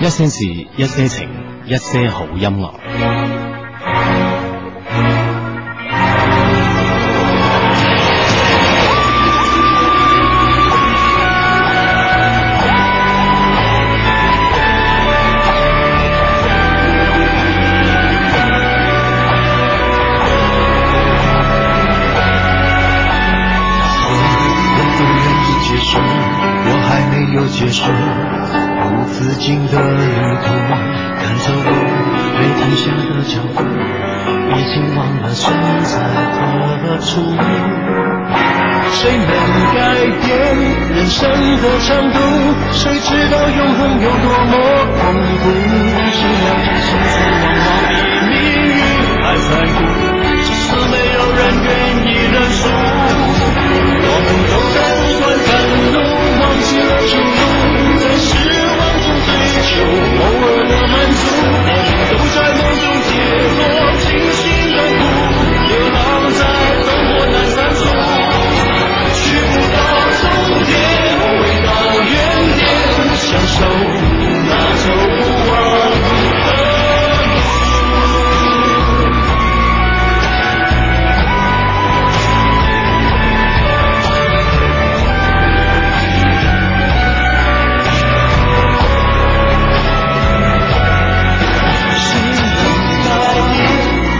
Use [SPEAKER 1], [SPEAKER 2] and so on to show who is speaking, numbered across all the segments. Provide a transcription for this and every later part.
[SPEAKER 1] 一些事，一些情，一些好音樂。
[SPEAKER 2] 我不愿意解释，我还没有解释，无止境的旅途，感受路被停下的脚步，已经忘了身在何处。谁能改变人生的长度？谁知道永恒有多么恐怖？只要一心在往往比命运还残酷，只是没有人愿意认输。我们都在不断赶路，忘记了出路，在失望中追求偶尔的满足。我们都在梦中解脱，清醒的哭，流浪在灯火阑珊处，去不到终点，回到原点，享受那走不完的路。谁能改变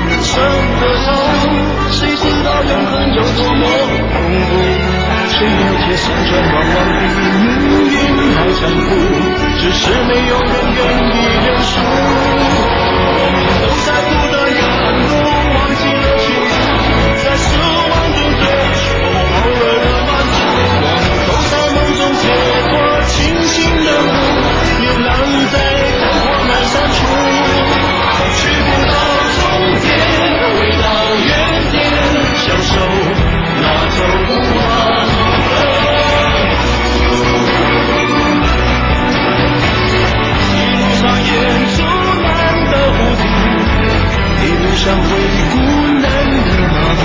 [SPEAKER 2] 人生的路？谁知道永恒有多么恐怖？谁了解山川往往比命运还残酷？只是没有人愿意认输。我们都在不断赶路，忘记了去路，在失望中追求偶尔的满足。我们都在梦中解脱，清醒的路，流浪在灯火阑珊处。去不到终点，回到原点，享受那走不完的路。一路上沿途难的糊涂，一路上回顾难的麻木。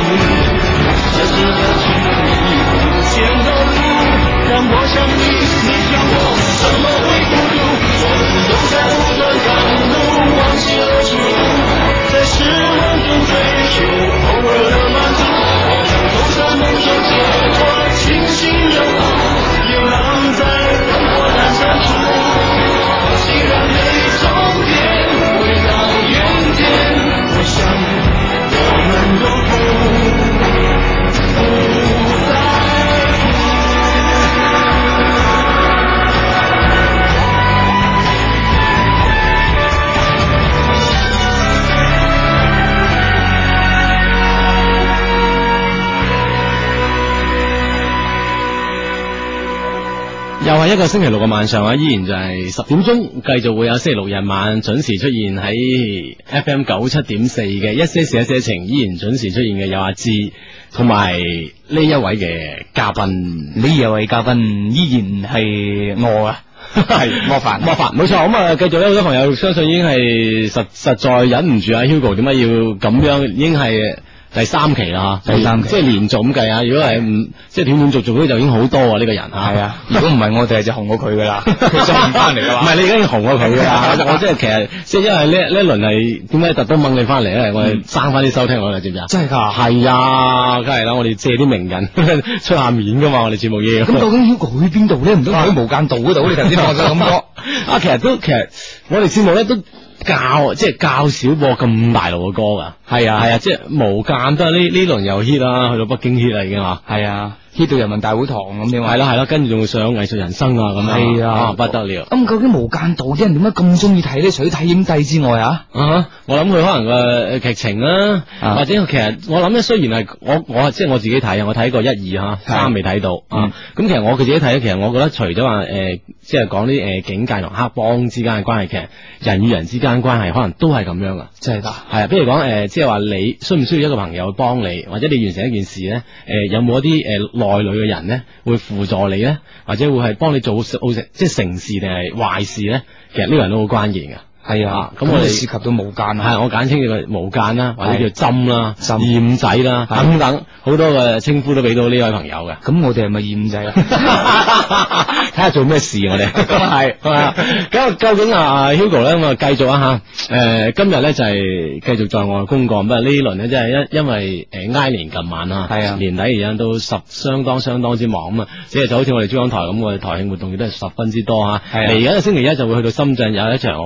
[SPEAKER 2] 这是的情谊无限的路，让我想你，你想我，怎么会孤独？我们都在不断赶路，忘记了出路，在失望中追求偶尔的满足。我们都在梦中解脱，清醒的路，流浪在灯火阑珊处。既然没终点，回到原点，我想我们都不不在乎。
[SPEAKER 1] 又係一個星期六嘅晚上啊，依然就係十點鐘，繼續會有星期六日晚準時出現喺 FM 九七點四嘅一些事一些情，依然準時出現嘅有阿志同埋呢一位嘅嘉賓。
[SPEAKER 3] 呢二位嘉賓依然係我啊，
[SPEAKER 1] 係
[SPEAKER 3] 莫凡
[SPEAKER 1] 莫凡，冇錯。咁啊，繼續咧，好多朋友相信已經係實實在忍唔住啊，Hugo 點解要咁樣？已經係第三期啦，
[SPEAKER 3] 第三期
[SPEAKER 1] 即係連續咁計啊！如果係唔即係斷斷續續咧，就已經好多啊！呢、個人啊，
[SPEAKER 3] 係啊，如果唔係我哋就紅過佢噶 啦，佢再唔翻嚟嘅
[SPEAKER 1] 唔
[SPEAKER 3] 話，
[SPEAKER 1] 係你而家要紅過佢啊！
[SPEAKER 3] 係啊
[SPEAKER 1] 我我即係其實即係因為呢呢一輪係點解特登掹你翻嚟咧？我哋爭翻啲收聽率啊，知唔知啊？
[SPEAKER 3] 嗯真係㗎。
[SPEAKER 1] 係啊，梗係啦，我哋借啲名人 出下面噶嘛，我哋節目要。
[SPEAKER 3] 咁究竟 Hugo 去邊度咧？唔通佢喺無間道嗰度？你頭先講咗咁多，
[SPEAKER 1] 啊，其實都其實我哋節目咧都教即係教少播咁大路嘅歌噶，係啊係啊，即係無間都係呢呢輪又 hit 啦，去到北京 hit 啦已經啊。
[SPEAKER 3] 係啊，hit 到人民大會堂咁你話
[SPEAKER 1] 係啦係啦，跟住仲上藝術人生啊咁樣，
[SPEAKER 3] 啊係啊
[SPEAKER 1] 不得了
[SPEAKER 3] 咁究竟無間道啲人點解咁中意睇咧？除咗睇影帝之外啊，
[SPEAKER 1] 啊！我諗佢可能個呃劇情啦，
[SPEAKER 3] 啊
[SPEAKER 1] 或者其實我諗咧，雖然係我我即係我自己睇啊，我睇過一二吓，
[SPEAKER 3] 係
[SPEAKER 1] 三未睇到啊
[SPEAKER 3] 嗯。
[SPEAKER 1] 咁其實我佢自己睇，其實我覺得除咗話誒，即係講啲誒呃警界同黑幫之間嘅關係，其實人與人之間嘅關係可能都係咁樣噶。
[SPEAKER 3] 真係㗎。
[SPEAKER 1] 系啊，比如講诶、呃即係話你需唔需要一個朋友幫你，或者你完成一件事咧？诶、有冇一啲诶内裏嘅人咧，會輔助你咧，或者會係幫你做做成即係成事定係壞事咧？其實呢個人都好關鍵噶。
[SPEAKER 3] 系啊，
[SPEAKER 1] 咁我哋
[SPEAKER 3] 就涉及到無間啊，
[SPEAKER 1] 系我簡稱佢為無間啦，或者
[SPEAKER 3] 係
[SPEAKER 1] 叫針啦、
[SPEAKER 3] 針
[SPEAKER 1] 驗仔啦
[SPEAKER 3] 係。
[SPEAKER 1] 等等，好多嘅稱呼都俾到呢位朋友嘅
[SPEAKER 3] 咁我哋係咪厭仔 啊？
[SPEAKER 1] 睇下做咩事我哋係係啊咁究竟啊 Hugo 咧咁啊繼續啊吓，誒今日咧就係繼續在外公幹，不過呢輪咧真係因因為誒挨年近晚啊，
[SPEAKER 3] 係啊
[SPEAKER 1] 年底而家都十相當相當之忙咁啊，即係就好似我哋珠江台咁，我哋台慶活動亦都係十分之多嚇。
[SPEAKER 3] 係啊
[SPEAKER 1] 嚟緊嘅星期一就會去到深圳有一場好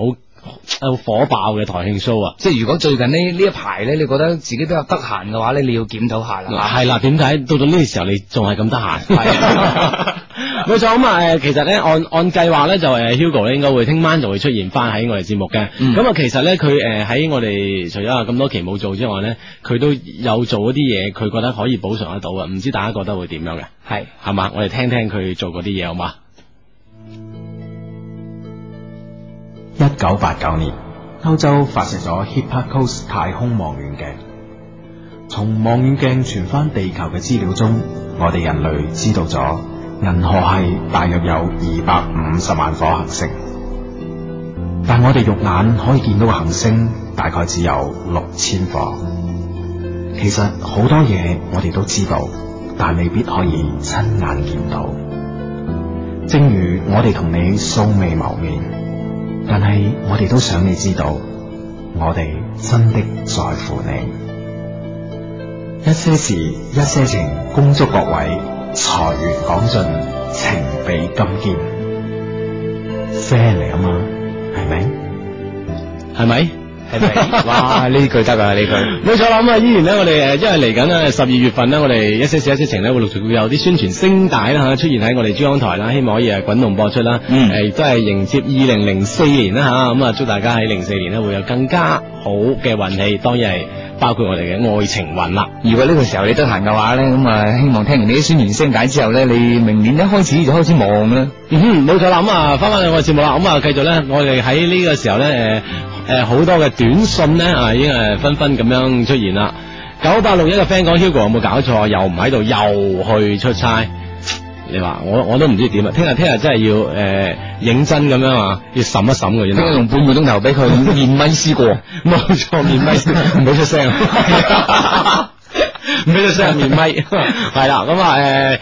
[SPEAKER 1] 好火爆嘅台慶 show 啊！
[SPEAKER 3] 即係如果最近呢呢一排咧，你覺得自己比較得閒嘅話咧，你要檢討下啦。
[SPEAKER 1] 嗱，系啦，點解到到呢個時候你仲係咁得閒？ 冇錯咁啊！誒，其實咧按按計劃咧就誒 Hugo 咧應該會聽晚就會出現翻喺我哋節目嘅。
[SPEAKER 3] 嗯
[SPEAKER 1] 咁啊，其實咧佢誒喺我哋除咗有咁多期冇做之外咧，佢都有做嗰啲嘢，佢覺得可以補償得到嘅。唔知大家覺得會點樣嘅？
[SPEAKER 3] 係
[SPEAKER 1] 係嘛？我哋聽聽佢做嗰啲嘢好嘛？
[SPEAKER 4] 一九八九年，歐洲發射咗 Hipparcos 太空望遠鏡。從望遠鏡傳翻地球嘅資料中，我哋人類知道咗銀河系大約有二百五十萬顆行星，但我哋肉眼可以見到嘅行星大概只有六千顆。其實好多嘢我哋都知道，但未必可以親眼見到。正如我哋同你素未謀面。但係我哋都想你知道，我哋真的在乎你。一些事，一些情，恭祝各位財源廣進，情比金堅。些嚟啊嘛，係咪？
[SPEAKER 1] 係咪？
[SPEAKER 3] 係咪？哇！呢句得啊，呢句
[SPEAKER 1] 冇錯啦，咁啊，依然咧，我哋誒，因為嚟緊咧十二月份咧，我哋一些事一些情咧，會陸續會有啲宣傳聲帶啦嚇，出現喺我哋珠江台啦，希望可以誒滾動播出啦。呃
[SPEAKER 3] 嗯
[SPEAKER 1] 誒亦都係迎接二零零四年啦嚇，咁啊，祝大家喺零四年咧會有更加好嘅運氣，當然係包括我哋嘅愛情運啦。
[SPEAKER 3] 如果呢個時候你得閒嘅話咧，咁啊，希望聽完呢啲宣傳聲帶之後咧，你明年一開始就開始望啦。
[SPEAKER 1] 嗯哼，冇錯啦，咁啊，翻返嚟我嘅節目啦，咁啊，繼續咧，我哋喺呢個時候咧，誒、誒，好多嘅短信咧啊，已經誒紛紛咁樣出現啦。九八六一嘅 friend 講 Hugo 有冇搞錯啊？又唔喺度，又去出差。你話我我都唔知點啊！聽日聽日真係要誒、認真咁樣啊，要審一審嘅原
[SPEAKER 3] 應該
[SPEAKER 1] 來。
[SPEAKER 3] 用半個鐘頭 俾佢面咪思過，
[SPEAKER 1] 冇錯，面咪唔好出聲，唔好出聲，面咪係啦。咁啊，誒，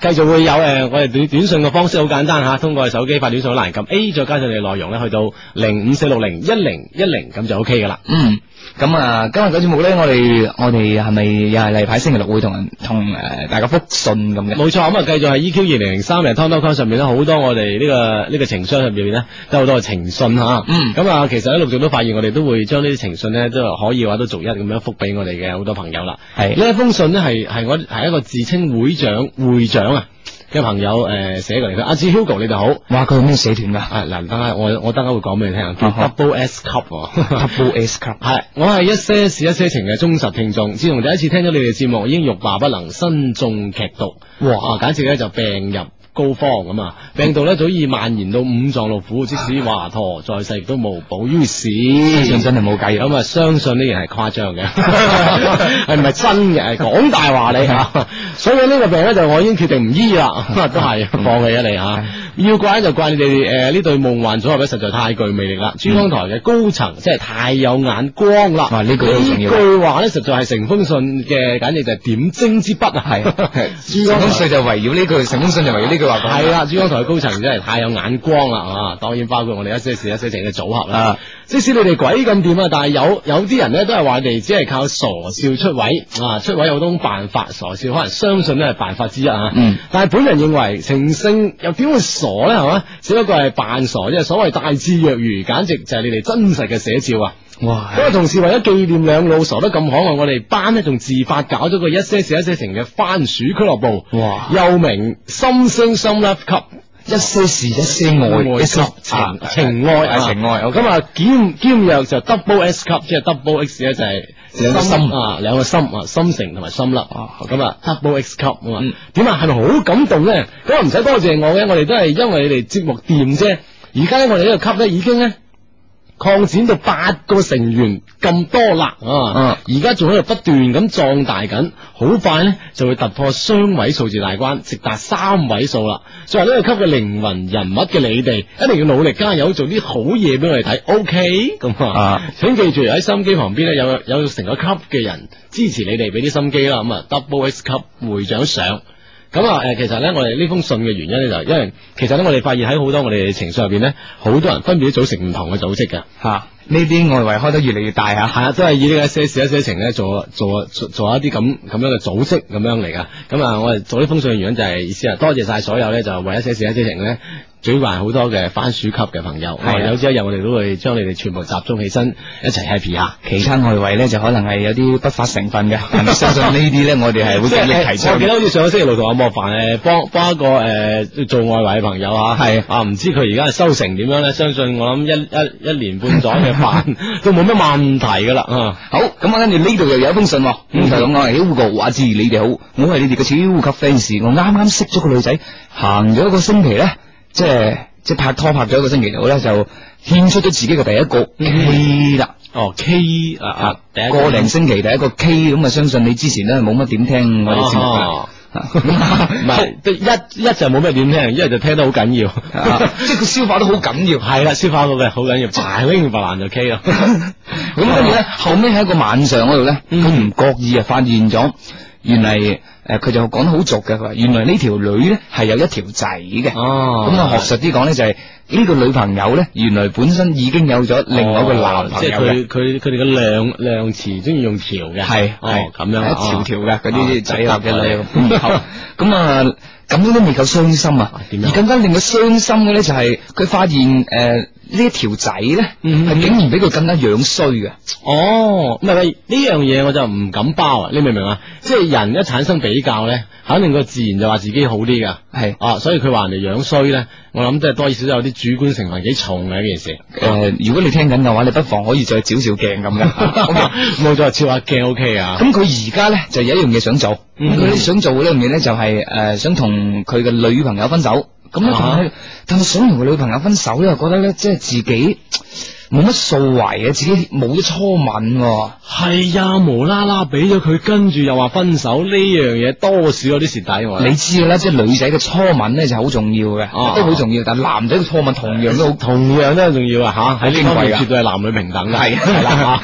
[SPEAKER 1] 繼續會有誒，我哋短短信嘅方式好簡單嚇，通過手機發短信好難撳 A，再加上你嘅內容咧，去到零五四六零一零一零咁就 OK 噶啦。
[SPEAKER 3] 嗯，咁啊，今日嘅節目咧，我哋我哋係咪又係例牌星期六會同人同誒大家覆信咁嘅？
[SPEAKER 1] 冇錯，咁啊，繼續喺 EQ 二零零三嘅 t o m t o m 上面咧，好多我哋呢、個呢、個情商上面咧，都有好多嘅情信嚇。
[SPEAKER 3] 嗯
[SPEAKER 1] 咁啊，其實咧陸續都發現，我哋都會將呢啲情信咧，都可以嘅話都逐一咁樣覆俾我哋嘅好多朋友啦。
[SPEAKER 3] 係
[SPEAKER 1] 呢一封信咧係係我係一個自稱會長會長啊嘅朋友誒寫過嚟，佢阿志 Hugo 你哋好。
[SPEAKER 3] 哇！佢有咩社團㗎
[SPEAKER 1] 啊嗱，等下我我等下會講俾你聽啊，叫
[SPEAKER 3] 啊哈
[SPEAKER 1] Double S 級喎。
[SPEAKER 3] ？Double S Club
[SPEAKER 1] 係，我係一些事一些情嘅忠實聽眾。自從第一次聽咗你哋節目，我已經欲罷不能，身中劇毒，哇！簡直咧就病入膏肓咁啊！病毒咧早已蔓延到五臟六腑，即使華佗在世亦都無補於事。
[SPEAKER 3] 信真係冇計啊！
[SPEAKER 1] 咁啊，相信呢樣係誇張 嘅，係唔係真嘅？係講大話你嚇， 所以呢個病咧就我已經決定唔醫啦，都係 放棄
[SPEAKER 3] 嗯
[SPEAKER 1] 啊你嚇。要怪就怪你哋誒呢對夢幻組合咧，實在太具魅力
[SPEAKER 3] 嗯
[SPEAKER 1] 啦！珠江台嘅高層真係太有眼光啦！
[SPEAKER 3] 哇呢句好重
[SPEAKER 1] 呢
[SPEAKER 3] 要啊
[SPEAKER 1] 句話咧實在係成封信嘅，簡直就係點睛之筆啊！ 係
[SPEAKER 3] 成功信就圍繞呢句，成功信就圍繞呢句話講。
[SPEAKER 1] 系啦，啊珠江台高層真係太有眼光啦啊！當然包括我哋一些事一些情嘅組合啦
[SPEAKER 3] 啊。
[SPEAKER 1] 即使你哋鬼咁掂啊，但係有有啲人咧都係話你哋只係靠傻笑出位啊，出位有好多種辦法，傻笑可能相信咧係辦法之一啊。
[SPEAKER 3] 嗯
[SPEAKER 1] 但係本人認為情聖又點會傻咧係嘛？只不過係扮傻啫，所謂大智若愚，簡直就係你哋真實嘅寫照啊！
[SPEAKER 3] 哇！
[SPEAKER 1] 咁啊，同時為咗紀念兩老傻得咁可愛，我哋班咧仲自發搞咗個一些事一些情嘅番薯俱樂部，
[SPEAKER 3] 哇
[SPEAKER 1] 又名心聲心 love 級。
[SPEAKER 3] 一些事，一些愛，一些
[SPEAKER 1] 情情愛啊
[SPEAKER 3] 啊情愛。
[SPEAKER 1] 咁
[SPEAKER 3] 咁
[SPEAKER 1] 啊，兼兼約就 double S 級，即係 double X 咧就係
[SPEAKER 3] 兩個心
[SPEAKER 1] 啊，兩個心啊，心誠同埋心粒咁啊，double X 級啊嘛
[SPEAKER 3] 嗯，
[SPEAKER 1] 點啊，係咪好感動咧？咁啊，唔使多謝我嘅，我哋都係因為你哋節目掂啫。而家咧，我哋呢個級咧已經咧。擴展到八個成員咁多啦啊！而家仲喺度不斷咁壯大緊，好快呢就會突破雙位數字大關，直達三位數啦。作為呢個級嘅靈魂人物嘅你哋，一定要努力加油，做啲好嘢俾我哋睇。OK，咁啊
[SPEAKER 3] 啊，
[SPEAKER 1] 請記住喺心機旁邊呢，有有成個級嘅人支持你哋，俾啲心機啦。咁啊，Double X 級會長上。咁啊，誒，其實咧，我哋呢封信嘅原因咧，就係因為其實咧，我哋發現喺好多我哋嘅情緒入邊咧，好多人分別都組成唔同嘅組織嘅，
[SPEAKER 3] 吓啊呢啲外圍開得越嚟越大啊！
[SPEAKER 1] 係啊，都係以呢個一些事一些情咧，做做做做一啲咁咁樣嘅組織咁樣嚟噶。咁啊，我哋做呢封信嘅原因就係意思啊，多謝晒所有咧，就為一些事一些情咧。舉辦好多嘅番薯級嘅朋友，哦
[SPEAKER 3] 係啊
[SPEAKER 1] 有朝一日我哋都會將你哋全部集中起身，一齊 happy 下。
[SPEAKER 3] 其他外圍咧就可能係有啲不法成分嘅，但係相信呢啲咧我哋係會
[SPEAKER 1] 即
[SPEAKER 3] 極力
[SPEAKER 1] 係
[SPEAKER 3] 提
[SPEAKER 1] 誒我
[SPEAKER 3] 倡
[SPEAKER 1] 記
[SPEAKER 3] 嘅。
[SPEAKER 1] 得好似上個星期六同阿莫凡誒幫幫一個誒、呃做外圍嘅朋友啊，係啊，唔知佢而家收成點樣咧？相信我諗一一一年半載嘅飯 都冇乜問題噶啦，啊，
[SPEAKER 3] 好，咁啊，跟住呢度又有一封信喎，
[SPEAKER 1] 嗯
[SPEAKER 3] 咁就咁講，小 Hugo 阿志，你哋好，我係你哋嘅超級 fans，我啱啱識咗個女仔，行咗一個星期咧，即係即係拍拖拍咗一個星期度咧，就獻出咗自己嘅第一個 K 啦，
[SPEAKER 1] 哦 K 啊啊，第一
[SPEAKER 3] 個零星期第一個 K，咁啊，相信你之前咧冇乜點聽我哋節目啊啦
[SPEAKER 1] 哦。
[SPEAKER 3] 啊
[SPEAKER 1] 唔係，都一一就冇咩點聽，一就聽得好緊要，
[SPEAKER 3] 啊即係佢消化得好緊要。
[SPEAKER 1] 係啦，消化到嘅好緊要，排拎白爛就 K 咯，
[SPEAKER 3] 咁跟住
[SPEAKER 1] 哦
[SPEAKER 3] 咧，後尾喺一個晚上嗰度咧，佢唔
[SPEAKER 1] 嗯
[SPEAKER 3] 覺意啊發現咗，原嚟誒佢就講得好俗嘅，佢話原來呢條女咧係有一條仔嘅。
[SPEAKER 1] 哦
[SPEAKER 3] 咁啊，學術啲講咧就係呢個女朋友咧，原來本身已經有咗另外一個男
[SPEAKER 1] 哦
[SPEAKER 3] 朋友嘅，
[SPEAKER 1] 即係佢佢佢哋嘅量量詞中意用條嘅，
[SPEAKER 3] 係
[SPEAKER 1] 哦
[SPEAKER 3] 係
[SPEAKER 1] 咁樣
[SPEAKER 3] 係一條條嘅嗰啲仔
[SPEAKER 1] 啊
[SPEAKER 3] 男嘅女
[SPEAKER 1] 啊
[SPEAKER 3] 嗯好 咁啊，咁樣都未夠傷心啊
[SPEAKER 1] 點樣！
[SPEAKER 3] 而更加令佢傷心嘅咧就係佢發現誒呢一條仔咧
[SPEAKER 1] 嗯
[SPEAKER 3] 係竟然比佢更加樣衰嘅。
[SPEAKER 1] 哦，唔係喂呢樣嘢我就唔敢包啊！你明唔明啊？即係人一產生比較咧，肯定個自然就話自己好啲噶。
[SPEAKER 3] 係
[SPEAKER 1] 啊，所以佢話人哋樣衰咧，我諗都係多少都有啲主觀成分幾重嘅一件事。
[SPEAKER 3] 诶、呃如果你聽緊嘅話，你不妨可以再照照鏡咁嘅。OK，
[SPEAKER 1] 冇咗照下鏡 OK 啊。
[SPEAKER 3] 咁佢而家咧就有一樣嘢想做，
[SPEAKER 1] 嗯
[SPEAKER 3] 咁佢、想做嘅呢樣嘢咧就係呃想同佢嘅女朋友分手。咁
[SPEAKER 1] 啊
[SPEAKER 3] 咧，但係但係想同佢女朋友分手咧，又覺得咧即係自己冇乜素為啊，自己冇咗初吻喎、
[SPEAKER 1] 係啊，無啦啦俾咗佢，跟住又話分手，呢樣嘢多少有啲蝕底我覺得。
[SPEAKER 3] 你知嘅啦，即係女仔嘅初吻咧就好重要嘅，
[SPEAKER 1] 啊
[SPEAKER 3] 都好重要。但係男仔嘅初吻同樣都好
[SPEAKER 1] 同樣都係重要啊嚇，喺呢
[SPEAKER 3] 矜貴
[SPEAKER 1] 方面
[SPEAKER 3] 㗎
[SPEAKER 1] 絕對係男女平等嘅。
[SPEAKER 3] 係
[SPEAKER 1] 係啦
[SPEAKER 3] 啦，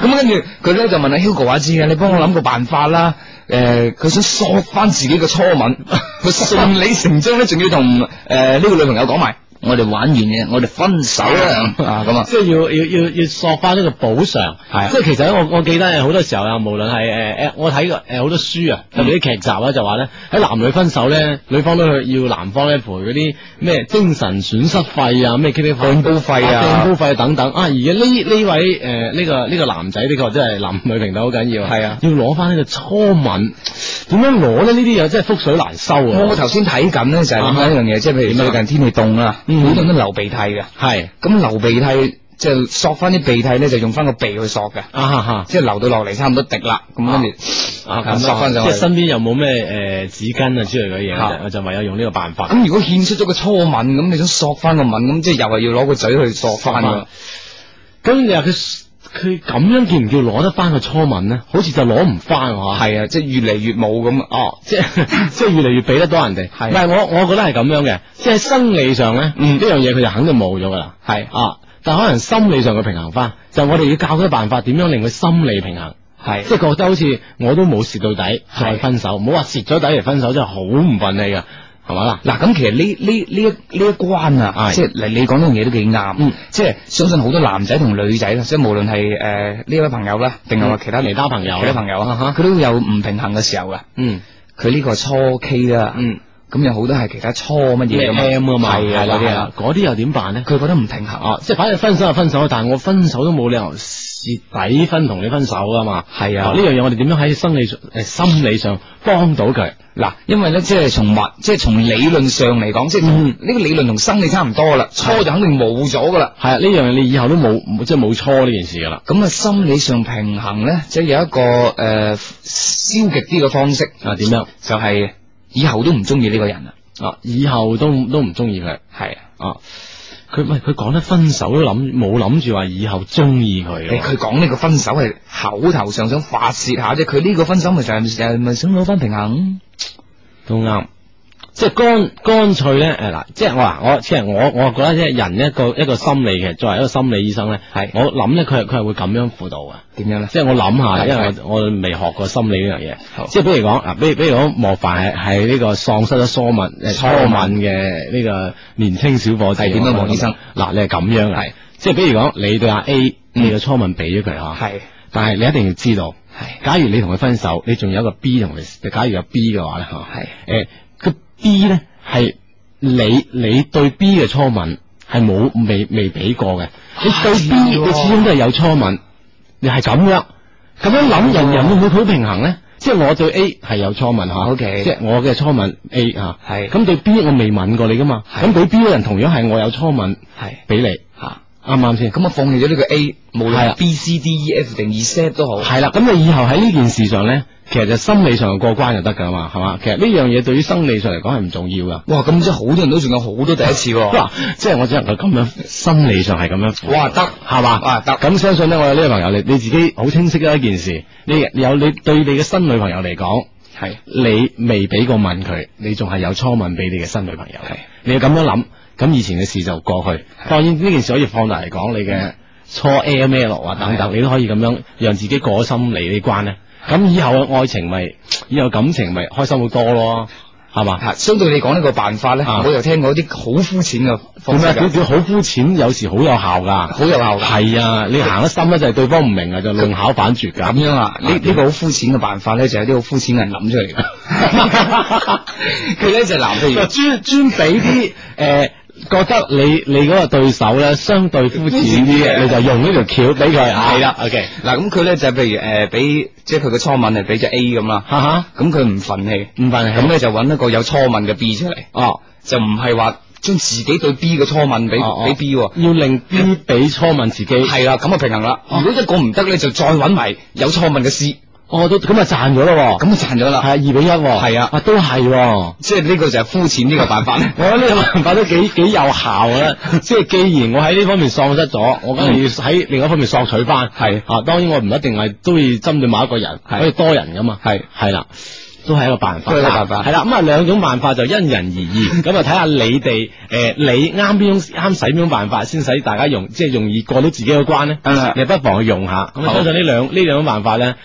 [SPEAKER 3] 咁跟住佢咧就問阿 Hugo 話知嘅，啊你幫我諗個辦法啦。誒、佢想索翻自己嘅初吻， 佢順理成章咧，仲要同誒呢個女朋友講埋，我哋玩完嘅，我哋分手 啦啊咁啊，
[SPEAKER 1] 即係要要要要索翻呢個補償，
[SPEAKER 3] 係啊
[SPEAKER 1] 即係其實咧，我我記得誒好多時候啊，無論係誒誒，我睇過誒好多書
[SPEAKER 3] 嗯
[SPEAKER 1] 啊，特別啲劇集啊，就話咧喺男女分手咧，女方都要男方咧賠嗰啲咩精神損失費啊，咩 K K
[SPEAKER 3] 病煲費
[SPEAKER 1] 病
[SPEAKER 3] 嗯啊，
[SPEAKER 1] 煲費等等啊。而家呢呢位誒呢個呢個男仔的確真係男女平等好緊要，
[SPEAKER 3] 係啊
[SPEAKER 1] 要攞翻呢個初吻，點樣攞咧？呢啲嘢真係覆水難收啊！
[SPEAKER 3] 我頭先睇緊咧就係諗緊一樣嘢，即係譬如
[SPEAKER 1] 點啊
[SPEAKER 3] 最近天氣凍啦，
[SPEAKER 1] 嗯
[SPEAKER 3] 好多人都流鼻涕嘅，
[SPEAKER 1] 係
[SPEAKER 3] 咁流鼻涕即係索翻啲鼻涕咧，就用翻個鼻去索嘅，
[SPEAKER 1] 啊哈哈。
[SPEAKER 3] 即係流到落嚟差唔多滴啦，咁跟住。
[SPEAKER 1] 啊，
[SPEAKER 3] 啊
[SPEAKER 1] 咁
[SPEAKER 3] 塞返上
[SPEAKER 1] 即
[SPEAKER 3] 去
[SPEAKER 1] 係身邊又冇咩誒紙巾啊之類嘅嘢，
[SPEAKER 3] 啊
[SPEAKER 1] 我就我就唯有用呢個辦法。
[SPEAKER 3] 咁如果獻出咗個初吻，咁你想索翻個吻，咁即係又係要攞個嘴去索翻
[SPEAKER 1] 索
[SPEAKER 3] 噶。
[SPEAKER 1] 啊咁你話佢佢咁樣叫唔叫攞得翻個初吻咧？好似就攞唔翻喎。嚇
[SPEAKER 3] 係啊，即係越嚟越冇咁啊。哦，
[SPEAKER 1] 即係 即係越嚟越俾得多人哋，
[SPEAKER 3] 係
[SPEAKER 1] 唔係我我覺得係咁樣嘅，即係生理上咧呢
[SPEAKER 3] 嗯
[SPEAKER 1] 樣嘢佢就肯定冇咗噶啦，
[SPEAKER 3] 係
[SPEAKER 1] 啊，但可能心理上佢平衡翻，就我哋要教佢辦法點樣令佢心理平衡，
[SPEAKER 3] 啊係
[SPEAKER 1] 即係覺得好似我都冇蝕到底，再
[SPEAKER 3] 係
[SPEAKER 1] 分手，唔好話蝕咗底嚟分手，真係好唔忿氣噶，係咪啦？
[SPEAKER 3] 嗱，咁其實呢呢呢一呢一關啊，
[SPEAKER 1] 係
[SPEAKER 3] 即係你你講呢樣嘢都幾啱，
[SPEAKER 1] 嗯
[SPEAKER 3] 即係相信好多男仔同女仔啦，即係無論係誒呢位朋友啦，定係話其他
[SPEAKER 1] 其他朋友啊
[SPEAKER 3] 其他朋友
[SPEAKER 1] 啊哈
[SPEAKER 3] 啊，佢都會有唔平衡嘅時候噶。
[SPEAKER 1] 嗯
[SPEAKER 3] 佢呢個初 K 啦，
[SPEAKER 1] 嗯，
[SPEAKER 3] 咁有好多係其他初乜嘢
[SPEAKER 1] 咩
[SPEAKER 3] 㗎
[SPEAKER 1] M 啊嘛，
[SPEAKER 3] 係啊嗰
[SPEAKER 1] 嗰
[SPEAKER 3] 啲
[SPEAKER 1] 啲啊
[SPEAKER 3] 啊，，
[SPEAKER 1] 嗰啲又點辦咧？
[SPEAKER 3] 佢覺得唔平衡
[SPEAKER 1] 哦，即係反正分手就分手，但係我分手都冇理由蝕底分同你分手噶嘛。
[SPEAKER 3] 係啊
[SPEAKER 1] 哦呢樣嘢我哋點樣喺生理上、誒心理上幫到佢？
[SPEAKER 3] 嗱，因為咧，即係從物，即係從理論上嚟講，即係同
[SPEAKER 1] 嗯
[SPEAKER 3] 呢個理論同生理差唔多啦，初就肯定冇咗噶啦。
[SPEAKER 1] 係啊，呢樣嘢你以後都冇冇即係冇初呢件事噶啦。
[SPEAKER 3] 咁啊，心理上平衡咧，即係有一個誒、呃消極啲嘅方式
[SPEAKER 1] 啊點樣？
[SPEAKER 3] 就係以後都唔中意呢個人啦。啊
[SPEAKER 1] 啊，以後都都唔中意佢。
[SPEAKER 3] 係啊，
[SPEAKER 1] 啊，佢唔系佢講得分手都諗冇諗住話以後中意佢
[SPEAKER 3] 誒
[SPEAKER 1] 喎。
[SPEAKER 3] 佢講呢個分手係口頭上想發泄下啫，佢呢個分手咪就係就係咪想攞翻平衡？
[SPEAKER 1] 都啱。即係乾乾脆咧，诶嗱，即係我啊嗱，我即係我，我覺得即係人一個一個心理嘅，作為一個心理醫生咧，
[SPEAKER 3] 係
[SPEAKER 1] 我諗咧，佢係佢係會咁樣輔導嘅。
[SPEAKER 3] 點樣咧？
[SPEAKER 1] 即係我諗下，
[SPEAKER 3] 係
[SPEAKER 1] 因為我我未學過心理呢樣嘢
[SPEAKER 3] 好。
[SPEAKER 1] 即係比如講啊嗱，比如比如講莫凡係係呢個喪失咗疏敏誒初
[SPEAKER 3] 初敏
[SPEAKER 1] 敏嘅呢個年青小伙子。
[SPEAKER 3] 係點樣黃醫生？
[SPEAKER 1] 嗱，你係咁樣嘅
[SPEAKER 3] 係。
[SPEAKER 1] 即係比如講，你對阿 A，
[SPEAKER 3] 嗯
[SPEAKER 1] 你嘅初吻俾咗佢嚇，
[SPEAKER 3] 係
[SPEAKER 1] 但係你一定要知道，
[SPEAKER 3] 係
[SPEAKER 1] 假如你同佢分手，你仲有一個 B 同佢，假如有 B 嘅話咧嚇，
[SPEAKER 3] 係
[SPEAKER 1] 誒個 B 咧係你你對 B 嘅初吻係冇未未俾過嘅，你對 B
[SPEAKER 3] 係喎啊
[SPEAKER 1] 佢始終都係有初吻，你係咁樣咁樣諗人人會唔會好平衡咧？即係我對 A 係有初吻嚇
[SPEAKER 3] OK
[SPEAKER 1] 即係我嘅初吻 A 嚇，
[SPEAKER 3] 係
[SPEAKER 1] 咁對 B 我未吻過你噶嘛，
[SPEAKER 3] 係
[SPEAKER 1] 咁對 B 嘅人同樣係我有初吻
[SPEAKER 3] 係
[SPEAKER 1] 俾你，
[SPEAKER 3] 嚇。
[SPEAKER 1] 啱唔啱先？
[SPEAKER 3] 咁我啊放棄咗呢個 A，無
[SPEAKER 1] 係
[SPEAKER 3] 論
[SPEAKER 1] 啊
[SPEAKER 3] B、C、D、E、F 定 E、C 都好，
[SPEAKER 1] 系啦，咁你以後喺呢件事上咧，其實就心理上過關就得噶嘛，係嘛？其實呢樣嘢對於生理上嚟講係唔重要 噶。
[SPEAKER 3] 哇！咁即係好多人都仲有好多第一次 喎、
[SPEAKER 1] 嗱，即係我只能夠咁樣，心理上係咁樣。
[SPEAKER 3] 哇得
[SPEAKER 1] 係嘛？
[SPEAKER 3] 啊得
[SPEAKER 1] 咁相信咧，我有呢個朋友，你你自己好清晰啦一件事，你你有你對你嘅新女朋友嚟講，
[SPEAKER 3] 係
[SPEAKER 1] 你未俾過吻佢，你仲係有初吻俾你嘅新女朋友。
[SPEAKER 3] 係
[SPEAKER 1] 你要咁樣諗，咁以前嘅事就過去。當然呢件事可以放大嚟講，你
[SPEAKER 3] 嗯
[SPEAKER 1] 嘅初 A M L 啊等等，你都可以咁樣讓自己過咗心理呢關咧。咁以後嘅愛情咪，以後感情咪開心好多咯，係嘛？
[SPEAKER 3] 嚇，啊相對你講呢個辦法咧，
[SPEAKER 1] 啊
[SPEAKER 3] 我又聽過啲好膚淺嘅
[SPEAKER 1] 咁
[SPEAKER 3] 方式
[SPEAKER 1] 咩？佢
[SPEAKER 3] 㗎
[SPEAKER 1] 佢好膚淺，有時好有效噶。
[SPEAKER 3] 好有效㗎。
[SPEAKER 1] 係啊，你行得深咧，就係對方唔明啊，就弄巧反拙㗎。
[SPEAKER 3] 咁樣啊？呢呢個好膚淺嘅辦法咧，就有啲好膚淺嘅人諗出嚟 㗎。佢咧就嗱，譬如
[SPEAKER 1] 就專專俾啲诶。覺得你你嗰個對手咧相對膚淺啲嘅，你就用呢條橋俾佢啊。
[SPEAKER 3] 係啦
[SPEAKER 1] ，OK，
[SPEAKER 3] 嗱，咁佢咧就譬如誒俾，即係佢嘅初吻係俾只 A 咁啦，
[SPEAKER 1] 哈哈，
[SPEAKER 3] 咁佢啊唔憤氣，
[SPEAKER 1] 唔忿氣
[SPEAKER 3] 咁咧就揾一個有初吻嘅 B 出嚟，
[SPEAKER 1] 哦，
[SPEAKER 3] 就唔係話將自己對 B 嘅初吻俾
[SPEAKER 1] 哦哦
[SPEAKER 3] 俾 B 喎。
[SPEAKER 1] 要令 B 俾初吻自己，
[SPEAKER 3] 係啦，咁啊平衡啦。如果一個唔得咧，就再揾埋有初吻嘅 C，
[SPEAKER 1] 哦都咁啊賺咗咯喎，
[SPEAKER 3] 哦咁就賺咗
[SPEAKER 1] 係啊
[SPEAKER 3] 啦。
[SPEAKER 1] 二比一喎，
[SPEAKER 3] 係啊
[SPEAKER 1] 啊都係喎。。
[SPEAKER 3] 即係呢個就係膚淺呢個辦法咧
[SPEAKER 1] 我覺得呢個辦法都幾幾有效啊！即係既然我喺呢方面喪失咗，我梗係要喺另一方面索取翻。
[SPEAKER 3] 嗯係
[SPEAKER 1] 啊，當然我唔一定係都要針對某一個人，
[SPEAKER 3] 係
[SPEAKER 1] 可以多人噶嘛。
[SPEAKER 3] 係
[SPEAKER 1] 係啦，都係一個辦法。
[SPEAKER 3] 都係一個辦法
[SPEAKER 1] 係啦，咁啊兩種辦法就因人而 異，咁啊睇下你哋誒你啱邊種啱使邊種辦法，先使大家容即係容易過到自己嘅關咧
[SPEAKER 3] 嗯。
[SPEAKER 1] 你不妨去用下。咁啊
[SPEAKER 3] 好
[SPEAKER 1] 相信呢兩呢兩種辦法咧。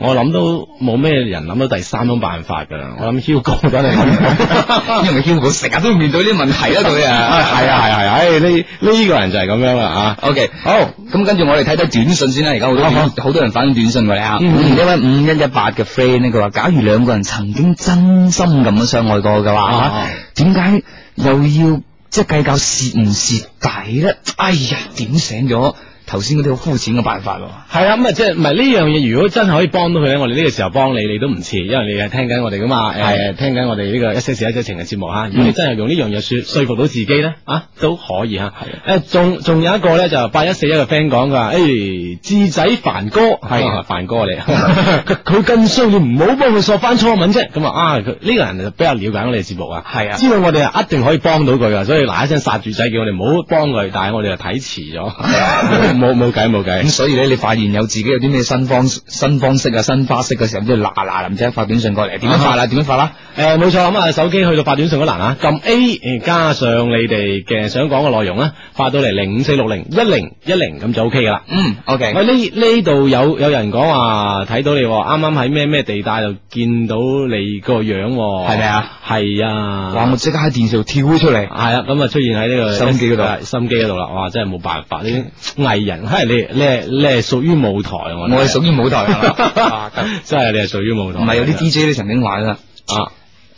[SPEAKER 1] 我諗都冇咩人諗到第三種辦法㗎啦，我諗 Hugo 都係諗到。
[SPEAKER 3] 因為 Hugo 成日都面對呢啲問題啦，佢
[SPEAKER 1] 啊，
[SPEAKER 3] 啊。
[SPEAKER 1] 系啊，系啊，系啊，唉，呢呢个人就系咁样啦啊
[SPEAKER 3] O K，
[SPEAKER 1] 吓。好，
[SPEAKER 3] 咁跟住我哋睇睇短信先啦，而家好多
[SPEAKER 1] 好好
[SPEAKER 3] 短好多人反映短信過嚟啊。
[SPEAKER 1] 嗯嗯
[SPEAKER 3] 呢位五一一八嘅 friend 咧，佢話：假如兩個人曾經真心咁樣相愛過嘅
[SPEAKER 1] 哦
[SPEAKER 3] 話，點解又要即係計較蝕唔蝕底咧？哎呀，點醒咗頭先嗰啲好膚淺嘅辦法喎。
[SPEAKER 1] 系啊，咁啊，即系唔系呢样嘢？如果真系可以帮到佢咧，我哋呢个时候帮你，你都唔迟，因为你系听紧我哋噶嘛，诶，听紧我哋呢个一些事一些情嘅节目
[SPEAKER 3] 嗯
[SPEAKER 1] 吓。如果你真系用呢样嘢说说服到自己咧，啊，都可以吓。
[SPEAKER 3] 啊
[SPEAKER 1] 诶，仲仲有一个咧，就八一四一嘅 friend 讲噶，诶，智仔凡哥
[SPEAKER 3] 係
[SPEAKER 1] 凡哥嚟， 佢佢更需要唔好帮佢索翻初吻啫。咁啊，啊，佢呢个人就比较了解我哋节目啊。
[SPEAKER 3] 係啊
[SPEAKER 1] 知道我哋係一定可以幫到佢噶，所以嗱一聲殺住仔叫我哋唔好幫佢，但係我哋就睇遲 咗，冇冇計冇
[SPEAKER 3] 咁
[SPEAKER 1] 計。
[SPEAKER 3] 所以咧，你發現有自己有啲咩新方新方式啊、新花式嘅時候，都要嗱嗱臨即刻發短信
[SPEAKER 1] 啊
[SPEAKER 3] 過嚟，點樣發啦？點樣發啦？
[SPEAKER 1] 誒冇錯，咁啊手機去到發短信嗰欄啊，撳 A 誒加上你哋嘅想講嘅內容啦，發到嚟零五四六零一零一零咁就 OK 噶啦。
[SPEAKER 3] 嗯，O K，
[SPEAKER 1] 喂，呢呢度有有人講話睇到你喎，啱啱喺咩咩地帶度見到你個樣喎，
[SPEAKER 3] 係咪啊？
[SPEAKER 1] 係啊。
[SPEAKER 3] 哇！我即刻喺電視度跳咗出嚟。
[SPEAKER 1] 系啦，咁啊出現喺呢個
[SPEAKER 3] 心機嗰度
[SPEAKER 1] 係心機嗰度啦，哇，真係冇辦法，呢啲藝人，係你你係你係屬於舞台，我，
[SPEAKER 3] 我係屬於 舞台人啦
[SPEAKER 1] 真係你係屬於舞台，
[SPEAKER 3] 唔係有啲 DJ 咧曾經話啦，
[SPEAKER 1] 啊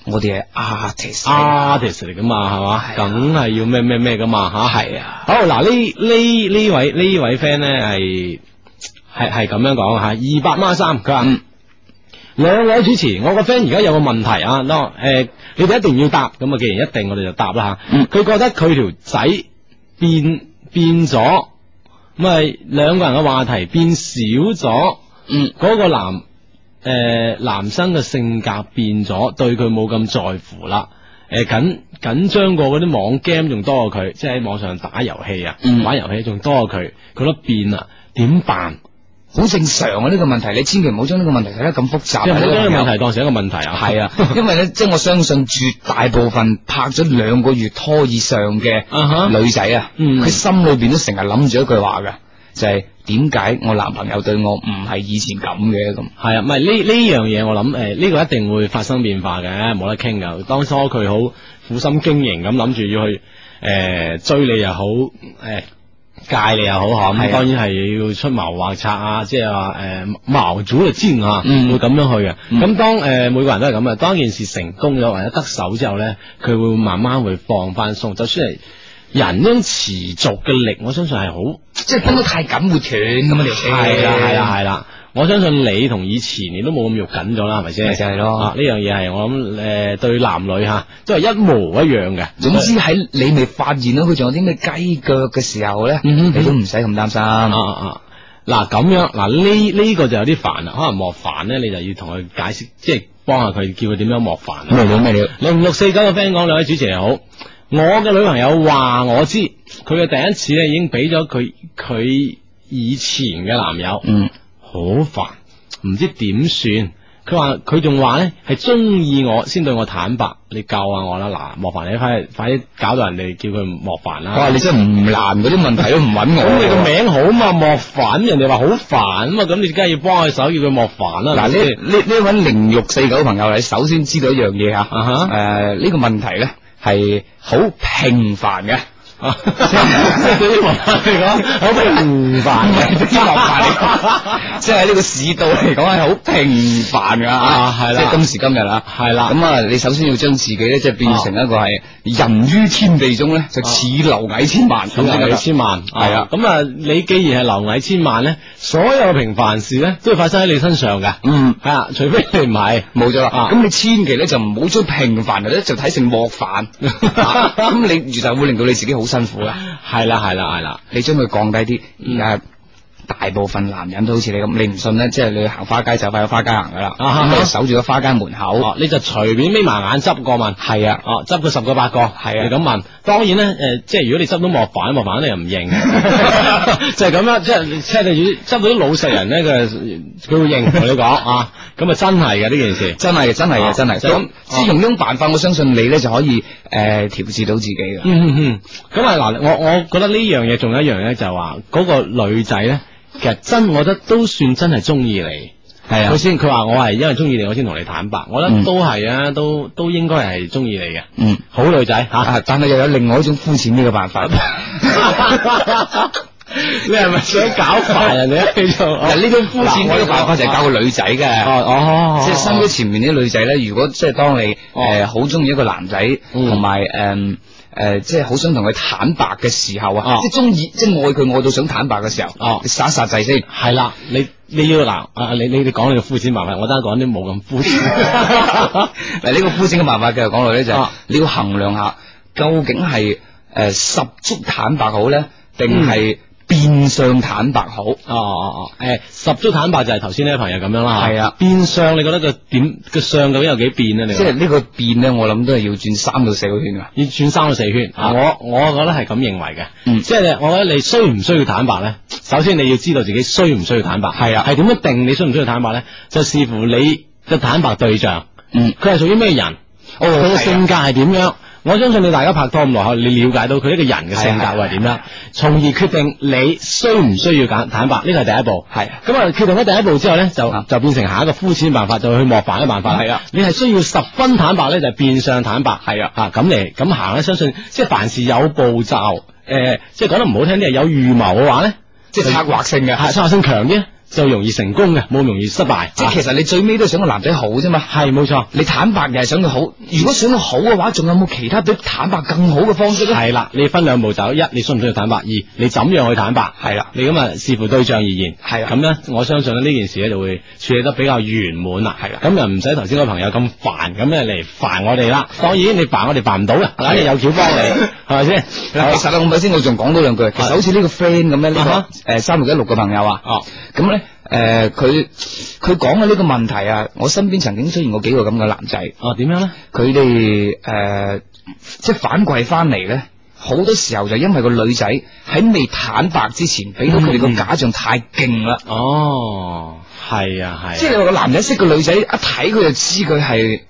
[SPEAKER 3] 我哋係 artist 嚟
[SPEAKER 1] artist 嚟噶嘛，係嘛，梗係要咩咩咩噶嘛，吓
[SPEAKER 3] 㗎，係啊，
[SPEAKER 1] 好嗱，呢呢呢位呢位 friend 咧係係係咁樣講吓，二百孖三，佢話
[SPEAKER 3] 嗯
[SPEAKER 1] 兩位主持，我個 friend 而家有個問題啊，嗱誒，你哋一定要答，咁啊，既然一定，我哋就答啦吓。
[SPEAKER 3] 嗯
[SPEAKER 1] 佢、覺得佢條仔變變咗，咁啊兩個人嘅話題變少咗，
[SPEAKER 3] 嗯，
[SPEAKER 1] 嗰、個呃男誒、男生嘅性格變咗，對佢冇咁在乎啦。誒、呃诶紧紧张过嗰啲網 game 仲多過佢，即係喺網上打遊戲啊，
[SPEAKER 3] 嗯
[SPEAKER 1] 玩遊戲仲多過佢，佢都變啦，點辦？
[SPEAKER 3] 好正常啊！呢、個問題你千祈唔好將呢個問題睇得咁複雜。啊
[SPEAKER 1] 即係唔好將
[SPEAKER 3] 呢
[SPEAKER 1] 呢
[SPEAKER 3] 個
[SPEAKER 1] 個
[SPEAKER 3] 問題
[SPEAKER 1] 問題當成一個問題啊。
[SPEAKER 3] 係啊，因 為咧，即係我相信絕大部分拍咗兩個月拖以上嘅
[SPEAKER 1] 啊哈
[SPEAKER 3] 女仔啊，
[SPEAKER 1] 嗯
[SPEAKER 3] 佢、心裏邊都成日諗住一句話嘅，就係點解我男朋友對我唔係以前咁嘅咁？
[SPEAKER 1] 係啊，唔係呢呢樣嘢，我諗诶呢個一定會發生變化嘅，冇得傾噶。當初佢好苦心經營咁諗住要去诶、呃追你又好，诶、戒你又好吓，
[SPEAKER 3] 係
[SPEAKER 1] 咁
[SPEAKER 3] 啊
[SPEAKER 1] 當然係要出謀劃策啊，即係話诶謀主力尖啊，
[SPEAKER 3] 嗯
[SPEAKER 1] 會咁樣去嘅。
[SPEAKER 3] 嗯
[SPEAKER 1] 咁、當当诶、呃每個人都係咁啊，當件事成功咗或者得手之後咧，佢會慢慢會放翻鬆，就算係。人呢種持續嘅力，我相信係好
[SPEAKER 3] 即係分得太緊會斷咁啊啊條
[SPEAKER 1] 系
[SPEAKER 3] 線。
[SPEAKER 1] 啦系啦系啦，我相信你同以前你都冇咁肉緊咗啦，係咪先？
[SPEAKER 3] 咪就係咯
[SPEAKER 1] 啊呢樣嘢係我諗诶對男女吓都係一模一樣嘅。
[SPEAKER 3] 總之喺你未發現到佢仲有啲咩雞腳嘅時候咧，
[SPEAKER 1] 嗯哼
[SPEAKER 3] 你都唔使咁擔心。
[SPEAKER 1] 啊啊啊！嗱咁樣嗱呢呢個就有啲煩啊啦，可能莫凡咧你就要同佢解釋，即係幫下佢，叫佢點樣莫煩啦。
[SPEAKER 3] 料咩料？
[SPEAKER 1] 零六四九嘅 friend 講兩位主持人好，我嘅女朋友話我知，佢嘅第一次咧已經俾咗佢佢以前嘅男友。
[SPEAKER 3] 嗯，
[SPEAKER 1] 好煩，唔知點算。佢話佢仲話咧係中意我先對我坦白，你救下我啦！嗱，莫凡你快快啲搞到人哋叫佢莫凡
[SPEAKER 3] 哇！
[SPEAKER 1] 啦。
[SPEAKER 3] 你真係唔難嗰啲問題都唔揾我。
[SPEAKER 1] 咁你個名好嘛，莫凡，人哋話好煩啊嘛，咁你梗係要幫佢手，叫佢莫凡啦。係咪
[SPEAKER 3] 嗱，呢
[SPEAKER 1] 先
[SPEAKER 3] 呢呢位零六四九朋友，你首先知道一樣嘢吓，
[SPEAKER 1] 啊哈
[SPEAKER 3] 诶呢個問題咧係好平凡嘅，
[SPEAKER 1] 啊對於莫凡嚟講，好平凡
[SPEAKER 3] 唔
[SPEAKER 1] 嘅
[SPEAKER 3] 係啲莫凡嚟講， 即係喺呢個市道嚟講係好平凡噶
[SPEAKER 1] 啊係啦
[SPEAKER 3] 即係今時今日啊，
[SPEAKER 1] 係啦
[SPEAKER 3] 咁啊，你首先要將自己咧即係變成一個係人於天地中咧，就似蝼蟻千萬咁
[SPEAKER 1] 咁
[SPEAKER 3] 先
[SPEAKER 1] 就
[SPEAKER 3] 得
[SPEAKER 1] 幾
[SPEAKER 3] 啦。
[SPEAKER 1] 啊千萬，
[SPEAKER 3] 係啊
[SPEAKER 1] 咁啊，你既然係流蟻千萬咧，所有嘅平凡事咧都會發生喺你身上嘅，
[SPEAKER 3] 嗯。
[SPEAKER 1] 係啊，除非你唔係。
[SPEAKER 3] 冇咗啦，
[SPEAKER 1] 啊
[SPEAKER 3] 咁、你千祈咧就唔好將平凡咧就睇成 莫凡，啊咁、你就會令到你自己好辛苦啦。啊
[SPEAKER 1] 係啦係啦係啦，
[SPEAKER 3] 你將佢降低啲，
[SPEAKER 1] 嗯
[SPEAKER 3] 而家大部分男人都好似你咁，你唔信咧，即係你行花街就快有花街行噶啦，
[SPEAKER 1] 啊哈
[SPEAKER 3] 咁你守住個花街門口，
[SPEAKER 1] 哦，你就隨便眯埋眼執個問，
[SPEAKER 3] 係啊，
[SPEAKER 1] 哦，執佢十個八個，係
[SPEAKER 3] 啊
[SPEAKER 1] 你咁問。當然咧，诶、即係如果你執到莫凡，莫凡你又唔認， 就係咁啦，即係即係你執到啲老實人咧，佢佢會認同你 講啊，咁啊真係嘅呢件事。
[SPEAKER 3] 真係嘅，真係
[SPEAKER 1] 啊
[SPEAKER 3] 嘅，真係。
[SPEAKER 1] 真係
[SPEAKER 3] 咁只用呢種辦法，我相信你咧就可以誒調節到自己嘅。
[SPEAKER 1] 嗯嗯嗯，咁啊嗱，我我覺得呢樣嘢仲有一樣咧，就係話嗰個女仔咧，其實真我覺得都算真係中意你。
[SPEAKER 3] 係啊
[SPEAKER 1] 佢先佢話我係因為中意你，我先同你坦白，我覺得
[SPEAKER 3] 嗯
[SPEAKER 1] 都係啊，都都應該係中意你嘅，
[SPEAKER 3] 嗯。
[SPEAKER 1] 好女仔吓。
[SPEAKER 3] 啊！但係又有另外一種膚淺啲嘅 辦法。
[SPEAKER 1] 你係咪想搞煩人哋啊？你就
[SPEAKER 3] 嗱，呢種膚淺啲嘅辦法就係教個女仔嘅。
[SPEAKER 1] 哦哦，
[SPEAKER 3] 即係身邊前面啲女仔咧，如果即係當你
[SPEAKER 1] 哦
[SPEAKER 3] 誒好中意一個男仔，
[SPEAKER 1] 嗯
[SPEAKER 3] 同埋誒誒，即係好想同佢坦白嘅時候
[SPEAKER 1] 哦
[SPEAKER 3] 啊，即係中意，即係愛佢愛到想坦白嘅時候，
[SPEAKER 1] 哦
[SPEAKER 3] 你殺一殺 掣先。
[SPEAKER 1] 係啦，你你要嗱啊，你你你講你嘅膚淺辦法，我等下講啲冇咁膚 淺。
[SPEAKER 3] 嗱，呢個膚淺嘅辦法繼續講落咧，就係
[SPEAKER 1] 啊
[SPEAKER 3] 你要衡量下究竟係誒十足坦白好咧，
[SPEAKER 1] 嗯
[SPEAKER 3] 定係變相坦白好？
[SPEAKER 1] 哦哦哦，誒十足坦白就係頭先呢位朋友咁樣啦，
[SPEAKER 3] 係啊
[SPEAKER 1] 變相你覺得個點個相究竟有幾變啊？你
[SPEAKER 3] 即
[SPEAKER 1] 話
[SPEAKER 3] 係呢個變咧，我諗都係要轉三到四個圈㗎。
[SPEAKER 1] 要轉三個四圈，
[SPEAKER 3] 啊
[SPEAKER 1] 我我覺得係咁認為嘅，
[SPEAKER 3] 嗯
[SPEAKER 1] 即係我覺得你需唔需要坦白咧？首先你要知道自己需唔需要坦白，
[SPEAKER 3] 係啊
[SPEAKER 1] 係點樣定你需唔需要坦白咧？就視乎你嘅坦白對象，
[SPEAKER 3] 嗯，
[SPEAKER 1] 佢係屬於咩人，
[SPEAKER 3] 哦
[SPEAKER 1] 佢嘅
[SPEAKER 3] 係啊
[SPEAKER 1] 性格係點樣。我相信你大家拍拖咁耐，你了解到佢呢個人嘅性格
[SPEAKER 3] 係啊
[SPEAKER 1] 會係點樣，從而決定你需唔需要坦坦白，呢個係第一步。
[SPEAKER 3] 係啊
[SPEAKER 1] 咁啊，決定咗第一步之後咧，就
[SPEAKER 3] 啊
[SPEAKER 1] 就變成下一個膚淺辦法，就去莫凡嘅辦法啦。
[SPEAKER 3] 係啊
[SPEAKER 1] 你係需要十分坦白咧，就係變相坦白。
[SPEAKER 3] 係啊
[SPEAKER 1] 啊咁嚟咁行咧，相信即係凡事有步驟。誒、即係講得唔好聽啲，係有預謀嘅話咧，啊
[SPEAKER 3] 即係策劃性嘅。
[SPEAKER 1] 係策劃性強啲，就容易成功嘅，冇咁容易失敗。啊
[SPEAKER 3] 即係其實你最尾都係想個男仔好啫嘛。
[SPEAKER 1] 係冇錯。
[SPEAKER 3] 你坦白又係想佢好，如果想佢好嘅話，仲有冇其他比坦白更好嘅方式咧？
[SPEAKER 1] 系啦，你分兩步走，一你需唔需要坦白，二你怎樣去坦白，
[SPEAKER 3] 係啦，
[SPEAKER 1] 你咁啊視乎對象而言，
[SPEAKER 3] 係啦
[SPEAKER 1] 咁咧，我相信咧呢件事咧就會處理得比較圓滿啦，
[SPEAKER 3] 係啦
[SPEAKER 1] 咁又唔使頭先嗰個朋友咁煩，咁咧嚟煩我哋啦，當然你煩我哋煩唔到嘅，肯
[SPEAKER 3] 啊
[SPEAKER 1] 定有橋幫 你，係咪先？
[SPEAKER 3] 嗱，其實咧，我咪先我仲講多兩句。其實好似呢個呃 friend 咁咧，呢
[SPEAKER 1] 啊
[SPEAKER 3] 個誒三六一六嘅朋友啊，
[SPEAKER 1] 哦，
[SPEAKER 3] 咁咧诶，佢佢講嘅呢個問題啊，我身邊曾經出現過幾個咁嘅男仔，
[SPEAKER 1] 哦，點樣咧？
[SPEAKER 3] 佢哋诶即係反饋翻嚟咧，好多時候就因為個女仔喺未坦白之前，俾到佢哋個
[SPEAKER 1] 嗯
[SPEAKER 3] 假象太勁啦。
[SPEAKER 1] 哦，係啊，係啊。
[SPEAKER 3] 即係你話個男仔識個女仔，一睇佢就知佢係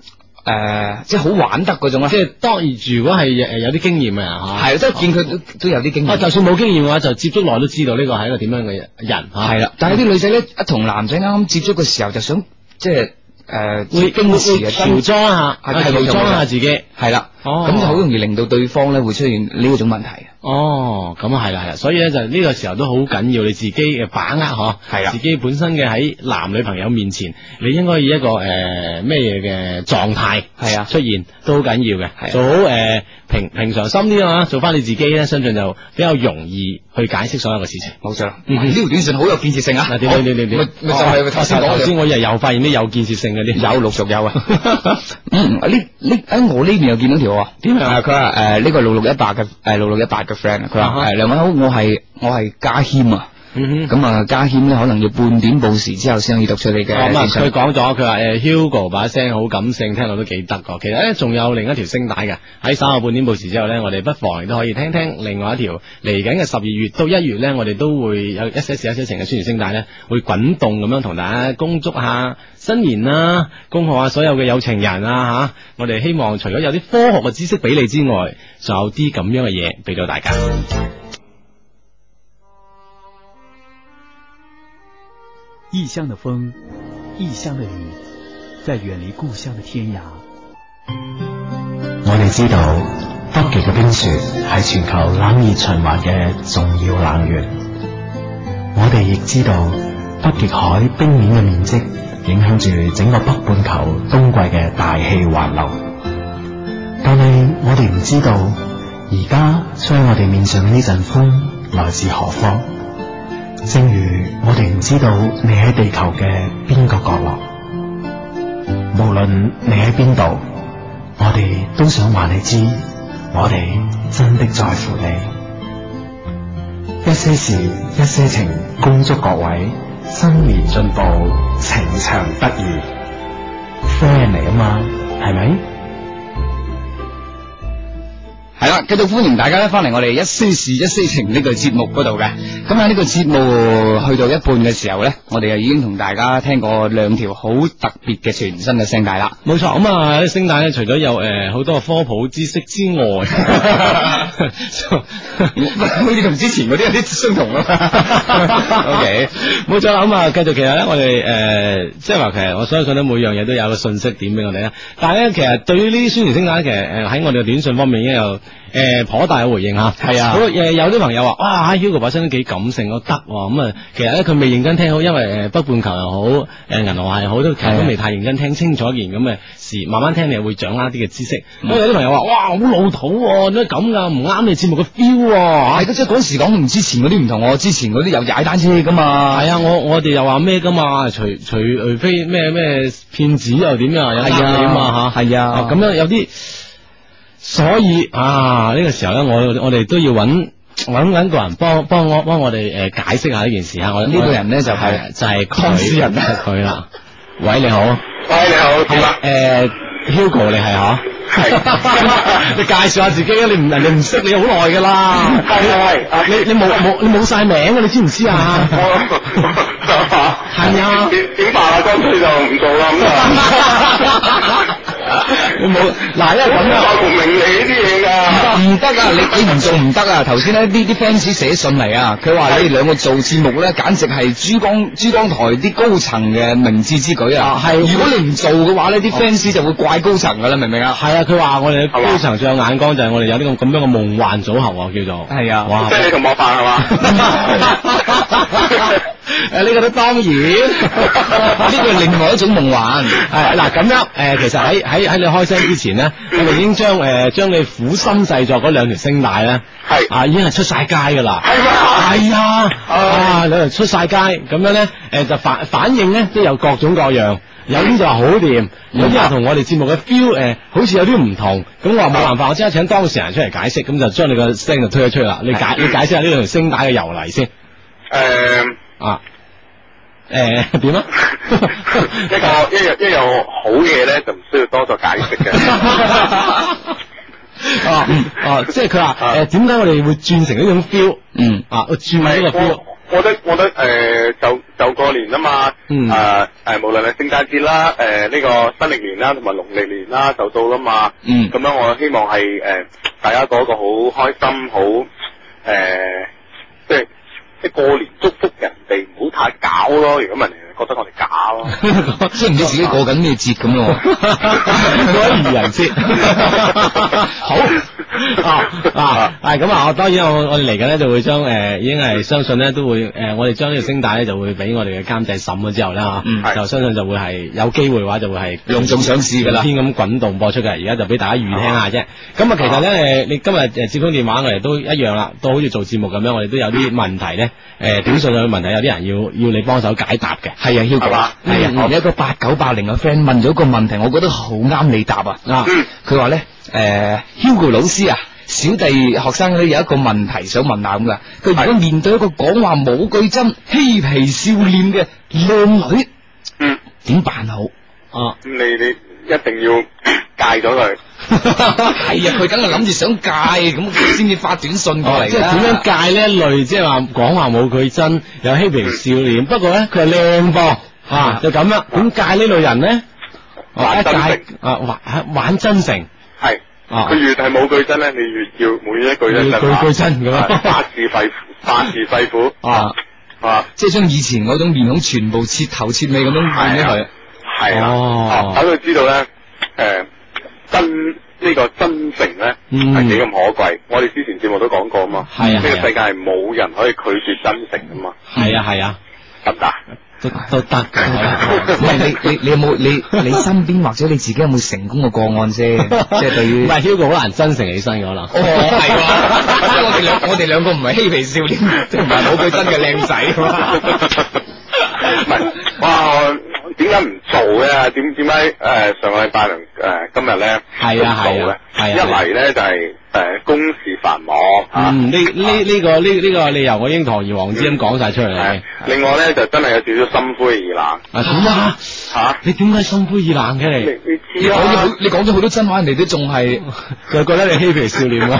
[SPEAKER 3] 诶，即係好玩得嗰種啊。
[SPEAKER 1] 即係當然，如果係誒有啲經驗嘅人嚇，
[SPEAKER 3] 係，即係見佢都都有啲經
[SPEAKER 1] 啊，
[SPEAKER 3] 驗。
[SPEAKER 1] 哦就算冇經驗嘅話，就接觸耐都知道呢個係一個點樣嘅人嚇。
[SPEAKER 3] 係啦，但係啲女仔咧，一同男仔啱啱接觸嘅時候，就想即係呃诶，
[SPEAKER 1] 會
[SPEAKER 3] 矜持
[SPEAKER 1] 會喬
[SPEAKER 3] 啊，
[SPEAKER 1] 裝下，
[SPEAKER 3] 係
[SPEAKER 1] 啊
[SPEAKER 3] 係
[SPEAKER 1] 喬裝下自己。
[SPEAKER 3] 係啦，
[SPEAKER 1] 哦
[SPEAKER 3] 咁就好容易令到對方咧會出現呢一種問題。啊
[SPEAKER 1] 哦，咁啊係啦係啦，所以咧就呢個時候都好緊要你自己嘅把握嗬，
[SPEAKER 3] 係啊
[SPEAKER 1] 自己本身嘅喺男女朋友面前，你應該以一個誒咩嘢嘅狀態
[SPEAKER 3] 係啊
[SPEAKER 1] 出現都好緊要
[SPEAKER 3] 係啊
[SPEAKER 1] 嘅，做好誒、呃平平常心啲啊，做翻你自己咧，相信就比較容易去解釋所有嘅事情。
[SPEAKER 3] 冇錯啦，
[SPEAKER 1] 嗯
[SPEAKER 3] 呢條短信好有建設性啊！
[SPEAKER 1] 嗱點點點點點，
[SPEAKER 3] 咪咪就係頭先
[SPEAKER 1] 哦
[SPEAKER 3] 講
[SPEAKER 1] 頭
[SPEAKER 3] 嘅
[SPEAKER 1] 先我又又發現啲有建設性嗰啲，
[SPEAKER 3] 有陸續有啊。 嗯，呢呢喺我呢邊又見到條啊。
[SPEAKER 1] 點樣
[SPEAKER 3] 啊？佢話誒呢個六六一八嘅誒六六一八嘅 friend，啊佢
[SPEAKER 1] 啊
[SPEAKER 3] 話
[SPEAKER 1] 哈
[SPEAKER 3] 誒兩位好，我係我係家謙啊。
[SPEAKER 1] 嗯哼。
[SPEAKER 3] 咁啊，家謙咧可能要半點報時之後先可以讀出你嘅
[SPEAKER 1] 咁啊，
[SPEAKER 3] 資
[SPEAKER 1] 佢
[SPEAKER 3] 訊。
[SPEAKER 1] 講咗，佢話誒 Hugo 把聲好感性，聽落都幾得㗎。其實咧，仲有另一條聲帶嘅，喺稍後半點報時之後咧，我哋不妨亦都可以聽聽另外一條嚟緊嘅十二月到一月咧，我哋都會有一些事、一些情嘅宣傳聲帶咧，會滾動咁樣同大家恭祝下新年啦，恭賀下所有嘅有情人啊嚇、我哋希望除咗有啲科學嘅知識俾你之外，仲有啲咁樣嘅嘢俾到大家。
[SPEAKER 5] 异乡的风，异乡的雨，在远离故乡的天涯。
[SPEAKER 4] 我哋知道北極嘅冰雪係全球冷熱循環嘅重要冷源。我哋亦知道北極海冰面嘅面積影響住整個北半球冬季嘅大氣環流。但係我哋唔知道，而家吹喺我哋面上嘅呢陣風來自何方？正如我哋唔知道你喺地球嘅邊個角落，無論你喺邊度。我哋都想話你知，我哋真的在乎你。一些事，一些情，恭祝各位新年進步，情長不渝。friend 嚟啊嘛，係咪？
[SPEAKER 3] 係啦，繼續歡迎大家咧翻嚟我哋一些事一些情呢個節目嗰度嘅。咁喺呢個節目去到一半嘅時候咧，我哋又已經同大家聽過兩條好特別嘅全新嘅聲帶啦。
[SPEAKER 1] 冇錯，咁啊，啲聲帶咧，除咗有誒好、多科普知識之 外，
[SPEAKER 3] 好似同之前嗰啲有啲相同 啊 O K，
[SPEAKER 1] 冇錯啦，咁啊，繼續其實咧，我哋誒、呃即係話其實我相信咧，每樣嘢都有個信息點俾我哋啦。但係咧，其實對於呢啲宣傳聲帶，其實誒喺我哋嘅短信方面已經有誒頗大嘅回應嚇。係啊，誒有啲朋友話：哇，Hugo 把聲都幾感性，我得喎。咁啊，其實咧佢未認真聽好，因為誒北半球又好，誒銀河系好，都其實都未太認真聽清楚一件咁嘅事。慢慢聽你會掌握啲嘅知識。咁有啲朋友話：哇，好老土喎，點解咁㗎？唔啱你節目嘅 feel 喎。啊
[SPEAKER 3] 係即係嗰時講同之前嗰啲唔同，我之前嗰啲有踩單車噶嘛，
[SPEAKER 1] 系啊，我我哋又話咩噶嘛，除除除非咩咩騙子又點樣又呃你嘛吓，
[SPEAKER 3] 啊係啊
[SPEAKER 1] 哦咁樣有啲，所以啊呢個時候咧，我我哋都要揾揾揾個人幫幫我幫我哋誒解釋下呢件事啊！我
[SPEAKER 3] 呢個人呢就係
[SPEAKER 1] 啊就係
[SPEAKER 3] 康斯人
[SPEAKER 1] 就
[SPEAKER 3] 啊
[SPEAKER 1] 係佢啦。喂，你好，
[SPEAKER 2] 喂，你好，點啊？
[SPEAKER 1] 誒 Hugo 你係 嗬？
[SPEAKER 2] 係
[SPEAKER 1] 你介紹下自己啊！你唔人哋唔識你好耐㗎啦，
[SPEAKER 2] 係係係，
[SPEAKER 1] 你你冇冇你冇晒名嘅，你知唔知 啊？係
[SPEAKER 2] 係
[SPEAKER 1] 啊
[SPEAKER 2] 點點辦啊？乾脆就唔做啦咁啊！
[SPEAKER 1] 你冇嗱，因為咁樣。
[SPEAKER 2] 我唔明你呢啲嘢㗎。
[SPEAKER 3] 啊唔得啊！你你唔做唔得啊！頭先咧呢啲 fans 寫信嚟啊，佢話你哋兩個做節目咧，簡直係珠江珠江台啲高層嘅明智之舉啊！係，如果你唔做嘅話呢啲 fans 就會怪高層噶啦，明唔明啊？
[SPEAKER 1] 系哦啊，佢話我哋
[SPEAKER 2] 係嘛
[SPEAKER 1] 高層最有眼光就係我哋有呢個咁樣嘅夢幻組合喎，叫做
[SPEAKER 3] 係啊
[SPEAKER 1] 哇
[SPEAKER 2] 即！係你同我扮係 嘛？
[SPEAKER 1] 诶，呢個都當然，
[SPEAKER 3] 呢個係另外一種夢幻。
[SPEAKER 1] 係嗱咁樣诶，其實喺喺喺你開聲之前咧，我哋已經將诶将你苦心製作嗰兩條聲帶咧，
[SPEAKER 2] 係
[SPEAKER 1] 啊已經係出晒街㗎啦。
[SPEAKER 2] 係嘛？
[SPEAKER 1] 係啊，
[SPEAKER 2] 啊
[SPEAKER 1] 啊兩條出晒街，咁樣咧诶就反反應咧都有各種各樣。有啲就話好掂，有啲話同我哋節目嘅 feel 誒、好似有啲唔同，咁我話冇辦法，我即刻請當事人出嚟解釋，咁就將你個聲就推咗出去啦。你解你解釋下呢兩條聲帶嘅由嚟先
[SPEAKER 2] 誒，
[SPEAKER 1] 啊！诶点 啊？
[SPEAKER 2] 一個一樣一樣好嘢咧，就唔需要多作解 釋嘅。
[SPEAKER 1] 哦哦，即係佢話诶，誒點解我哋會轉成呢種 feel
[SPEAKER 3] 嗯
[SPEAKER 1] 啊？我轉
[SPEAKER 2] 唔
[SPEAKER 1] 呢
[SPEAKER 2] 係
[SPEAKER 1] 個
[SPEAKER 2] 我
[SPEAKER 1] feel，
[SPEAKER 2] 我覺得我覺得誒就就過年啊嘛，
[SPEAKER 1] 嗯
[SPEAKER 2] 誒誒無論係聖誕節啦，誒呢個新歷年啦，同埋農曆年啦就到啦嘛，
[SPEAKER 3] 嗯
[SPEAKER 2] 咁樣我希望係誒大家過一個好開心，好誒即係即係過年祝福人哋，唔好太假咯，如果唔係人哋覺得我哋假 咯。
[SPEAKER 3] 即系唔知自己過緊咩節咁咯。
[SPEAKER 1] 嗰愚人節。好啊啊， 係咁啊！我當然我我哋嚟緊咧就會將誒已經係相信咧都會誒，我哋將呢個聲帶咧就會俾我哋嘅監製審咗之後啦
[SPEAKER 3] 嗯
[SPEAKER 1] 嚇，
[SPEAKER 2] 係
[SPEAKER 1] 就相信就會係有機會嘅話就會係
[SPEAKER 3] 隆重上市㗎啦
[SPEAKER 1] 天咁滾動播出嘅，而家就俾大家預聽下啫。咁啊，其實咧誒，你今日誒接通電話我哋都一樣啦，都好似做節目咁樣，我哋都有啲問題咧誒短信嘅問題，有啲人要要你幫手解答嘅。
[SPEAKER 3] 係啊，Hugo，
[SPEAKER 2] 係嘛
[SPEAKER 3] 係啊，
[SPEAKER 1] 嗯
[SPEAKER 3] 我有一個八九八零嘅 friend 問咗個問題，我覺得好啱你答啊。
[SPEAKER 1] 啊
[SPEAKER 3] 佢話咧，诶，Hugo 老師啊，小弟學生咧有一個問題想問下咁噶。佢如果面對一個講話冇句真、嬉皮笑臉嘅靚女，
[SPEAKER 2] 嗯，
[SPEAKER 3] 點辦好？
[SPEAKER 1] 啊！
[SPEAKER 2] 咁你你一定要 戒咗佢。
[SPEAKER 3] 係啊，佢梗係諗住想戒，咁佢先至發短信過
[SPEAKER 1] 哦
[SPEAKER 3] 嚟。
[SPEAKER 1] 即係點樣？戒呢一類，即係話講話冇佢真，有嬉皮笑臉，不過咧佢係靚噃，啊就咁啦。點戒呢類人咧？
[SPEAKER 2] 玩
[SPEAKER 1] 一
[SPEAKER 2] 真誠
[SPEAKER 1] 戒啊玩玩真誠
[SPEAKER 2] 係，
[SPEAKER 1] 啊
[SPEAKER 2] 佢越係冇句真咧，你越要每一句真
[SPEAKER 1] 要
[SPEAKER 2] 真
[SPEAKER 1] 句
[SPEAKER 2] 話
[SPEAKER 1] 句真咁啊
[SPEAKER 2] 係發自肺腑，發自肺腑，
[SPEAKER 1] 啊！
[SPEAKER 2] 係嘛？
[SPEAKER 3] 即係將以前嗰種面孔全部切頭切尾咁樣換咗佢。
[SPEAKER 2] 係啦，
[SPEAKER 1] 哦
[SPEAKER 2] 啊等佢知道咧，誒真呢個真誠咧
[SPEAKER 1] 嗯
[SPEAKER 2] 係幾咁可貴。我哋之前節目都講過啊嘛，
[SPEAKER 1] 係啊
[SPEAKER 2] 呢個
[SPEAKER 1] 係啊
[SPEAKER 2] 世界係冇人可以拒絕真誠噶嘛，
[SPEAKER 3] 嗯
[SPEAKER 1] 係啊係啊，
[SPEAKER 2] 得唔得啊？
[SPEAKER 1] 都都得
[SPEAKER 3] 唔
[SPEAKER 1] 嘅。
[SPEAKER 3] 嗯係啊 你你你有冇你你 身邊或者你自己有冇成功嘅個案啫？ 即係對於
[SPEAKER 1] 唔係 Hugo 好難真誠起身嘅可能。
[SPEAKER 3] 哦，係喎， 我哋兩我哋兩個唔係嬉皮笑臉，即係唔係冇佢真嘅靚 仔。
[SPEAKER 2] 唔係，哇！我點解唔做咧？點點解誒上個禮拜同誒今日咧
[SPEAKER 1] 係啊
[SPEAKER 2] 唔做咧
[SPEAKER 1] 係啊係啊
[SPEAKER 2] 一嚟咧就係誒公事繁忙啊嚇。
[SPEAKER 1] 嗯，呢呢呢個呢呢個理由我已經堂而皇之咁講晒出嚟啦
[SPEAKER 2] 係。另外咧就真係有少少心灰意冷
[SPEAKER 1] 啊點啊？
[SPEAKER 2] 嚇，
[SPEAKER 1] 你點解心灰意冷嘅
[SPEAKER 2] 你
[SPEAKER 1] 你？
[SPEAKER 2] 你
[SPEAKER 3] 你
[SPEAKER 2] 知
[SPEAKER 3] 講咗
[SPEAKER 2] 啊
[SPEAKER 3] 好，你講咗好多真話，人哋都仲係
[SPEAKER 1] 佢覺得你嬉皮笑臉啊？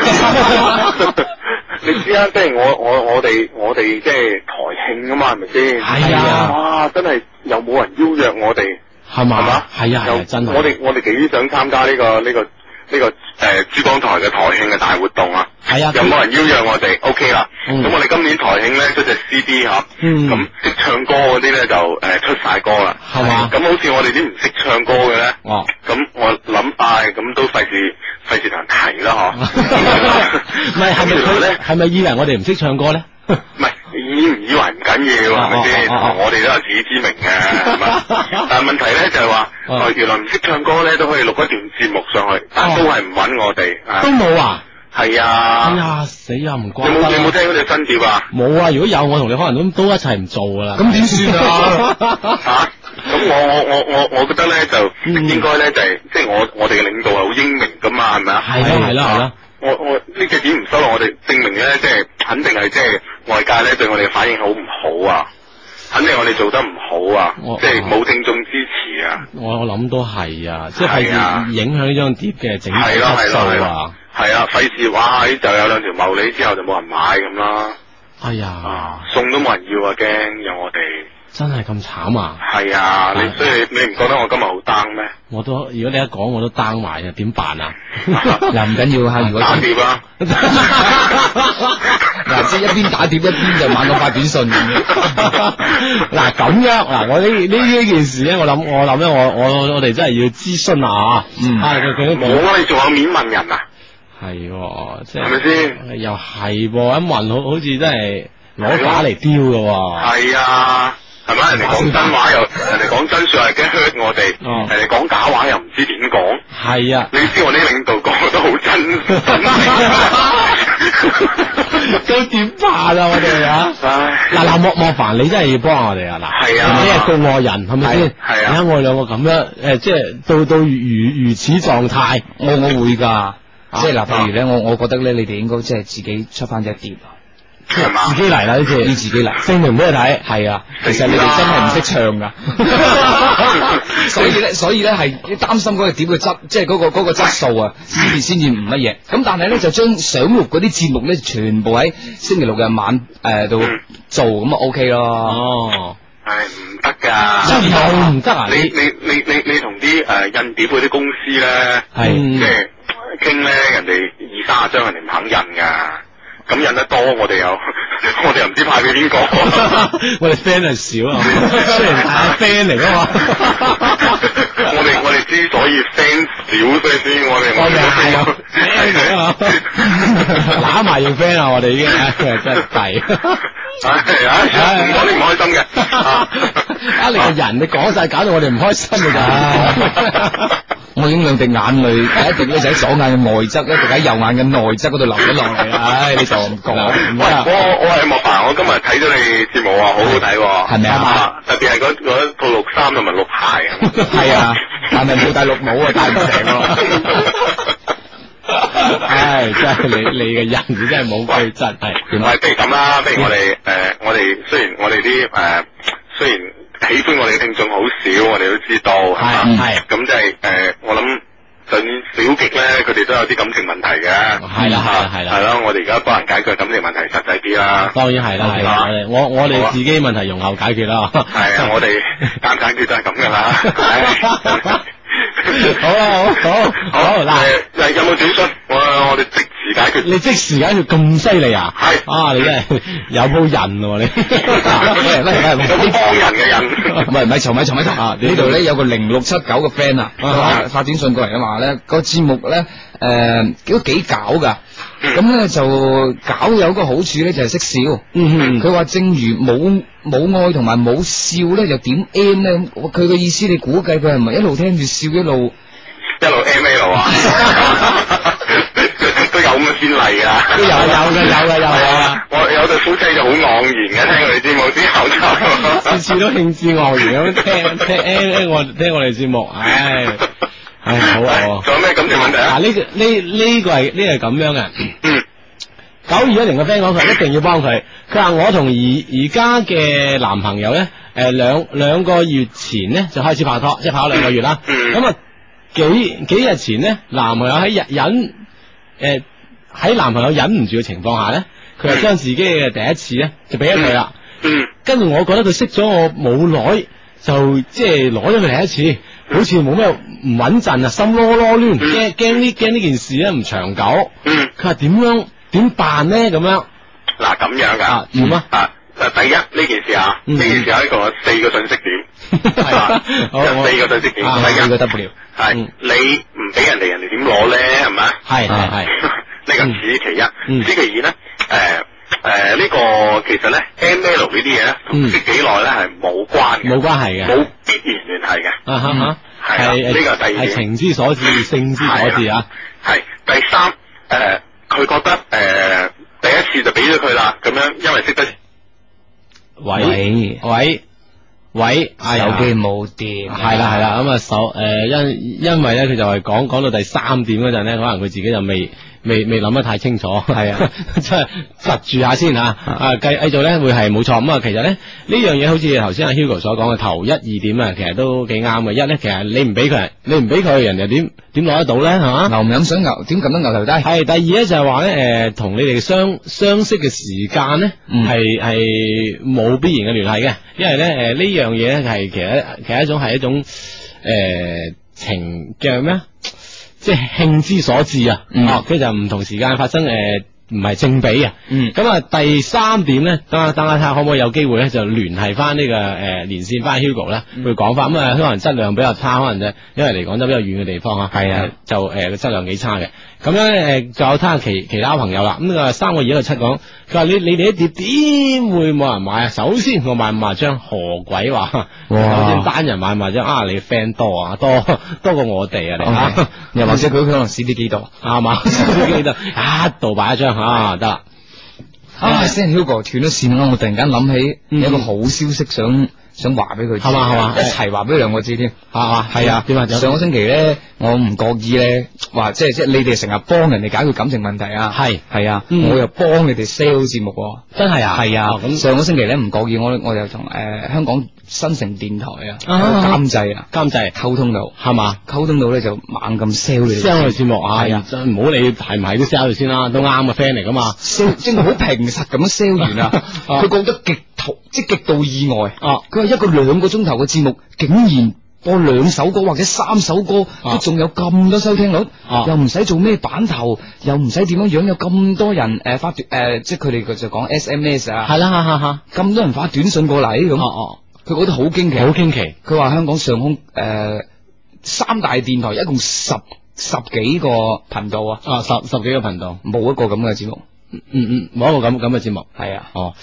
[SPEAKER 2] 你知啊，即係我我我哋我哋即係台慶啊嘛，係咪先？
[SPEAKER 1] 係啊
[SPEAKER 2] 哇！真係又冇人邀約我哋，
[SPEAKER 1] 係
[SPEAKER 2] 係嘛
[SPEAKER 1] 嘛？？係啊係
[SPEAKER 2] 又
[SPEAKER 1] 啊，真係。
[SPEAKER 2] 我哋我哋幾想參加呢個呢個呢個誒珠江台嘅台慶嘅大活動啊！
[SPEAKER 1] 係啊，
[SPEAKER 2] 有冇人邀約我哋？OK 啦，
[SPEAKER 1] 嗯
[SPEAKER 2] 咁我哋今年台慶咧出隻 CD 吓，
[SPEAKER 1] 嗯
[SPEAKER 2] 咁識唱歌嗰啲咧就誒出晒歌啦，
[SPEAKER 1] 係嘛
[SPEAKER 2] 咁好似我哋啲唔識唱歌嘅咧，
[SPEAKER 1] 哦，
[SPEAKER 2] 咁我諗唉，咁都費事費事同人 提啦
[SPEAKER 1] 唔
[SPEAKER 2] 嗬。
[SPEAKER 1] 係係咪
[SPEAKER 2] 咁原來
[SPEAKER 1] 佢
[SPEAKER 2] 咧？
[SPEAKER 1] 係咪以為我哋唔識唱歌咧？
[SPEAKER 3] 啊
[SPEAKER 2] 唔係以唔以為唔緊要，係咪先？
[SPEAKER 1] 哦哦哦哦
[SPEAKER 2] 我哋都有自知之明嘅，係嘛？但係問題咧就係話，
[SPEAKER 1] 哦
[SPEAKER 2] 哦原來唔識唱歌咧都可以錄一段節目上去，但都係唔揾我哋。啊
[SPEAKER 1] 都冇啊！
[SPEAKER 2] 係
[SPEAKER 1] 哎
[SPEAKER 2] 啊，
[SPEAKER 1] 呀，死啊！唔
[SPEAKER 2] 你
[SPEAKER 1] 怪
[SPEAKER 2] 冇
[SPEAKER 1] 得
[SPEAKER 2] 你冇
[SPEAKER 1] 啦，
[SPEAKER 2] 聽嗰隻新碟啊？
[SPEAKER 1] 冇啊！如果有我同你可能都都一齊唔做噶啦。
[SPEAKER 3] 咁點算 啊？
[SPEAKER 2] 嚇！咁我我我我我覺得咧就
[SPEAKER 1] 嗯
[SPEAKER 2] 應該咧就係即係我我哋嘅領導係好英明噶嘛，係咪啊？
[SPEAKER 1] 係啦係啦係啦。
[SPEAKER 2] 我我呢隻碟唔收落，我哋證明咧，即係肯定係即係外界咧對我哋嘅反應好唔好啊？肯定我哋做得唔好啊
[SPEAKER 1] 我，
[SPEAKER 2] 即係冇聽眾支持啊，
[SPEAKER 1] 我我諗都係啊，即係
[SPEAKER 2] 係啊
[SPEAKER 1] 影響呢張碟嘅整體
[SPEAKER 2] 係咯
[SPEAKER 1] 質
[SPEAKER 2] 係咯係
[SPEAKER 1] 素
[SPEAKER 2] 咯
[SPEAKER 1] 啊！，
[SPEAKER 2] 係啊，費事哇就有兩條茂利之後就冇人買咁啦，
[SPEAKER 1] 哎呀
[SPEAKER 2] 啊，送都冇人要啊，驚有我哋
[SPEAKER 1] 真係咁慘啊！
[SPEAKER 2] 係啊，你
[SPEAKER 1] 係
[SPEAKER 2] 所以你唔覺得我今日好 down 咩？
[SPEAKER 1] 我都如果你一講我都 down 埋啊，點辦 啊？
[SPEAKER 3] 嗱唔緊要嚇，如果
[SPEAKER 2] 打碟 啊！
[SPEAKER 3] 嗱即係一邊打碟一邊就猛咁發短 信咁樣。
[SPEAKER 1] 嗱咁樣嗱，我呢呢呢件事咧，我諗我諗咧，我我我哋真係要諮詢啊！
[SPEAKER 3] 嗯
[SPEAKER 1] 啊，佢佢
[SPEAKER 2] 冇啊，你仲有面問人啊？
[SPEAKER 1] 系、喎，即係
[SPEAKER 2] 係咪先？
[SPEAKER 1] 又係喎，一問好好似真係攞
[SPEAKER 2] 係
[SPEAKER 1] 假
[SPEAKER 2] 咯
[SPEAKER 1] 嚟丟嘅
[SPEAKER 3] 哦
[SPEAKER 1] 喎。
[SPEAKER 2] 係啊，係咪？人哋講真話又，人哋講真说又驚 hurt 我哋，
[SPEAKER 1] 哦
[SPEAKER 2] 人哋講假話又唔知點講。
[SPEAKER 1] 係啊，
[SPEAKER 2] 你知我啲領導講得好 真，
[SPEAKER 1] 咁點辦啊？我哋啊！
[SPEAKER 2] 唉，
[SPEAKER 1] 嗱嗱，莫莫凡，你真係要幫我哋啊！嗱，
[SPEAKER 2] 係啊
[SPEAKER 1] 你係告我人，係咪先？
[SPEAKER 2] 係啊
[SPEAKER 1] 而家我哋兩個咁樣，诶、即係到到如如如此狀態，
[SPEAKER 3] 啊我我會㗎，即係嗱，譬如咧，我我覺得咧，你哋應該即係自己出翻只碟啊，
[SPEAKER 1] 即係
[SPEAKER 2] 係嘛
[SPEAKER 1] 自己嚟啦呢次，
[SPEAKER 3] 要自己嚟
[SPEAKER 1] 證明俾佢睇。
[SPEAKER 3] 系啊，其實你哋真係唔識唱噶， 所以咧，所以咧係擔心嗰個碟嘅質，即係嗰個嗰個質素啊，先至先至唔乜嘢。咁但係咧就將賞錄嗰啲節目咧，全部喺星期六嘅晚誒度
[SPEAKER 2] 嗯
[SPEAKER 3] 做，咁啊 OK 咯。
[SPEAKER 1] 哦，
[SPEAKER 2] 唉，唔得噶。
[SPEAKER 1] 真係唔得啊！
[SPEAKER 2] 你
[SPEAKER 1] 你
[SPEAKER 2] 你你你你同啲诶印碟嗰啲公司咧，
[SPEAKER 1] 嗯
[SPEAKER 2] 即係傾咧，人哋二三十張人哋唔肯印噶，咁印得多我哋又 我哋又唔知派俾邊個。
[SPEAKER 1] 我哋 friend 係少啊， 雖然係 friend 嚟噶嘛。
[SPEAKER 2] 我哋我哋之所以 fans 少，所以先我哋
[SPEAKER 1] 我哋係有 friend 啊， 揦埋要 friend 啊，我哋已經唉真係弊。
[SPEAKER 2] 唉唉，唔講你唔開 心嘅。啊
[SPEAKER 1] 啊！你個人你講晒，搞到我哋唔開心㗎咋。
[SPEAKER 3] 唉我已經兩滴眼淚，一滴咧就喺左眼嘅外側，一滴喺右眼嘅內側嗰度流 咗落嚟啦。唉，你就唔講，
[SPEAKER 1] 唔
[SPEAKER 2] 喂，我我係莫凡，我今日睇咗你節目啊，好好睇喎，
[SPEAKER 3] 係咪啊？
[SPEAKER 2] 特別係嗰嗰套綠衫同埋綠鞋啊，
[SPEAKER 3] 係啊，但係冇戴綠帽啊，戴唔成啊喎。
[SPEAKER 1] 唉，真係你你嘅人你真係冇佢真係。
[SPEAKER 2] 唔啊係，不如咁
[SPEAKER 1] 嗯
[SPEAKER 2] 啦，不如我哋誒、呃我哋雖然我哋啲誒，雖然喜歡我哋嘅聽眾好少，我哋都知道係嘛
[SPEAKER 1] 係嗯係
[SPEAKER 2] 咁就係、誒，我諗就算小極咧，佢哋都有啲感情問題嘅，啊
[SPEAKER 1] 係啦係啦係啦
[SPEAKER 2] 係啦，我哋而家幫人解決感情問題實際 啲啦。
[SPEAKER 1] 當然係啦，係啦，我我
[SPEAKER 2] 好
[SPEAKER 1] 哋
[SPEAKER 2] 啊
[SPEAKER 1] 自己問題容後解決啦。
[SPEAKER 2] 係啊，我哋解唔解決都係咁噶啦。唉
[SPEAKER 1] 好啊，好好好嗱，
[SPEAKER 2] 誒誒有冇短信？我我哋即時解決。
[SPEAKER 1] 你即時解決咁犀利啊！
[SPEAKER 2] 係
[SPEAKER 1] 啊，你真 係有鋪人喎你。
[SPEAKER 3] 喂喂喂
[SPEAKER 2] 有冇幫人嘅人？
[SPEAKER 3] 唔係唔係，嘈咪嘈咪嘈
[SPEAKER 1] 啊
[SPEAKER 3] 呢度咧有個零六七九嘅 friend 啊，
[SPEAKER 1] 啊啊
[SPEAKER 3] 發發短信過嚟話咧個節目咧誒都幾搞噶，
[SPEAKER 2] 嗯
[SPEAKER 3] 咁咧就搞有個好處咧就係識笑。
[SPEAKER 1] 嗯
[SPEAKER 3] 佢話正如冇冇愛同埋冇笑咧，又點 M 咧？咁佢嘅意思你估計佢係咪一路聽住笑一路？
[SPEAKER 2] 一路 M L 啊， 都有咁嘅先例啊，
[SPEAKER 1] 都有有嘅有嘅有嘅。
[SPEAKER 2] 我有對夫妻就好昂然嘅，聽我哋節目之後
[SPEAKER 1] 次次
[SPEAKER 2] 就，
[SPEAKER 1] 都興致盎然咁聽聽聽聽我聽我哋節目，唉唉 好啊好啊
[SPEAKER 2] 仲有咩感情問題
[SPEAKER 1] 嗱
[SPEAKER 2] 啊？
[SPEAKER 1] 呢個呢呢個係呢個係咁樣嘅。
[SPEAKER 2] 嗯，
[SPEAKER 1] 九二一零嘅 friend 講佢一定要幫佢，佢話我同而而家嘅男朋友咧，誒兩兩個月前咧就開始拍拖，即係拍咗兩個月啦。
[SPEAKER 2] 嗯
[SPEAKER 1] 咁啊幾幾日前咧，男朋友喺日忍誒喺男朋友忍唔住嘅情況下咧，佢就將自己嘅第一次咧就俾咗佢啦。
[SPEAKER 2] 嗯，
[SPEAKER 1] 跟住我覺得佢識咗我冇耐，就即係攞咗佢嚟一次，好似冇咩唔穩陣啊，心囉囉攣，驚驚呢驚呢件事咧唔長久。
[SPEAKER 2] 嗯
[SPEAKER 1] 佢話點樣點辦咧？咁樣
[SPEAKER 2] 嗱咁樣
[SPEAKER 1] 啊
[SPEAKER 2] 噶，
[SPEAKER 1] 點啊？
[SPEAKER 2] 啊，第一呢件事啊，
[SPEAKER 1] 嗯
[SPEAKER 2] 呢件事有一個四個信息點，係啊
[SPEAKER 1] 好
[SPEAKER 2] 有四個信息點，
[SPEAKER 1] 啊
[SPEAKER 2] 第
[SPEAKER 1] 四個
[SPEAKER 2] 一
[SPEAKER 1] À, W，
[SPEAKER 2] 係
[SPEAKER 1] 嗯
[SPEAKER 2] 你唔俾人哋，人哋點攞咧？係咪？啊
[SPEAKER 1] 係係係，
[SPEAKER 2] 呢個此其
[SPEAKER 1] 嗯
[SPEAKER 2] 一，此其二咧，誒誒呢個其實咧 M L 呢啲嘢咧，
[SPEAKER 1] 嗯
[SPEAKER 2] 同識幾耐咧係冇關嘅，
[SPEAKER 1] 冇關係嘅
[SPEAKER 2] 冇。必然聯繫嘅。
[SPEAKER 1] 啊哈哈，
[SPEAKER 2] 係啦
[SPEAKER 1] 係
[SPEAKER 2] 呢個第二點
[SPEAKER 1] 係情之所至，性之所至啊！
[SPEAKER 2] 係第三，誒、佢覺得誒、第一次就俾咗佢啦，咁樣因為識得
[SPEAKER 1] 喂喂喂，哎呀
[SPEAKER 3] 手機冇電啊，
[SPEAKER 1] 系啦系啦，咁啊手诶因因為咧佢就係講講到第三點嗰陣咧，可能佢自己就未未未諗得太清楚，係 啊，即係窒住下先吓，啊繼繼續咧會係冇錯咁啊。其實咧呢樣嘢好似頭先阿 Hugo 所講嘅頭一二點啊，其實都幾啱嘅。一咧其實你唔俾佢，你唔俾佢，人哋點點攞得到咧係嘛？
[SPEAKER 3] 牛唔飲水牛，點撳得牛頭低？
[SPEAKER 1] 系第二咧就係話咧，诶、同你哋相相識嘅時間咧，
[SPEAKER 3] 嗯
[SPEAKER 1] 係係冇必然嘅聯繫嘅，因為咧，诶、呢樣嘢咧係其實其實一種係一種诶、誒情嘅咩啊，即係興之所至啊，
[SPEAKER 3] 嗯
[SPEAKER 1] 哦，跟住就唔同時間發生诶。唔係正比啊，
[SPEAKER 3] 嗯
[SPEAKER 1] 咁啊、第三點咧，等下等下睇下可唔可以有機會咧就聯繫翻呢、個誒、呃、連線翻 Hugo 咧，
[SPEAKER 3] 嗯
[SPEAKER 1] 會講翻咁啊，可能質量比較差，可能就因為嚟廣州比較遠嘅地方啊，係啊，就誒個質量幾差嘅。咁咧誒，仲有睇下其其他朋友啦。咁、個三個二一個七講，佢話你你哋啲碟點會冇人買啊？首先我買五萬張，何鬼話？首
[SPEAKER 3] 哇
[SPEAKER 1] 先單人買五萬張啊，你 friend 多啊，多 多過我哋啊，你
[SPEAKER 3] 嗯 OK，
[SPEAKER 1] 啊，
[SPEAKER 3] 又或者佢可能試啲幾度？
[SPEAKER 1] 啱 嘛？記得一度擺一張啊，得啦。
[SPEAKER 3] 嗯啊，San Hugo 斷咗線啦！我突然間諗起有一個好消息想想話俾佢知，
[SPEAKER 1] 係嘛係嘛
[SPEAKER 3] 一齊話俾兩個知添。
[SPEAKER 1] 係嘛
[SPEAKER 3] 係啊，
[SPEAKER 1] 點啊點啊
[SPEAKER 3] 上個星期咧，我唔覺意咧，話即係即係你哋成日幫人哋解決感情問題啊，
[SPEAKER 1] 係
[SPEAKER 3] 係啊，
[SPEAKER 1] 嗯
[SPEAKER 3] 我又幫你哋 sell 節目喎。
[SPEAKER 1] 真係啊，
[SPEAKER 3] 係啊
[SPEAKER 1] 哦，咁
[SPEAKER 3] 上個星期咧唔覺意，我我又同诶香港新城電台啊
[SPEAKER 1] 啊
[SPEAKER 3] 有個監製啊
[SPEAKER 1] 監製
[SPEAKER 3] 溝通到，
[SPEAKER 1] 係嘛
[SPEAKER 3] 溝通到咧就猛咁 sell 你哋
[SPEAKER 1] ？sell 佢節目啊，
[SPEAKER 3] 係啊
[SPEAKER 1] 真唔好理係唔係都 sell 佢先啦，都啱嘅 friend 嚟噶嘛。，
[SPEAKER 3] sell 即係好平實咁樣 sell 完啊
[SPEAKER 1] 啊
[SPEAKER 3] 佢覺得極途即係極度意外。
[SPEAKER 1] 哦，
[SPEAKER 3] 佢話一個兩個鐘頭嘅節目，竟然播兩首歌或者三首歌，
[SPEAKER 1] 啊
[SPEAKER 3] 都仲有咁多收聽率
[SPEAKER 1] 啊，
[SPEAKER 3] 又唔使做咩版頭，又唔使點樣樣，有咁多人诶發短诶，即係佢哋就講 SMS 啊，
[SPEAKER 1] 係啦，嚇嚇嚇，
[SPEAKER 3] 咁多人發短信過嚟
[SPEAKER 1] 哦
[SPEAKER 3] 咁，
[SPEAKER 1] 哦，
[SPEAKER 3] 佢覺得好驚奇。
[SPEAKER 1] 好驚奇，
[SPEAKER 3] 佢話香港上空诶、呃三大電台一共十十幾個頻道啊，
[SPEAKER 1] 啊十十幾個頻道，
[SPEAKER 3] 冇一個咁嘅節目。
[SPEAKER 1] 嗯嗯，冇一個咁咁嘅節目。
[SPEAKER 3] 係啊，
[SPEAKER 1] 哦，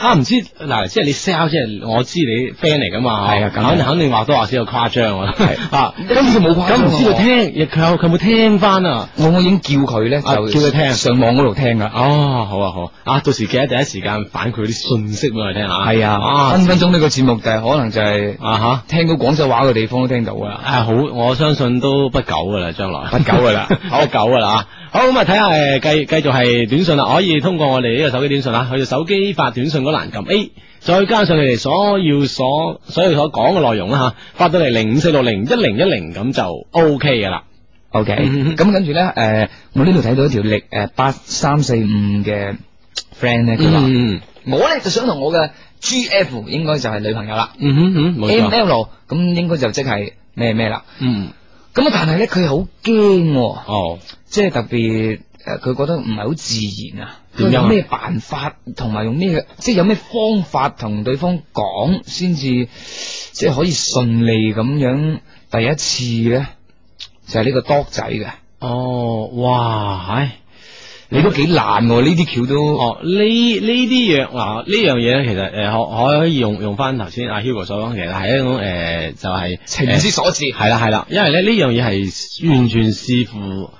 [SPEAKER 1] 啊唔知嗱，即係你 sell，即係我知你 friend 嚟噶嘛，
[SPEAKER 3] 係啊梗係
[SPEAKER 1] 肯肯定話多話少有誇張啊， 啊，
[SPEAKER 3] 咁佢冇誇
[SPEAKER 1] 咁
[SPEAKER 3] 張
[SPEAKER 1] 唔知
[SPEAKER 3] 啊
[SPEAKER 1] 佢聽，亦佢有佢有冇聽翻啊？
[SPEAKER 3] 我我已經叫佢咧，就
[SPEAKER 1] 啊叫佢聽
[SPEAKER 3] 上網嗰度聽噶。
[SPEAKER 1] 哦，好啊好啊，啊到時記得第一時間反饋啲信息俾我哋聽下。
[SPEAKER 3] 係
[SPEAKER 1] 啊
[SPEAKER 3] 啊，分分鐘呢個節目就係可能就係
[SPEAKER 1] 啊吓。
[SPEAKER 3] 聽到廣州話嘅地方都聽到噶啦。
[SPEAKER 1] 啊好，我相信都不久噶啦，將來
[SPEAKER 3] 不久㗎啦
[SPEAKER 1] 好久噶啦啊好咁啊，睇下誒繼繼續係短信啦，可以通過我哋呢個手機短信啦，去到手機發短信嗰欄撳 A，再加上你哋所要所所要所講嘅內容啦吓，發到嚟零五四六零一零一零咁就 O K 噶啦。
[SPEAKER 3] OK，
[SPEAKER 1] 嗯
[SPEAKER 3] 咁跟住咧，诶，我呢度睇到一條力诶八三四五嘅 friend 咧，佢話
[SPEAKER 1] 嗯
[SPEAKER 3] 我咧就想同我嘅 GF 應該就係女朋友啦
[SPEAKER 1] 嗯哼嗯，冇
[SPEAKER 3] ，M
[SPEAKER 1] 錯。
[SPEAKER 3] L 咁應該就即係咩咩啦。
[SPEAKER 1] 嗯，
[SPEAKER 3] 咁啊，但係咧佢好驚喎，
[SPEAKER 1] 哦，
[SPEAKER 3] 即係特別诶，誒佢、覺得唔係好自然啊。
[SPEAKER 1] 點
[SPEAKER 3] 佢
[SPEAKER 1] 樣啊
[SPEAKER 3] 有咩辦法，同埋用咩，即係有咩方法同對方講，先至即係可以順利咁樣第一次咧，就係呢個 d 仔嘅。
[SPEAKER 1] 哦，哇，唉。
[SPEAKER 3] 你都幾難喎，呢啲橋都
[SPEAKER 1] 哦，呢呢啲樣嗱，呢樣嘢咧，其實诶可可以用用翻頭先阿 Hugo 所講，其實係一種诶就係
[SPEAKER 3] 情
[SPEAKER 1] 呃
[SPEAKER 3] 之所至。
[SPEAKER 1] 係啦係啦，因為咧呢樣嘢係完全視乎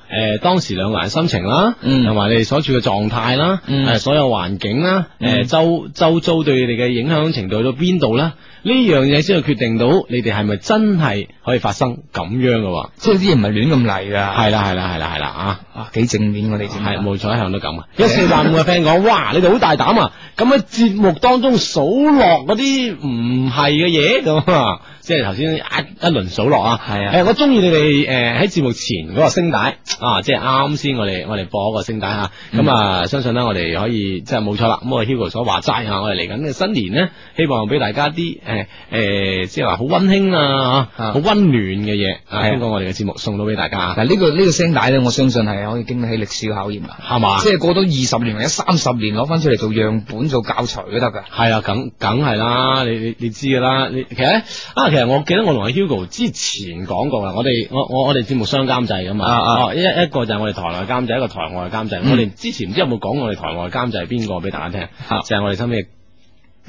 [SPEAKER 1] 诶、呃、当时两个人心情啦，
[SPEAKER 3] 嗯
[SPEAKER 1] 同埋你哋所處嘅狀態啦，
[SPEAKER 3] 嗯
[SPEAKER 1] 呃所有環境啦，诶、
[SPEAKER 3] 嗯
[SPEAKER 1] 周周遭對你哋嘅影響程度去到邊度啦，呢樣嘢先去決定到你哋係咪真係可以發生咁樣嘅喎。
[SPEAKER 3] 即係啲嘢唔係亂咁嚟噶。
[SPEAKER 1] 係啦係啦係啦係啦啊！
[SPEAKER 3] 啊，幾正面我哋
[SPEAKER 1] 系
[SPEAKER 3] 節目啊
[SPEAKER 1] 冇錯，一向都咁啊！一四八五嘅 friend 講：，哇，你哋好大膽啊！咁喺節目當中數落嗰啲唔係嘅嘢咁啊，即係頭先一一輪數落啊。
[SPEAKER 3] 係啊
[SPEAKER 1] 誒我中意你哋誒喺節目前嗰個聲帶啊，即係啱先我哋我哋播嗰個聲帶嚇。
[SPEAKER 3] 嗯
[SPEAKER 1] 咁啊，相信咧我哋可以即係冇錯啦。咁我哋 Hugo 所話齋啊，我哋嚟緊嘅新年咧，希望俾大家啲誒誒，即係話好温馨啊，嚇
[SPEAKER 3] 啊
[SPEAKER 1] 好温暖嘅嘢啊，
[SPEAKER 3] 係啊
[SPEAKER 1] 通過我哋嘅節目送到俾大家，
[SPEAKER 3] 嗱，呢個呢個聲帶咧，我相信係可以經得起歷史嘅考驗啊噶。
[SPEAKER 1] 係嘛？
[SPEAKER 3] 即係過多二十年或者三十年攞翻出嚟做樣本做教材都得噶。
[SPEAKER 1] 系啊，梗梗系啦，你你你知噶啦，你其實咧啊，其實我記得我同阿 Hugo 之前講過啦，我哋我我我哋節目雙監製噶嘛，
[SPEAKER 3] 啊啊
[SPEAKER 1] 哦一一個就係我哋台內監製，一個台外監製。
[SPEAKER 3] 嗯
[SPEAKER 1] 我哋之前唔知有冇講我哋台外監製係邊個俾大家聽，
[SPEAKER 3] 啊
[SPEAKER 1] 就係我哋身邊嘅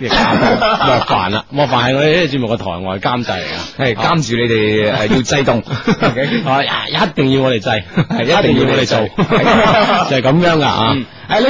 [SPEAKER 1] 嘅監製 莫凡啦，莫凡係我哋呢個節目嘅台外監製嚟噶。
[SPEAKER 3] 係監住你哋誒要制動。
[SPEAKER 1] 啊一定要我 哋制，
[SPEAKER 3] 係
[SPEAKER 1] 一定要我哋做， 就係咁樣噶啊
[SPEAKER 3] 嗯！
[SPEAKER 1] 誒呢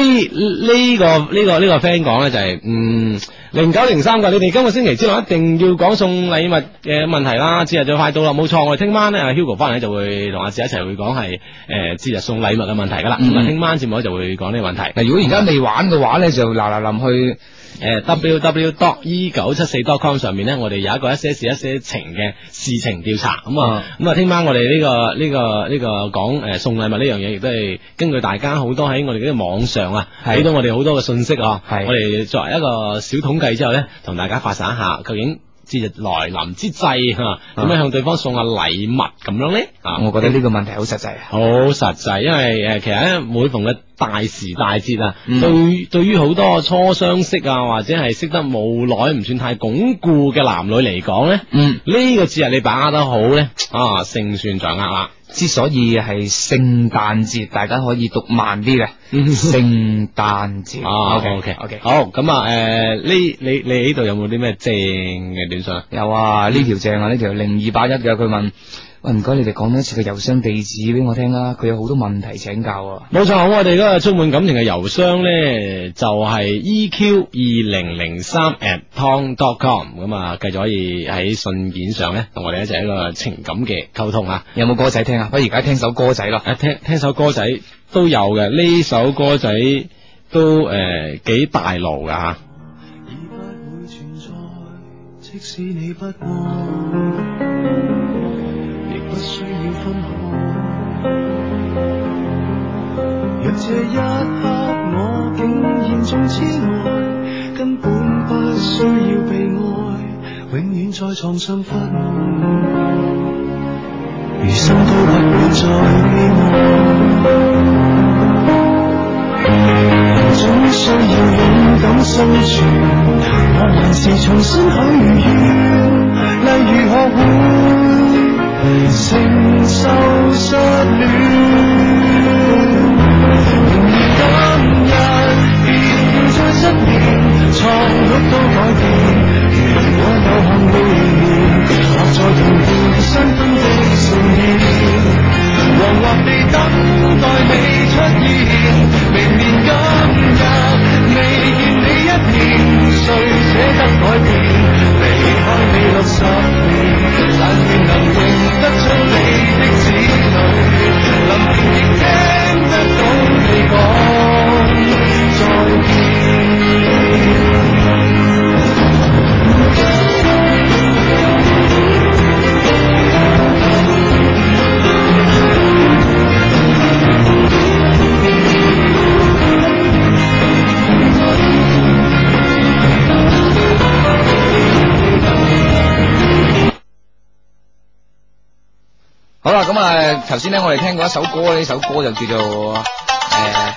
[SPEAKER 1] 呢個呢個呢個 friend 講咧就係嗯零九零三嘅，你哋今個星期之內一定要講送禮物嘅問題啦，節日就快到啦，冇錯，我哋聽晚咧阿 Hugo 翻嚟就會同阿志一齊會講係誒節日送禮物嘅問題噶啦，咁啊
[SPEAKER 3] 嗯
[SPEAKER 1] 聽晚節目就會講呢個問題。
[SPEAKER 3] 嗱，如果而家未玩嘅話咧，就嗱嗱臨去
[SPEAKER 1] 誒 www dot e 九七四 dot com 上面咧，我哋有一個一些事一些情嘅事情調查，咁啊咁啊，聽晚我哋呢、個呢、個呢、個講誒、呃送禮物呢樣嘢，亦都係根據大家好多喺我哋呢個網上啊，
[SPEAKER 3] 係
[SPEAKER 1] 俾到我哋好多嘅信息啊，
[SPEAKER 3] 係
[SPEAKER 1] 我哋作為一個小統計之後咧，同大家發散一下，究竟節日來臨之際嚇，啊點、樣向對方送下禮物咁樣咧？啊，
[SPEAKER 3] 我覺得呢個問題好實際啊。
[SPEAKER 1] 好實際，因為誒、呃其實咧每逢嘅大時大節啊，
[SPEAKER 3] 嗯
[SPEAKER 1] 對對於好多初相識啊，或者係識得冇耐唔算太鞏固嘅男女嚟講咧，
[SPEAKER 3] 嗯，
[SPEAKER 1] 呢、個節日你把握得好咧，啊勝算掌握啦。
[SPEAKER 3] 之所以係聖誕節，大家可以讀慢啲嘅。聖誕節。
[SPEAKER 1] 啊，OK
[SPEAKER 3] 嗯 OK OK。
[SPEAKER 1] 好咁啊，誒、呢你你呢度有冇啲咩正嘅短信啊？
[SPEAKER 3] 有啊，呢條正啊，呢條零二八一嘅，佢問喂，唔該你哋講多次個郵箱地址俾我聽啦，佢有好多問題請教啊。
[SPEAKER 1] 冇錯，我哋嗰個充滿感情嘅郵箱呢，就係 EQ 二零零三 at tom dot com，咁啊，繼續可以喺信件上呢，同我哋一齊一個情感嘅溝通啊！
[SPEAKER 3] 有冇歌仔聽啊？不如而家聽首歌仔咯。
[SPEAKER 1] 啊，聽聽首歌仔都有嘅，呢首歌仔都誒幾、大路噶嚇。
[SPEAKER 6] 已不會存在，即使你不愛，亦不需要分開。若這一刻我竟然中痴呆，根本不需要被愛，永遠在床上昏愛，餘生都不會再希望。人總需要勇敢生存，我還是重新許願，例如學會承受失戀。明月今日便要再失眠，創碌都改變。如果有幸會面，或再同伴相分的盛宴。惶惑地等待你出現，明年今日未見你一面，誰捨得改變？離開你六十年，但願能認得出你的子女，臨別亦聽得到你講再見。
[SPEAKER 3] 好啦，咁啊，頭先咧我哋聽過一首歌，呢首歌就叫做诶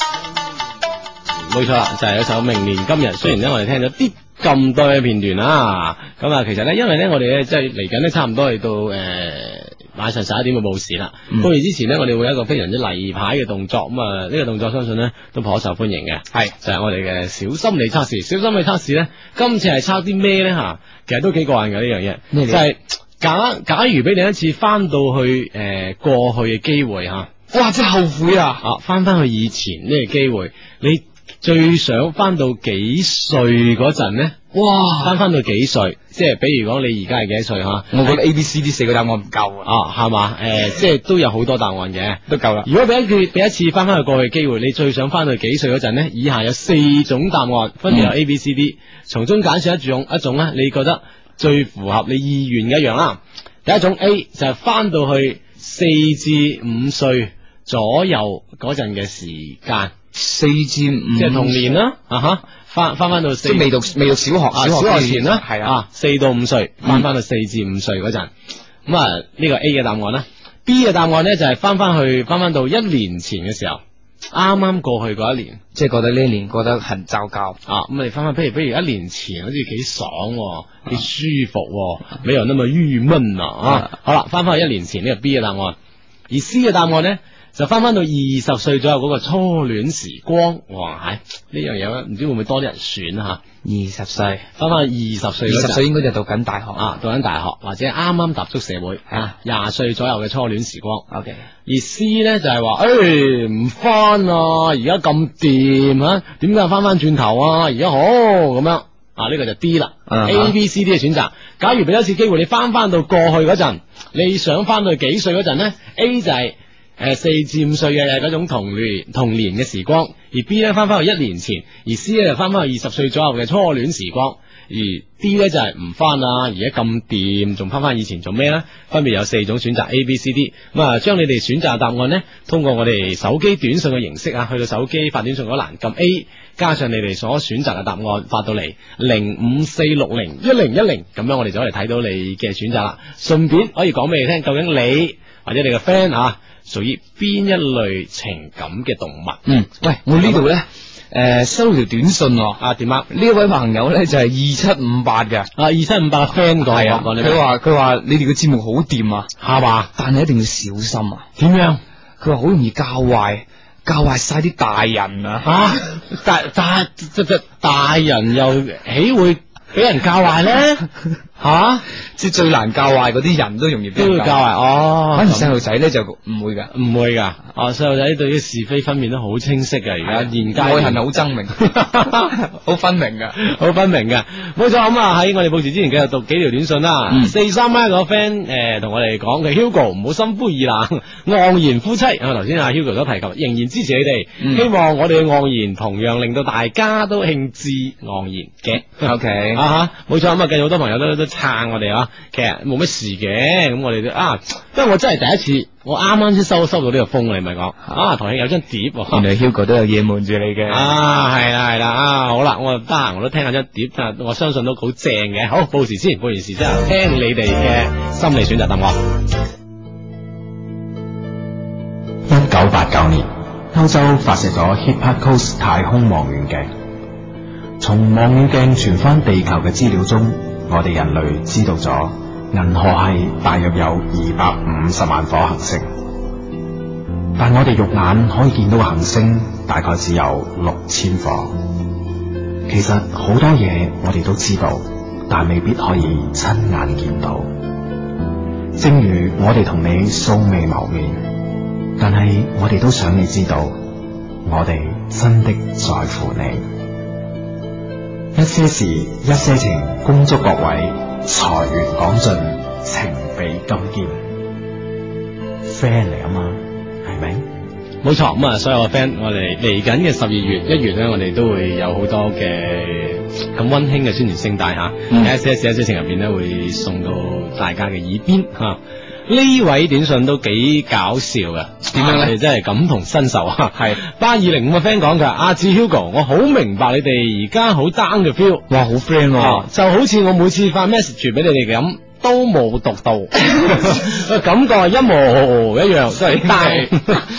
[SPEAKER 1] 冇錯啦，就係、一首《明年今日》。雖然咧，我哋聽咗啲咁多嘅片段啦，咁啊，其實咧，因為咧，我哋咧即係嚟緊咧，差唔多去到誒、晚上十一點嘅報時啦。
[SPEAKER 3] 嗯
[SPEAKER 1] 報時之前咧，我哋會有一個非常之例牌嘅動作，咁啊，呢、個動作相信咧都頗受歡迎嘅。
[SPEAKER 3] 係
[SPEAKER 1] 就係我哋嘅小心理測試。小心理測試咧，今次係測啲咩咧吓？其實都幾過癮嘅呢樣嘢，
[SPEAKER 3] 咩嚟
[SPEAKER 1] 就係、假假如俾你一次翻到去誒、呃過去嘅機會吓。
[SPEAKER 3] 哇，真係後悔啊！
[SPEAKER 1] 啊，翻翻去以前呢個機會，你最想翻到幾歲嗰陣呢？
[SPEAKER 3] 哇，
[SPEAKER 1] 翻翻到幾歲？即係比如講，你而家係幾多歲吓？
[SPEAKER 3] 我覺得 A、B、C、D 四個答案唔夠啊，
[SPEAKER 1] 啊，係嘛？诶、即係都有好多答案嘅。
[SPEAKER 3] 都夠啦。
[SPEAKER 1] 如果俾一次俾一次翻翻去過去嘅機會，你最想翻到幾歲嗰陣呢？以下有四種答案，分別有
[SPEAKER 3] 嗯
[SPEAKER 1] A、B、C、D，從中揀選一種一種咧，你覺得最符合你意願嘅一樣啦。第一種 A 就係翻到去四至五歲左右嗰陣嘅時間。
[SPEAKER 3] 四至五，
[SPEAKER 1] 即係童年，啦，嗯啊哈，翻翻翻到四
[SPEAKER 3] 即係未讀未讀小學，
[SPEAKER 1] 啊小學前啦，
[SPEAKER 3] 係啊。
[SPEAKER 1] 啊，四到五歲，翻翻到四至五歲嗰陣，咁啊呢個 A 嘅答案啦，B 嘅答案咧就係翻翻去翻翻到一年前嘅時候，啱啱過去嗰一年
[SPEAKER 3] 即係覺得呢一年過得很糟糕。
[SPEAKER 1] 啊，咁你翻翻，譬如譬如一年前好似幾爽喎，幾舒服喎，沒有那麼鬱悶啊，啊，好啦，翻翻去一年前呢個 B 嘅答案，而 C 嘅答案咧。就翻翻到二十歲左右嗰個初戀時光，哇！唉呢樣嘢唔知會唔會多啲人選啊吓。
[SPEAKER 3] 二十歲，二
[SPEAKER 1] 翻翻二十歲嗰
[SPEAKER 3] 十
[SPEAKER 1] 陣
[SPEAKER 3] 歲應該就讀緊大學
[SPEAKER 1] 啊，讀緊大學或者啱啱踏足社會啊，廿歲左右嘅初戀時光。
[SPEAKER 3] OK，
[SPEAKER 1] 而 C 咧就係話，誒唔翻啊，而家咁掂啊，點解翻翻轉頭啊？而家好咁樣啊，呢、個就 D 啦。
[SPEAKER 3] 啊
[SPEAKER 1] A、B、C、D 嘅選擇。假如俾一次機會你翻翻到過去嗰陣，你想翻到幾歲嗰陣呢 a 就係誒呃四至五歲嘅嗰種童年童年嘅時光，而 B 咧翻翻去一年前，而 C 咧就翻翻去二十歲左右嘅初戀時光，而 D 咧就係唔翻啦，而家咁掂，仲翻翻以前做咩呢？分別有四種選擇 A、B、C、D，咁啊將你哋選擇答案呢，通過我哋手機短信嘅形式啊，去到手機發短信嗰欄撳 A。加上你哋所選擇嘅答案發到嚟零五四六零一零一零，咁樣我哋就可以睇到你嘅選擇啦。順便可以講俾你聽，究竟你或者你嘅 friend 啊，屬於邊一類情感嘅動物
[SPEAKER 3] 嗯，喂，我呢度咧，誒收條短信喎，
[SPEAKER 1] 啊？點啊？
[SPEAKER 3] 呢位朋友咧就係二七五八嘅，
[SPEAKER 1] 啊，二七五八嘅 friend 講
[SPEAKER 3] 係啊，
[SPEAKER 1] 講你咩
[SPEAKER 3] 佢話佢話你哋嘅節目好掂啊，
[SPEAKER 1] 係嘛？
[SPEAKER 3] 但係一定要小心啊，
[SPEAKER 1] 點樣
[SPEAKER 3] 佢話好容易教壞教壞晒啲大人啊，
[SPEAKER 1] 啊？ 大大即即大人又豈會俾人教壞咧？吓
[SPEAKER 3] 即係最難教壞嗰啲人都容易俾
[SPEAKER 1] 都
[SPEAKER 3] 人
[SPEAKER 1] 要教啊！哦，
[SPEAKER 3] 反而
[SPEAKER 1] 咁
[SPEAKER 3] 細路仔咧就唔會㗎，
[SPEAKER 1] 唔會㗎，哦，細路仔對於是非分辨得好清晰㗎，而家現階
[SPEAKER 3] 愛
[SPEAKER 1] 段
[SPEAKER 3] 恨好爭明， 好分明㗎。
[SPEAKER 1] 好分明嘅，冇錯咁啊！喺我哋報時之前，繼續讀幾條短信啦。
[SPEAKER 3] 嗯
[SPEAKER 1] 四三一個 friend 誒同我哋講嘅 Hugo 唔好心灰意冷，昂然夫妻啊！頭先阿 Hugo 都提及，仍然支持你哋，
[SPEAKER 3] 嗯
[SPEAKER 1] 希望我哋嘅昂然同樣令到大家都興致昂然嘅。
[SPEAKER 3] O K，
[SPEAKER 1] 啊吓，冇錯咁啊！繼續好多朋友都都撐我哋啊，其實冇乜事嘅，咁我哋都啊，因為我真係第一次，我啱啱先收收到呢個風，你咪講啊，台慶有張碟喎。
[SPEAKER 3] 原來 Hugo 都有嘢瞞住你嘅。
[SPEAKER 1] 啊，系啦系啦，啊好啦，我得閒我都聽下張碟，但我相信都好正嘅。好，報時先，報完時之後聽你哋嘅心理選擇答案。
[SPEAKER 4] 一九八九年，歐洲發射咗 Hipparcos 太空望遠鏡。從望遠鏡傳翻地球嘅資料中，我哋人類知道咗銀河系大約有二百五十萬顆行星，但我哋肉眼可以見到嘅行星大概只有六千顆。其實好多嘢我哋都知道，但未必可以親眼見到。正如我哋同你素未謀面。但係我哋都想你知道，我哋真的在乎你。一些事，一些情，恭祝各位財源廣進，情比金堅。friend 嚟啊嘛，係咪？
[SPEAKER 1] 冇錯，咁啊，所有嘅 friend，我哋嚟緊嘅十二月一月咧，我哋都會有好多嘅咁温馨嘅宣傳聲帶吓，
[SPEAKER 3] 嗯
[SPEAKER 1] 喺一些事一些情入邊咧會送到大家嘅耳邊吓。呢位短信都幾搞笑嘅，
[SPEAKER 3] 點樣
[SPEAKER 1] 啊
[SPEAKER 3] 呢
[SPEAKER 1] 我哋真係感同身受啊！
[SPEAKER 3] 係
[SPEAKER 1] 八二零五嘅 friend 講佢話：阿志 Hugo，我好明白你哋而家好 down 嘅 feel。
[SPEAKER 3] 哇，好 friend
[SPEAKER 1] 哦
[SPEAKER 3] 喎，，
[SPEAKER 1] 就好似我每次發 message 俾你哋咁，都冇讀 到，感覺係一模一樣，都係
[SPEAKER 3] 係
[SPEAKER 1] 低。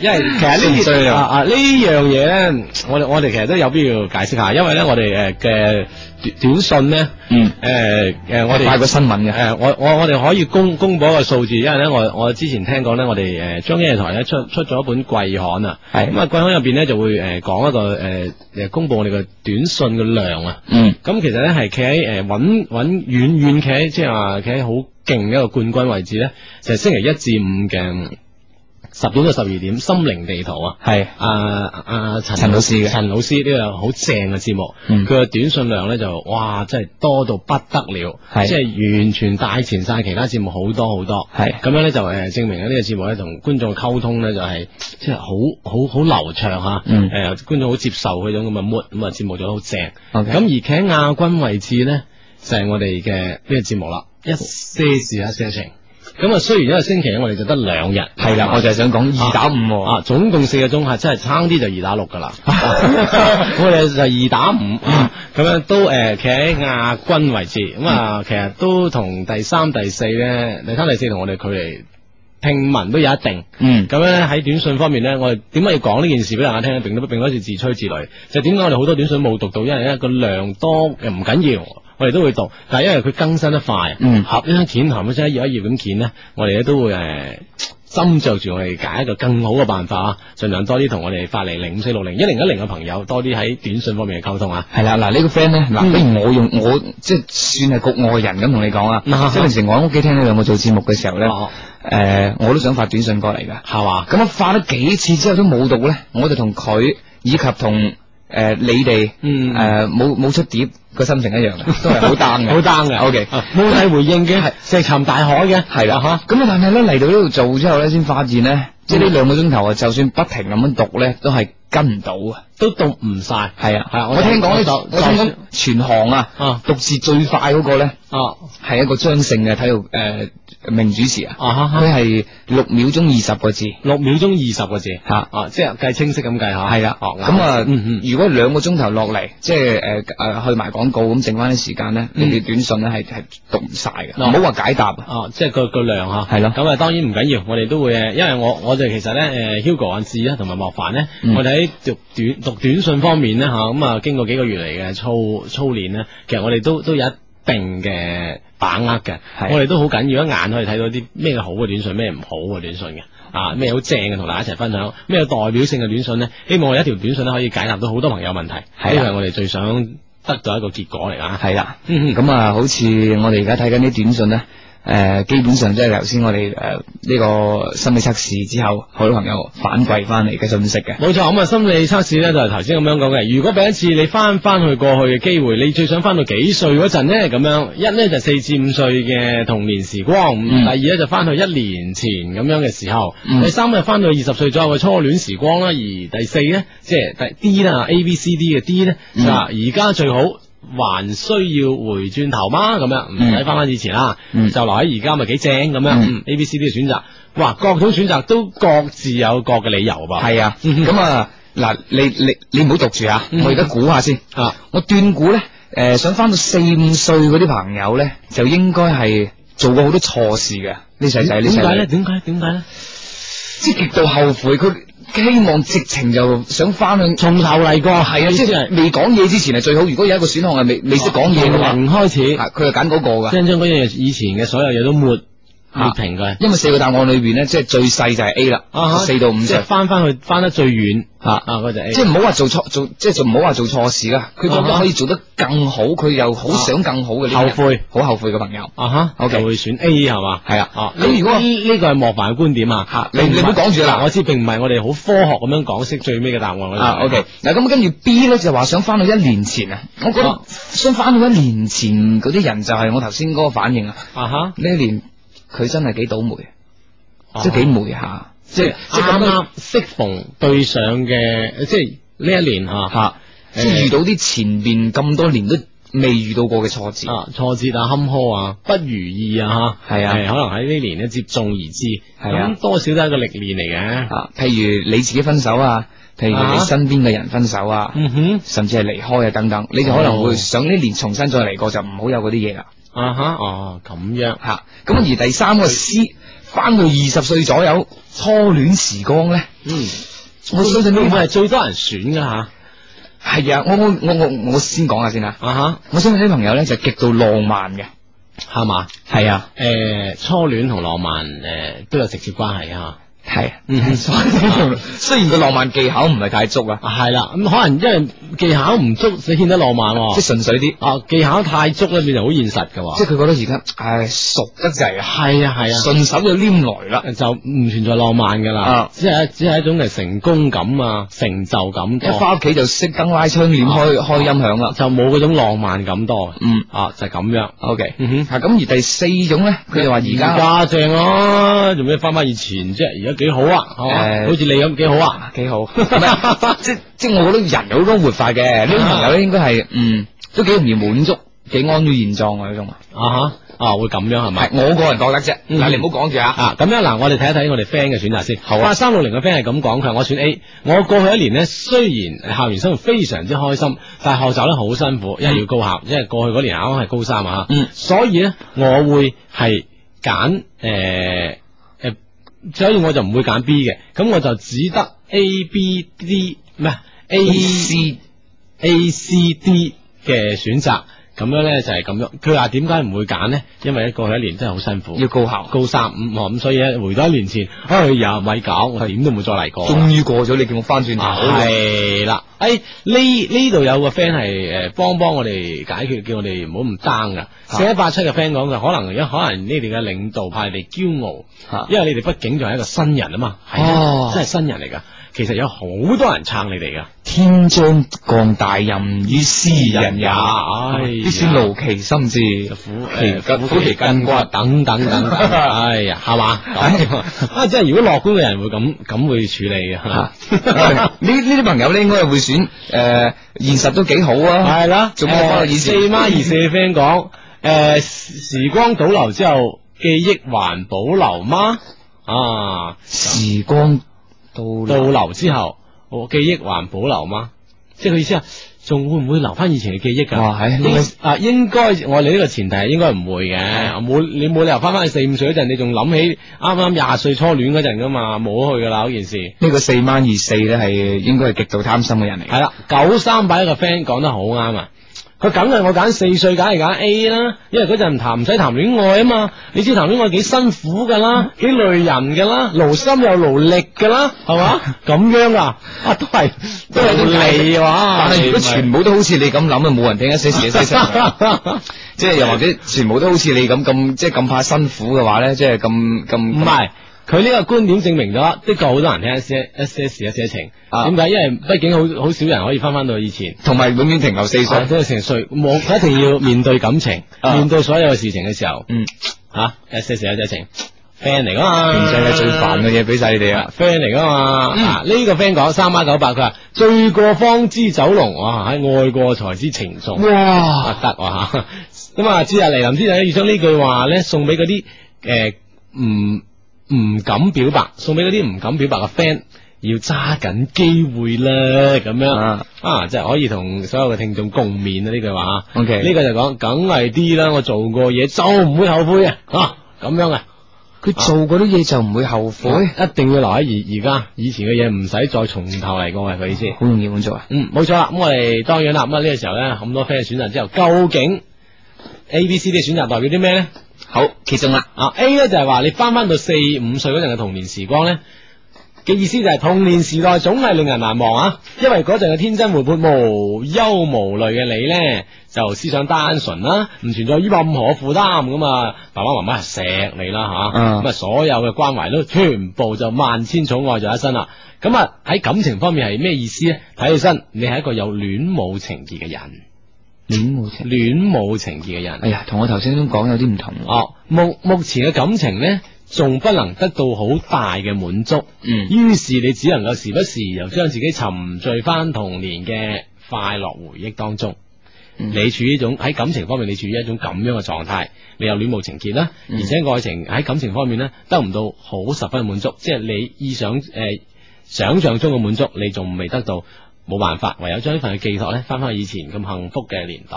[SPEAKER 1] 因為其
[SPEAKER 3] 信唔
[SPEAKER 1] 實
[SPEAKER 3] 信
[SPEAKER 1] 呢
[SPEAKER 3] 啊
[SPEAKER 1] 啊啊呢樣嘢咧，我哋我哋其實都有必要解釋下，因為咧我哋誒嘅短短信咧，
[SPEAKER 3] 嗯，
[SPEAKER 1] 誒誒我哋
[SPEAKER 3] 快過新聞嘅，
[SPEAKER 1] 诶、我我我哋可以公公布一個數字，因為咧，我我之前聽講咧，我哋呃诶中央台咧出出咗一本季刊啊，
[SPEAKER 3] 係
[SPEAKER 1] 咁啊季刊入边咧就會诶讲一個诶诶、誒公布我哋嘅短信嘅量啊，
[SPEAKER 3] 嗯，
[SPEAKER 1] 咁其實咧係企喺诶稳稳遠遠企喺即係話企喺好勁嘅一個冠軍位置咧，就係星期一至五嘅十點到十二點心靈地圖啊。
[SPEAKER 3] 係，
[SPEAKER 1] 啊啊陳
[SPEAKER 3] 陳老師嘅
[SPEAKER 1] 陳老師呢個好正嘅節目，
[SPEAKER 3] 嗯
[SPEAKER 1] 佢嘅短信量咧就哇真係多到不得了，
[SPEAKER 3] 係
[SPEAKER 1] 即係完全帶前晒其他節目好多好多，
[SPEAKER 3] 係
[SPEAKER 1] 咁樣咧就誒證明咗呢個節目咧同觀眾嘅溝通咧就係即係好好好流暢嚇，
[SPEAKER 3] 嗯
[SPEAKER 1] 誒觀眾好接受嗰種咁嘅 mood，咁啊節目做得好正，
[SPEAKER 3] OK
[SPEAKER 1] 咁而企喺亞軍位置咧就係我哋嘅呢個節目啦，一些事一些情，咁啊雖然一個星期咧我哋就得兩日，
[SPEAKER 3] 係啦，我就係想講二打五喎，
[SPEAKER 1] 啊，總共四個鐘係真係差啲就二打六噶啦，我哋就二打五啊咁樣都誒企喺亞軍位置，咁啊其實都同第三、第四咧，第三、第四同我哋距離聽聞都有一定。
[SPEAKER 3] 嗯，
[SPEAKER 1] 咁咧喺短信方面咧，我哋點解要講呢件事俾大家聽咧？並都並不是自吹自擂，就點解我哋好多短信冇讀到，因為咧個量多誒唔緊要。我哋都會讀，但係因為佢更新得快，
[SPEAKER 3] 嗯
[SPEAKER 1] 合一件合一張一頁一頁咁件咧，我哋咧都會誒、斟酌住我哋揀一個更好嘅辦法啊，儘量多啲同我哋發嚟零五四六零一零一零嘅朋友多啲喺短信方面嘅溝通啊。
[SPEAKER 3] 係啦，嗱呢個 friend 咧，嗱不如我用我即係算係局外人咁同你講啊，
[SPEAKER 1] 啊
[SPEAKER 3] 即係平時我喺屋企聽你兩個做節目嘅時候咧，
[SPEAKER 1] 哦
[SPEAKER 3] 誒我都想發短信過嚟㗎。
[SPEAKER 1] 係嘛？
[SPEAKER 3] 咁我發咗幾次之後都冇到咧，我就同佢以及同誒、呃你哋
[SPEAKER 1] 嗯
[SPEAKER 3] 誒冇冇出碟個心情一樣 嘅，都係好 down 嘅，
[SPEAKER 1] 好 down 嘅
[SPEAKER 3] OK，
[SPEAKER 1] 啊冇睇回應嘅，石沉大海嘅，
[SPEAKER 3] 係
[SPEAKER 1] 啊
[SPEAKER 3] 啦
[SPEAKER 1] 哈。
[SPEAKER 3] 咁啊，但係咧嚟到呢度做之後咧，先發現咧，即係呢兩個鐘頭啊，就算不停咁樣讀咧，都係跟唔到啊。
[SPEAKER 1] 都讀唔晒。
[SPEAKER 3] 係啊，
[SPEAKER 1] 係啊我
[SPEAKER 3] 我聽講咧，
[SPEAKER 1] 就
[SPEAKER 3] 我聽講全行
[SPEAKER 1] 啊
[SPEAKER 3] 啊，讀字最快嗰個咧
[SPEAKER 1] 哦，
[SPEAKER 3] 係一個張姓嘅體育誒名主持啊，
[SPEAKER 1] 啊哈哈
[SPEAKER 3] 佢係六秒鐘二十個字。
[SPEAKER 1] 六秒鐘二十個字，
[SPEAKER 3] 嚇
[SPEAKER 1] 啊，即係計清晰咁計下，
[SPEAKER 3] 系啦，
[SPEAKER 1] 哦
[SPEAKER 3] 咁啊
[SPEAKER 1] 嗯嗯，，
[SPEAKER 3] 如果兩個鐘頭落嚟，即係诶诶去埋廣告咁，剩翻啲時間咧，你
[SPEAKER 1] 嗯
[SPEAKER 3] 哋短信咧係係讀唔晒嘅，
[SPEAKER 1] 哦
[SPEAKER 3] 唔好話解答啊。
[SPEAKER 1] 哦，即係個個量嚇，
[SPEAKER 3] 係咯
[SPEAKER 1] 咁啊當然唔緊要，我哋都會誒，因為我我哋其實咧誒 Hugo 阿志啊同埋莫凡咧，
[SPEAKER 3] 嗯
[SPEAKER 1] 我哋喺讀短讀短信方面咧嚇，咁啊經過幾個月嚟嘅操操練咧，其實我哋都都有一定嘅把握嘅，
[SPEAKER 3] 係
[SPEAKER 1] 我哋都好緊要一眼可以睇到啲咩好嘅短信，咩唔好嘅短信嘅。啊！咩好正嘅，同大家一齊分享，咩有代表性嘅短信呢？希望我哋一條短信咧可以解答到好多朋友問題，呢
[SPEAKER 3] 係啊
[SPEAKER 1] 個係我哋最想得到一個結果嚟啊。
[SPEAKER 3] 系啦，
[SPEAKER 1] 嗯
[SPEAKER 3] 咁啊，好似我哋而家睇緊啲短信咧，诶、基本上即係頭先我哋诶呢個心理測試之後，好多朋友反饋翻嚟嘅信息嘅。
[SPEAKER 1] 冇錯，咁啊心理測試咧就係頭先咁樣講嘅。如果俾一次你翻翻去過去嘅機會，你最想翻到幾歲嗰陣呢？咁樣一呢就四至五歲嘅童年時光，
[SPEAKER 3] 嗯
[SPEAKER 1] 第二咧就翻去一年前咁樣嘅時候，
[SPEAKER 3] 嗯
[SPEAKER 1] 第三咧翻到二十歲左右嘅初戀時光啦，而第四呢，即係第 D
[SPEAKER 3] 嗯
[SPEAKER 1] 啦，A B C D 嘅 D 呢，就話而家最好。還需要回轉頭嗎？咁樣唔使翻翻以前啦，
[SPEAKER 3] 嗯
[SPEAKER 1] 就留喺而家咪幾正咁樣。
[SPEAKER 3] 嗯
[SPEAKER 1] A、B、C、D 嘅選擇，哇，各種選擇都各自有各嘅理由噃。
[SPEAKER 3] 係啊，咁啊嗱，你你你唔好讀住啊，
[SPEAKER 1] 嗯
[SPEAKER 3] 我而家估下先。
[SPEAKER 1] 啊，
[SPEAKER 3] 我斷估咧，诶、想翻到四五歲嗰啲朋友咧，就應該係做過好多錯事嘅。呢細仔，呢
[SPEAKER 1] 點
[SPEAKER 3] 細
[SPEAKER 1] 解
[SPEAKER 3] 仔
[SPEAKER 1] 咧？，點解？點解咧？
[SPEAKER 3] 即係極度後悔，佢希望直情就想翻去
[SPEAKER 1] 從頭嚟過，係哦
[SPEAKER 3] 係啊，即係未講嘢之前係最好。如果有一個選項係未未識講嘢嘅話，
[SPEAKER 1] 零開始，
[SPEAKER 3] 啊佢就揀嗰個噶。
[SPEAKER 1] 將將嗰樣嘢以前嘅所有嘢都抹
[SPEAKER 3] 啊
[SPEAKER 1] 抹平佢。
[SPEAKER 3] 因為四個答案裏邊咧，即係最細就係 A 啦，
[SPEAKER 1] 啊
[SPEAKER 3] 四到五
[SPEAKER 1] 即
[SPEAKER 3] 歲
[SPEAKER 1] 係。翻翻去翻得最遠
[SPEAKER 3] 啊
[SPEAKER 1] 啊！嗰隻 A，
[SPEAKER 3] 即係唔好話做錯做，即係就唔好話做錯事啦。佢覺得可以做得更好，佢又好想更好嘅呢啲人
[SPEAKER 1] 啊後悔，
[SPEAKER 3] 好後悔嘅朋友。
[SPEAKER 1] 啊哈
[SPEAKER 3] OK
[SPEAKER 1] 就會選 A 係嘛？
[SPEAKER 3] 係啦
[SPEAKER 1] 啊，
[SPEAKER 3] 咁如果
[SPEAKER 1] 呢呢個係莫凡嘅觀點啊
[SPEAKER 3] 嚇，你你唔好講住啦
[SPEAKER 1] 嗱我知並唔係我哋好科學咁樣講識最尾嘅答案嗰種
[SPEAKER 3] 啊，OK，嗱咁跟住 B 咧就話想翻到一年前啊，我覺
[SPEAKER 1] 啊
[SPEAKER 3] 得想翻到一年前嗰啲人就係我頭先嗰個反應啊，
[SPEAKER 1] 啊哈，
[SPEAKER 3] 呢一年佢真係幾倒霉，即係幾霉下，即係即
[SPEAKER 1] 哦即
[SPEAKER 3] 係
[SPEAKER 1] 係
[SPEAKER 3] 咁
[SPEAKER 1] 啊啱
[SPEAKER 3] 樣
[SPEAKER 1] 啱適逢對上嘅，即係呢一年啊
[SPEAKER 3] 嚇，即
[SPEAKER 1] 誒
[SPEAKER 3] 係遇到啲前邊咁多年都未遇到過嘅挫折，
[SPEAKER 1] 啊挫折啊坎坷啊不如意啊吓，
[SPEAKER 3] 係啊
[SPEAKER 1] 可能喺呢年咧接踵而至，
[SPEAKER 3] 係啊
[SPEAKER 1] 咁多少都係一個歷練嚟嘅。
[SPEAKER 3] 啊，譬如你自己分手啊，譬如
[SPEAKER 1] 啊
[SPEAKER 3] 你身邊嘅人分手啊，
[SPEAKER 1] 嗯哼，
[SPEAKER 3] 甚至係離開啊等等，你就可能會想呢年重新再嚟過，就唔好有嗰啲嘢啦。
[SPEAKER 1] 啊哈，哦咁樣，
[SPEAKER 3] 吓，咁而第三個 C 翻到二十歲左右初戀時光咧，
[SPEAKER 1] 嗯，
[SPEAKER 3] 我相信呢
[SPEAKER 1] 會唔會係
[SPEAKER 3] 個
[SPEAKER 1] 最多人選噶吓？
[SPEAKER 3] 係啊，我我我我我先講下先啊，
[SPEAKER 1] 啊
[SPEAKER 3] 我相信呢啲朋友咧就極度浪漫嘅，
[SPEAKER 1] 哈，係嘛？
[SPEAKER 3] 係啊，
[SPEAKER 1] 诶、初戀同浪漫诶、都有直接關係啊。
[SPEAKER 3] 係啊，
[SPEAKER 1] 嗯
[SPEAKER 3] 所以 雖然個浪漫技巧唔係太足啊，
[SPEAKER 1] 啊係啦，咁可能因為技巧唔足，你顯得浪漫喎、
[SPEAKER 3] 即係純粹啲，
[SPEAKER 1] 啊，技巧太足咧，變就好現實噶、
[SPEAKER 3] 哦即
[SPEAKER 1] 喎。
[SPEAKER 3] 係佢覺得而家唉熟得滯啊，
[SPEAKER 1] 係啊係啊。
[SPEAKER 3] 順手就黏來啦，
[SPEAKER 1] 就唔存在浪漫噶啦
[SPEAKER 3] 啊，
[SPEAKER 1] 只係只係一種嘅成功感啊、成就感
[SPEAKER 3] 一
[SPEAKER 1] 多，
[SPEAKER 3] 翻屋企就熄燈拉窗簾開開音響啦，
[SPEAKER 1] 就冇嗰種浪漫感多
[SPEAKER 3] 哦嗯
[SPEAKER 1] 啊，就係咁樣。
[SPEAKER 3] ，OK，
[SPEAKER 1] 嗯哼，
[SPEAKER 3] 啊咁而第四種咧，佢就話而
[SPEAKER 1] 而
[SPEAKER 3] 家
[SPEAKER 1] 家正咯，做咩翻翻以前啫？而家幾好啊，係嘛
[SPEAKER 3] 誒
[SPEAKER 1] 好似你咁幾好啊。
[SPEAKER 3] 啊，幾好。 唔係即即我覺得人有好多活法嘅，呢啲朋友咧應該係嗯都幾容易滿足，幾安於現狀嘅嗰種。
[SPEAKER 1] 啊哈，啊會咁樣係咪
[SPEAKER 3] 係？我個人覺得啫，
[SPEAKER 1] 嗯
[SPEAKER 3] 嗱你唔好講住啊。
[SPEAKER 1] 啊，咁樣嗱，我哋睇一睇我哋 friend 嘅選擇先。好
[SPEAKER 3] 啊
[SPEAKER 1] 八三六零嘅 friend 係咁講，佢話我選 A。我過去一年呢，雖然校園生活非常之開心，但係學習咧好辛苦，因為要高考，因為過去嗰年啱啱係高三啊，
[SPEAKER 3] 嗯
[SPEAKER 1] 所以呢，我會係揀誒誒，所以我就唔會揀 B 嘅，咁我就只得 A、B、D 唔係
[SPEAKER 3] 嗯
[SPEAKER 1] A、
[SPEAKER 3] C
[SPEAKER 1] A、C、D 嘅選擇。咁樣呢，就係咁樣，佢話點解唔會揀呢？因為過去一年真係好辛苦，
[SPEAKER 3] 要高考，
[SPEAKER 1] 高三五我咁，所以咧回到一年前，哎呀咪搞，我點都冇再嚟過。
[SPEAKER 3] 終於過咗，你叫我翻轉頭。
[SPEAKER 1] 系啦，诶呢呢度有個 friend 係诶幫幫我哋解決，叫我哋唔好咁 down
[SPEAKER 3] 啊
[SPEAKER 1] 噶。四一八七嘅 friend 講嘅，可能而家可能你哋嘅領導派你哋驕傲
[SPEAKER 3] 啊，
[SPEAKER 1] 因為你哋畢竟仲係一個新人啊嘛，係
[SPEAKER 3] 哦
[SPEAKER 1] 啊真係新人嚟噶。其實有好多人撐你哋噶，
[SPEAKER 3] 天將降大任於斯人也，
[SPEAKER 1] 哎呀
[SPEAKER 3] 必先勞其心志，
[SPEAKER 1] 苦
[SPEAKER 3] 其
[SPEAKER 1] 誒
[SPEAKER 3] 骨，苦其筋骨。
[SPEAKER 1] 等等 等等，哎呀，係嘛？咁啊，即係如果樂觀嘅人會咁咁會處理
[SPEAKER 3] 啊
[SPEAKER 1] 嘅。
[SPEAKER 3] 呢呢啲朋友咧，應該係會選誒現實都幾好啊。
[SPEAKER 1] 系啦，
[SPEAKER 3] 仲有冇
[SPEAKER 1] 呃
[SPEAKER 3] 以前
[SPEAKER 1] 四孖二四嘅 friend 讲，诶，時光倒流之後，記憶還保留嗎？啊，
[SPEAKER 3] 時光到
[SPEAKER 1] 倒
[SPEAKER 3] 啦，
[SPEAKER 1] 流之後，我記憶還保留嗎？即係佢意思啊，仲會唔會留翻以前嘅記憶㗎？
[SPEAKER 3] 哇哦係呢哦
[SPEAKER 1] 應
[SPEAKER 3] 個
[SPEAKER 1] 啊，應該我哋呢個前提係應該唔會嘅，冇你冇理由翻翻去四五歲嗰陣，你仲諗起啱啱廿歲初戀嗰陣㗎嘛，冇去㗎啦嗰件事。
[SPEAKER 3] 呢個四萬二四咧係應該係極度貪心嘅人嚟嘅。
[SPEAKER 1] 系啦，九三八一個 friend 講得好啱啊！佢梗係我揀四歲，梗係揀 A 啦，因為嗰陣談唔使談戀愛啊嘛。你知談戀愛幾辛苦㗎
[SPEAKER 3] 嗯
[SPEAKER 1] 啦，幾累人㗎啦，勞心又勞力㗎啦，係 嘛？咁樣啊，啊都係
[SPEAKER 3] 都係都
[SPEAKER 1] 道理哇！
[SPEAKER 3] 但係如果
[SPEAKER 1] 你咪
[SPEAKER 3] 全部都好似你咁諗啊，冇人聽一些事 一些情，即係又或者全部都好似你咁咁即係咁怕辛苦嘅話咧，即係咁咁
[SPEAKER 1] 唔係，佢呢個觀點證明咗，的確好多人聽一些一些事一些情。
[SPEAKER 3] 啊
[SPEAKER 1] 點解？因為畢竟好好少人可以翻翻到以前。
[SPEAKER 3] 同埋永遠停留四
[SPEAKER 1] 其實
[SPEAKER 3] 歲。
[SPEAKER 1] 都係情緒，冇佢一定要面對感情，
[SPEAKER 3] 啊
[SPEAKER 1] 面對所有嘅事情嘅時候，
[SPEAKER 3] 嗯，
[SPEAKER 1] 吓一些事一些情，friend 嚟噶嘛，
[SPEAKER 3] 全世界最煩嘅嘢俾晒你哋啊！
[SPEAKER 1] friend 嚟噶嘛。
[SPEAKER 3] 嗯
[SPEAKER 1] 啊呢個 friend 講三孖九八，佢話醉過方知酒濃，哇，喺愛過才知情重。
[SPEAKER 3] 哇！
[SPEAKER 1] 啊得哇咁啊，知啊，嚟臨之際咧，要將呢句話咧送俾嗰啲诶唔唔敢表白，送俾嗰啲唔敢表白嘅 friend，要揸緊機會啦，咁樣
[SPEAKER 3] 啊
[SPEAKER 1] 啊，即係可以同所有嘅聽眾共勉啊呢句話。
[SPEAKER 3] OK
[SPEAKER 1] 呢個就講梗係啲啦，我做過嘢就唔會後悔嘅，啊 咁樣嘅。
[SPEAKER 3] 佢做嗰啲嘢就唔會後悔，
[SPEAKER 1] 一定要留喺而而家以前嘅嘢，唔使再從頭嚟過，係佢意思。
[SPEAKER 3] 好容易滿足啊！
[SPEAKER 1] 嗯，冇錯啦。咁我哋當然啦，咁啊呢個時候咧，咁多 friend 選擇之後，究竟 A、B、C、D 嘅選擇代表啲咩咧？
[SPEAKER 3] 好，其中啦，
[SPEAKER 1] 啊，A 咧就係話你翻翻到四五歲嗰陣嘅童年時光咧。嘅意思就係童年時代總係令人難忘啊，因為嗰陣嘅天真活潑、無憂無慮嘅你呢，就思想單純啦，唔存在於任何負擔咁啊，爸爸媽媽係錫你啦吓，
[SPEAKER 3] 嗯
[SPEAKER 1] 咁啊、所有嘅關懷都全部就萬千寵愛在一身啦。咁啊喺感情方面係咩意思呢？睇起身你係一個有戀母情結嘅人，
[SPEAKER 3] 戀母情。
[SPEAKER 1] 戀母情結嘅人。
[SPEAKER 3] 哎呀，同我頭先咁講有啲唔同喎。
[SPEAKER 1] 哦，目目前嘅感情呢，仲不能得到好大嘅滿足，
[SPEAKER 3] 嗯
[SPEAKER 1] 於是你只能夠時不時又將自己沉醉翻童年嘅快樂回憶當中。
[SPEAKER 3] 嗯
[SPEAKER 1] 你處於一種喺感情方面，你處於一種咁樣嘅狀態，你有戀慕情結啦，
[SPEAKER 3] 嗯
[SPEAKER 1] 而且愛情喺感情方面呢，得唔到好十分滿足，即係你意想誒、想象中嘅滿足，你仲未得到，冇辦法，唯有將呢份嘅寄託呢，翻返去以前咁幸福嘅年代。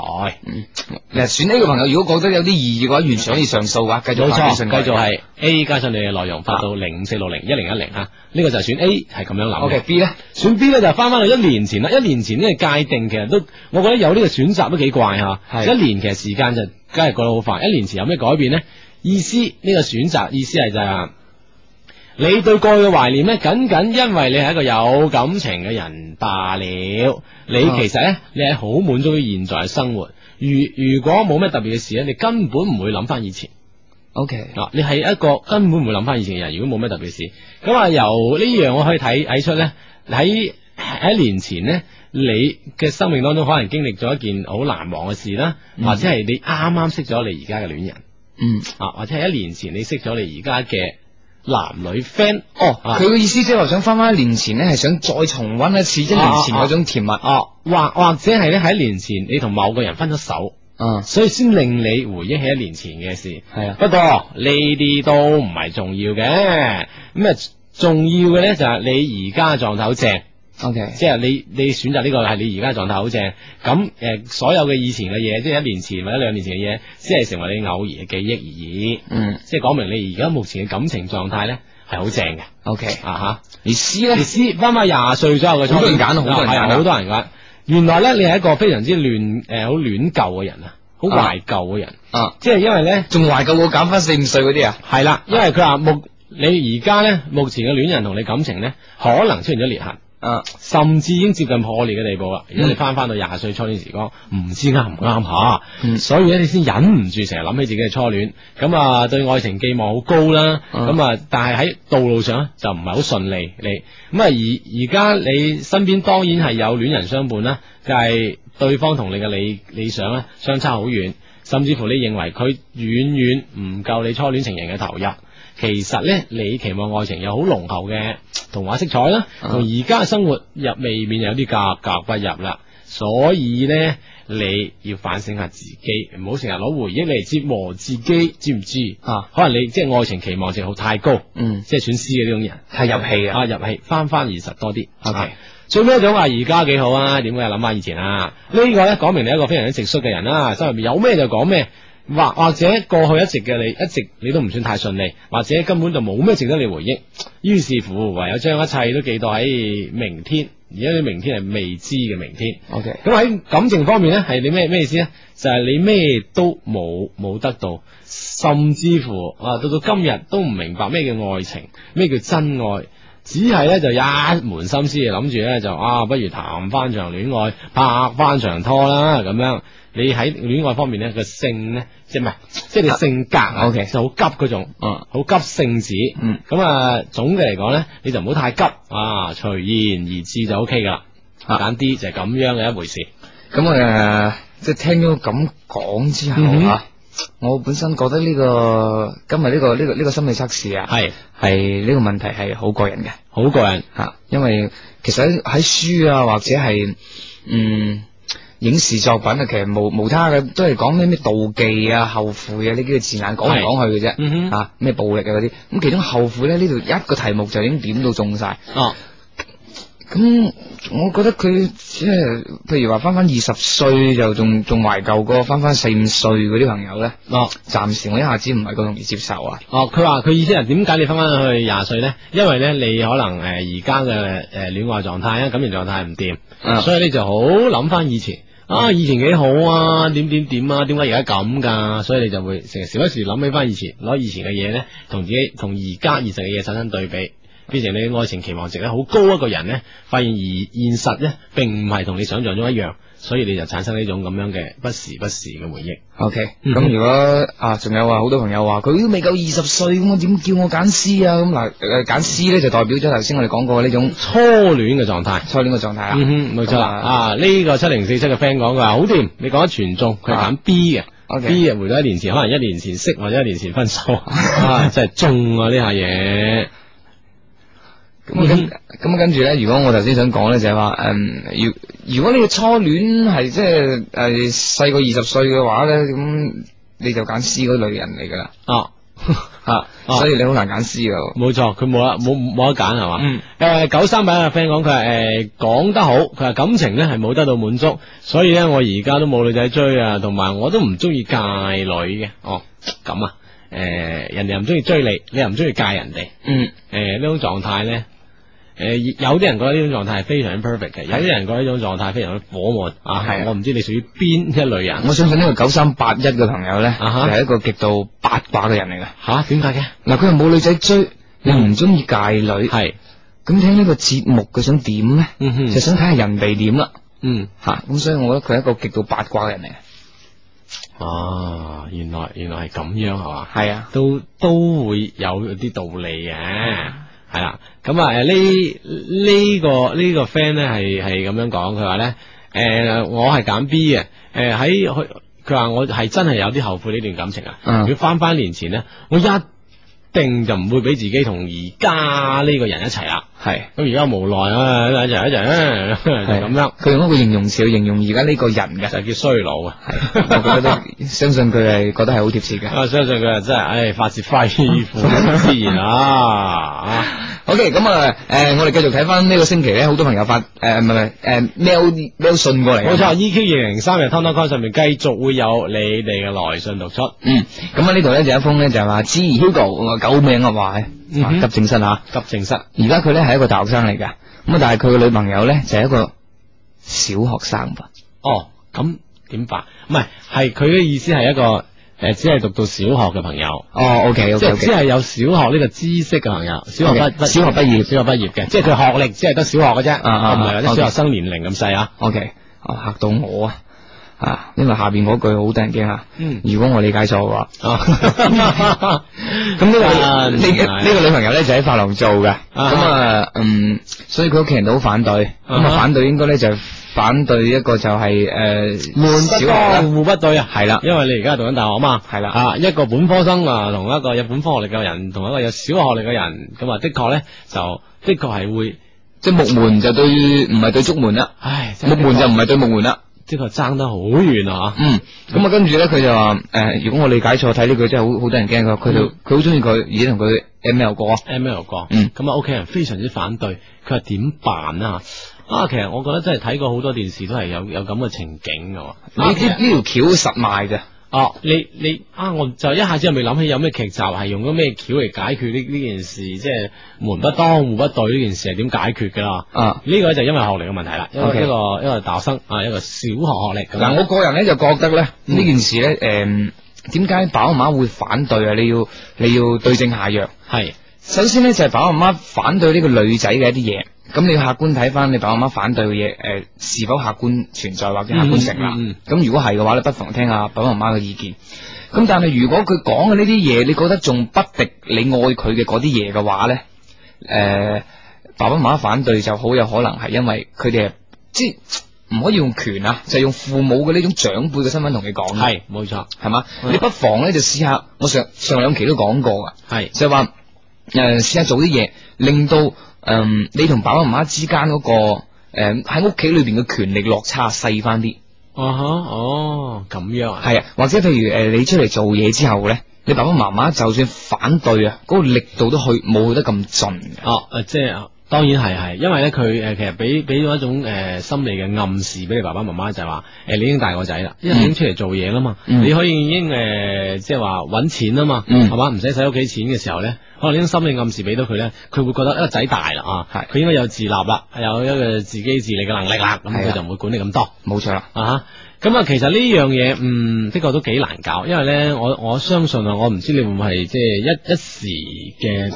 [SPEAKER 3] 嗱，選呢個朋友如果覺得有啲異議嘅話，完全可以上訴嘅話，繼續
[SPEAKER 1] 冇
[SPEAKER 3] 發
[SPEAKER 1] 錯，
[SPEAKER 3] 短信過嚟
[SPEAKER 1] 繼續係 A 加上你嘅內容發到零五四六零一零一零吓，呢個就係選 A 係咁樣諗嘅。
[SPEAKER 3] OK B 咧，
[SPEAKER 1] 選 B 咧就翻翻去一年前啦，一年前呢個界定其實都，我覺得有呢個選擇都幾怪吓。
[SPEAKER 3] 係
[SPEAKER 1] 一年其實時間就梗係過得好快，一年前有咩改變呢？意思呢、個選擇意思係就係話你對過去嘅懷念呢，僅僅因為你係一個有感情嘅人罷了。你
[SPEAKER 3] 啊
[SPEAKER 1] 其實呢，你係好滿足於現在嘅生活。如如果冇咩特別嘅事呢，你根本唔會諗翻以前。
[SPEAKER 3] ，OK，
[SPEAKER 1] 嗱，啊你係一個根本唔會諗翻以前嘅人，如果冇咩特別事，咁啊由呢樣我可以睇睇出咧，喺喺一年前咧，你嘅生命當中可能經歷咗一件好難忘嘅事啦，
[SPEAKER 3] 嗯
[SPEAKER 1] 或者係你啱啱識咗你而家嘅戀人
[SPEAKER 3] 嗯，
[SPEAKER 1] 啊，或者係一年前你識咗你而家嘅男女 friend
[SPEAKER 3] 哦，
[SPEAKER 1] 啊
[SPEAKER 3] 佢嘅意思即係話想翻翻一年前咧，係想再重温一次一年前嗰種甜蜜，
[SPEAKER 1] 哦，或或者係咧喺一年前你同某個人分咗手，
[SPEAKER 3] 嗯，
[SPEAKER 1] 所以先令你回憶起一年前嘅事。
[SPEAKER 3] 係啊，
[SPEAKER 1] 不過呢啲都唔係重要嘅，咁啊重要嘅呢就係你而家狀態好正，
[SPEAKER 3] ，OK，
[SPEAKER 1] 即係你你選擇呢個係你而家狀態好正，咁诶、呃所有嘅以前嘅嘢，即係一年前或者兩年前嘅嘢，只係成為你偶然嘅記憶而已，
[SPEAKER 3] 嗯
[SPEAKER 1] 即係講明你而家目前嘅感情狀態呢係好正嘅，
[SPEAKER 3] ，OK，
[SPEAKER 1] 啊
[SPEAKER 3] 而 C
[SPEAKER 1] 吓，
[SPEAKER 3] 咧
[SPEAKER 1] 你，知翻翻廿歲左右嘅初戀，
[SPEAKER 3] 好多人揀好多人揀
[SPEAKER 1] 係啊好多人揀，原來呢，你係一個非常之亂诶好戀舊嘅人啊，好懷舊嘅人，
[SPEAKER 3] 啊，
[SPEAKER 1] 即係因為呢。
[SPEAKER 3] 仲懷舊過減翻四五歲嗰啲啊，
[SPEAKER 1] 系啦，因為佢話目你而家呢，目前嘅戀人同你感情呢，可能出現咗裂痕，
[SPEAKER 3] 啊，
[SPEAKER 1] 甚至已經接近破裂嘅地步啦。如果你
[SPEAKER 3] 嗯
[SPEAKER 1] 翻翻到廿歲初戀時光，唔知啱唔啱吓，
[SPEAKER 3] 嗯
[SPEAKER 1] 所以咧你先忍唔住成日諗起自己嘅初戀，咁啊對愛情寄望好高啦，
[SPEAKER 3] 嗯
[SPEAKER 1] 咁啊但係喺道路上呢就唔係好順利，你咁啊而而家你身邊當然係有戀人相伴啦，就係、對方同你嘅理理想咧相差好遠。甚至乎你認為佢遠遠唔夠你初戀情人嘅投入。其實呢，你期望愛情有好濃厚嘅童話色彩啦，
[SPEAKER 3] 啊
[SPEAKER 1] 同而家嘅生活入未免有啲格格不入啦。所以呢，你要反省下自己，唔好成日攞回憶嚟折磨自己，知唔知？
[SPEAKER 3] 啊，
[SPEAKER 1] 可能你即係愛情期望值好太高，
[SPEAKER 3] 嗯，
[SPEAKER 1] 即係選 C 嘅呢種人。
[SPEAKER 3] 係入戲嘅，
[SPEAKER 1] 啊，入戲翻翻現實多啲。
[SPEAKER 3] OK
[SPEAKER 1] 啊最尾一種話而家幾好啊？點解諗翻以前啊？呢、個咧講明你係一個非常之直率嘅人啦、心入面有咩就講咩，或或者過去一直嘅你，一直你都唔算太順利，或者根本就冇咩值得你回憶，於是乎唯有將一切都記到喺明天而家啲明天係未知嘅明天。
[SPEAKER 3] O K，
[SPEAKER 1] 咁喺感情方面咧，係你咩咩意思咧？就係、你咩都冇冇得到，甚至乎啊，到到今日都唔明白咩叫愛情，咩叫真愛。只係咧就一門心思諗住咧就啊，不如談翻場戀愛，拍翻場拖啦咁樣。你喺戀愛方面咧個性咧，即係唔係即係你性格啊
[SPEAKER 3] OK
[SPEAKER 1] 就好急嗰種，
[SPEAKER 3] 嗯
[SPEAKER 1] 好急性子。
[SPEAKER 3] 嗯，
[SPEAKER 1] 咁啊，總嘅嚟講咧，你就唔好太急啊，隨緣而至就 O K 噶啦。簡啲就係咁樣嘅一回事。
[SPEAKER 3] 咁诶、呃即系听咗咁講之後
[SPEAKER 1] 嗯哼
[SPEAKER 3] 啊，我本身覺得呢、個今日呢、個呢、個呢、個心理測試啊，
[SPEAKER 1] 系
[SPEAKER 3] 係呢個問題係好過人嘅。
[SPEAKER 1] 好過人，
[SPEAKER 3] 吓，因为其实喺喺书啊，或者系嗯影视作品啊，其实無無他嘅，都係講啲咩妒忌啊、後悔啊呢幾個字眼講嚟講去嘅啫。
[SPEAKER 1] 嗯哼，
[SPEAKER 3] 啊，咩暴力啊嗰啲，咁其中後悔咧呢度一個題目就已經點到中晒，
[SPEAKER 1] 哦，
[SPEAKER 3] 咁我覺得佢即係譬如話翻翻二十歲就仲仲懷舊過翻翻四五歲嗰啲朋友咧，
[SPEAKER 1] 哦，
[SPEAKER 3] 暫時我一下子唔係咁容易接受啊，
[SPEAKER 1] 哦，佢話佢意思係點解你翻翻去廿歲咧？因為咧你可能诶而家嘅诶恋愛狀態啊，感情狀態唔掂，
[SPEAKER 3] 啊
[SPEAKER 1] 所以你就好諗翻以前。啊！以前幾好啊，點點點啊，點解而家咁㗎？所以你就會成日時不時諗起翻以前，攞以前嘅嘢咧，同自己同而家現實嘅嘢產生對比，變成你嘅愛情期望值咧好高一個人咧，發現而現實咧並唔係同你想象中一樣，所以你就產生呢種咁樣嘅不時不時嘅回憶。
[SPEAKER 3] OK，
[SPEAKER 1] 嗯
[SPEAKER 3] 咁如果啊，仲有話好多朋友話佢都未夠二十歲，咁我點叫我揀 C 啊？咁嗱，誒揀 C 咧就代表咗頭先我哋講過呢種
[SPEAKER 1] 初戀嘅狀態。
[SPEAKER 3] 初戀嘅狀態啊。
[SPEAKER 1] 嗯哼，冇錯啦。
[SPEAKER 3] 咁啊
[SPEAKER 1] 啊，呢、個七零四七嘅 friend 講佢話好掂，你講得全中，佢係揀 B 嘅。
[SPEAKER 3] 啊 OK
[SPEAKER 1] B 啊嘅回到一年前，可能一年前識或者一年前分 手，啊，真係中啊呢下嘢。嗯
[SPEAKER 3] 咁啊跟咁啊跟住咧，如果我頭先想講咧就係話，嗯，如如果你嘅初戀係即係誒細過二十歲嘅話咧，咁你就揀 C 嗰類人嚟㗎啦，
[SPEAKER 1] 啊，哦
[SPEAKER 3] 嚇，所以你好難揀 C 㗎。
[SPEAKER 1] 冇錯，佢冇得冇冇得揀係嘛。
[SPEAKER 3] 嗯，
[SPEAKER 1] 诶，九三版嘅 friend 講佢話诶講得好，佢話感情咧係冇得到滿足，所以咧我而家都冇女仔追啊，同埋我都唔中意戒女嘅。哦，咁啊，诶、人哋又唔中意追你，你又唔中意戒人哋。
[SPEAKER 3] 嗯，
[SPEAKER 1] 诶呃呢種狀態咧，诶、有啲人覺得呢種狀態係非常之 perfect 嘅，有啲人覺得呢種狀態非常之火悶啊！
[SPEAKER 3] 係啊
[SPEAKER 1] 我唔知你屬於邊一類人
[SPEAKER 3] 我相信呢個九三八一嘅朋友咧，就
[SPEAKER 1] 啊哈
[SPEAKER 3] 係一個極度八卦嘅人嚟㗎。
[SPEAKER 1] 吓？點解嘅？
[SPEAKER 3] 嗱，佢又冇女仔追，又唔中意界女，
[SPEAKER 1] 嗯係
[SPEAKER 3] 咁聽呢個節目佢想點咧？
[SPEAKER 1] 嗯哼
[SPEAKER 3] 就想睇下人哋點啦，
[SPEAKER 1] 嗯
[SPEAKER 3] 吓咁所以我覺得佢係一個極度八卦嘅人嚟嘅。
[SPEAKER 1] 啊，原來原來係咁樣係嘛？
[SPEAKER 3] 係啊，
[SPEAKER 1] 都都會有啲道理嘅，係啦。咁啊，誒呢呢個呢、個 friend 咧係係咁樣講，佢話咧誒我係揀 B 嘅，誒喺佢佢話我係真係有啲後悔呢段感情啊。
[SPEAKER 3] 嗯
[SPEAKER 1] 如果翻翻年前咧，我一定就唔會俾自己同而家呢個人一齊啦。
[SPEAKER 3] 係
[SPEAKER 1] 咁而家無奈啊，一齊一齊啊就
[SPEAKER 3] 係
[SPEAKER 1] 咁樣，
[SPEAKER 3] 佢用一個形容詞去形容而家呢個人 嘅，
[SPEAKER 1] 就叫衰老啊。
[SPEAKER 3] 我 覺得都相信佢係覺得係好貼切嘅。
[SPEAKER 1] 我啊相信佢係真係，唉，發自肺腑之言啊！啊
[SPEAKER 3] OK，咁啊，诶，我哋繼續睇翻呢個星期咧，好多朋友發诶，唔係唔係诶，mail mail 信過嚟啊嘅。
[SPEAKER 1] 冇錯，EQ 二零三日 t o n c o m 上面繼續會有你哋嘅來信讀出。
[SPEAKER 3] 嗯，咁啊呢度咧就有一封咧就係話，知 Hugo，我話救命啊，話
[SPEAKER 1] 嗯哼
[SPEAKER 3] 係急症室啊。
[SPEAKER 1] 急症室
[SPEAKER 3] 而家佢咧係一個大學生嚟噶，咁啊但係佢嘅女朋友咧就係一個小學生吧。
[SPEAKER 1] 哦，咁點辦？唔係，係佢嘅意思係一個诶、呃只係讀到小學嘅朋友，
[SPEAKER 3] 哦，OK
[SPEAKER 1] 即
[SPEAKER 3] OK
[SPEAKER 1] 係只
[SPEAKER 3] OK，
[SPEAKER 1] 係有小學呢個知識嘅朋友，小學畢
[SPEAKER 3] OK，小學畢業
[SPEAKER 1] 小學畢業嘅，即係佢學歷只係得小學嘅啫，
[SPEAKER 3] 啊啊
[SPEAKER 1] 唔係或者小
[SPEAKER 3] OK
[SPEAKER 1] 學生年齡咁細啊。
[SPEAKER 3] OK，哦嚇到我啊！啊，因為下邊嗰句好得人驚啊！
[SPEAKER 1] 嗯
[SPEAKER 3] 如果我理解錯嘅話，
[SPEAKER 1] 啊
[SPEAKER 3] 咁呢個
[SPEAKER 1] 啊
[SPEAKER 3] 呢
[SPEAKER 1] 原
[SPEAKER 3] 個
[SPEAKER 1] 來
[SPEAKER 3] 呢個女朋友咧就喺髮廊做嘅，
[SPEAKER 1] 啊
[SPEAKER 3] 咁啊嗯，所以佢屋企人都好反對，咁
[SPEAKER 1] 啊哈
[SPEAKER 3] 啊反對應該咧就係反對一個就係誒小學啦
[SPEAKER 1] 門不當戶不對啊，
[SPEAKER 3] 係啦
[SPEAKER 1] 因為你而家係讀緊大學啊嘛，
[SPEAKER 3] 係啦
[SPEAKER 1] 啊一個本科生啊，同一個有本科學歷嘅人，同一個有小學學歷嘅人，咁啊的確咧就的確係會，
[SPEAKER 3] 即係木門就對唔係對竹門啦，
[SPEAKER 1] 唉，真
[SPEAKER 3] 木
[SPEAKER 1] 係的確
[SPEAKER 3] 門就唔係對木門啦。
[SPEAKER 1] 的確爭得好遠啊，
[SPEAKER 3] 嗯，咁啊，跟住咧，佢就話诶、誒如果我理解錯，睇呢句真係好好得人驚佢，佢就佢好中意佢，而家同佢 M L 過，
[SPEAKER 1] M L 哥，
[SPEAKER 3] 嗯
[SPEAKER 1] 咁啊屋企人非常之反對，佢話點辦啊？啊，其實我覺得真係睇過好多電視都係有有咁嘅情景嘅喎，啊
[SPEAKER 3] 呢呢呢條橋實賣嘅，
[SPEAKER 1] 哦，你你啊，我就一下子又未諗起有咩劇集係用咗咩橋嚟解決呢呢件事，即係門不當户不對呢件事係點解決㗎啦？
[SPEAKER 3] 啊。
[SPEAKER 1] 呢個就因為學歷嘅問題啦，因為
[SPEAKER 3] OK
[SPEAKER 1] 一個一個大學生啊，一個小學學歷咁樣。
[SPEAKER 3] 嗱，我個人咧就覺得咧呢件事咧，诶、點解爸爸媽媽會反對啊？你要你要對症下藥。
[SPEAKER 1] 係
[SPEAKER 3] 首先咧就係爸爸媽媽反對呢個女仔嘅一啲嘢，咁你要客觀睇翻你爸爸媽媽反對嘅嘢，诶、是否客觀存在或者客觀成立？咁、
[SPEAKER 1] 嗯嗯
[SPEAKER 3] 如果係嘅話咧，不妨聽下爸爸媽媽嘅意見。咁但係如果佢講嘅呢啲嘢，你覺得仲不敵你愛佢嘅嗰啲嘢嘅話咧，诶、爸爸媽媽反對就好有可能係因為佢哋係即係唔可以用權啊，就係用父母嘅呢種長輩嘅身份同你講嘅，
[SPEAKER 1] 係冇錯，
[SPEAKER 3] 係嘛？你不妨咧就試下，我上上兩期都講過噶。
[SPEAKER 1] 係
[SPEAKER 3] 就係話诶，呃試下做啲嘢，令到诶、嗯你同爸爸媽媽之間嗰、個诶喺屋企裏边嘅權力落差細翻啲，
[SPEAKER 1] 哦哈哦咁樣啊，
[SPEAKER 3] 係啊，或者譬如诶、呃你出嚟做嘢之後咧，你爸爸媽媽就算反對啊，嗰、個力度都去冇去得咁盡嘅，
[SPEAKER 1] 哦誒即係。當然係係，因為咧佢誒其實俾俾咗一種誒、呃心理嘅暗示俾你爸爸媽媽，就係話誒你已經大個仔啦，因為你已經出嚟做嘢啦嘛，
[SPEAKER 3] 嗯
[SPEAKER 1] 你可以已經誒、呃即係話揾錢啦嘛，
[SPEAKER 3] 嗯
[SPEAKER 1] 係嘛、唔使使屋企錢嘅時候咧，可能呢種心理暗示俾到佢咧，佢會覺得一個仔大啦啊，
[SPEAKER 3] 係
[SPEAKER 1] 佢應該有自立啦，有一個自己自理嘅能力啦，咁
[SPEAKER 3] 係啊
[SPEAKER 1] 佢就唔會管你咁多。
[SPEAKER 3] 冇錯啦，
[SPEAKER 1] 啊咁啊，其實呢樣嘢，嗯，的確都幾難搞，因為咧，我我相信啊，我唔知你會唔會係即係一一時嘅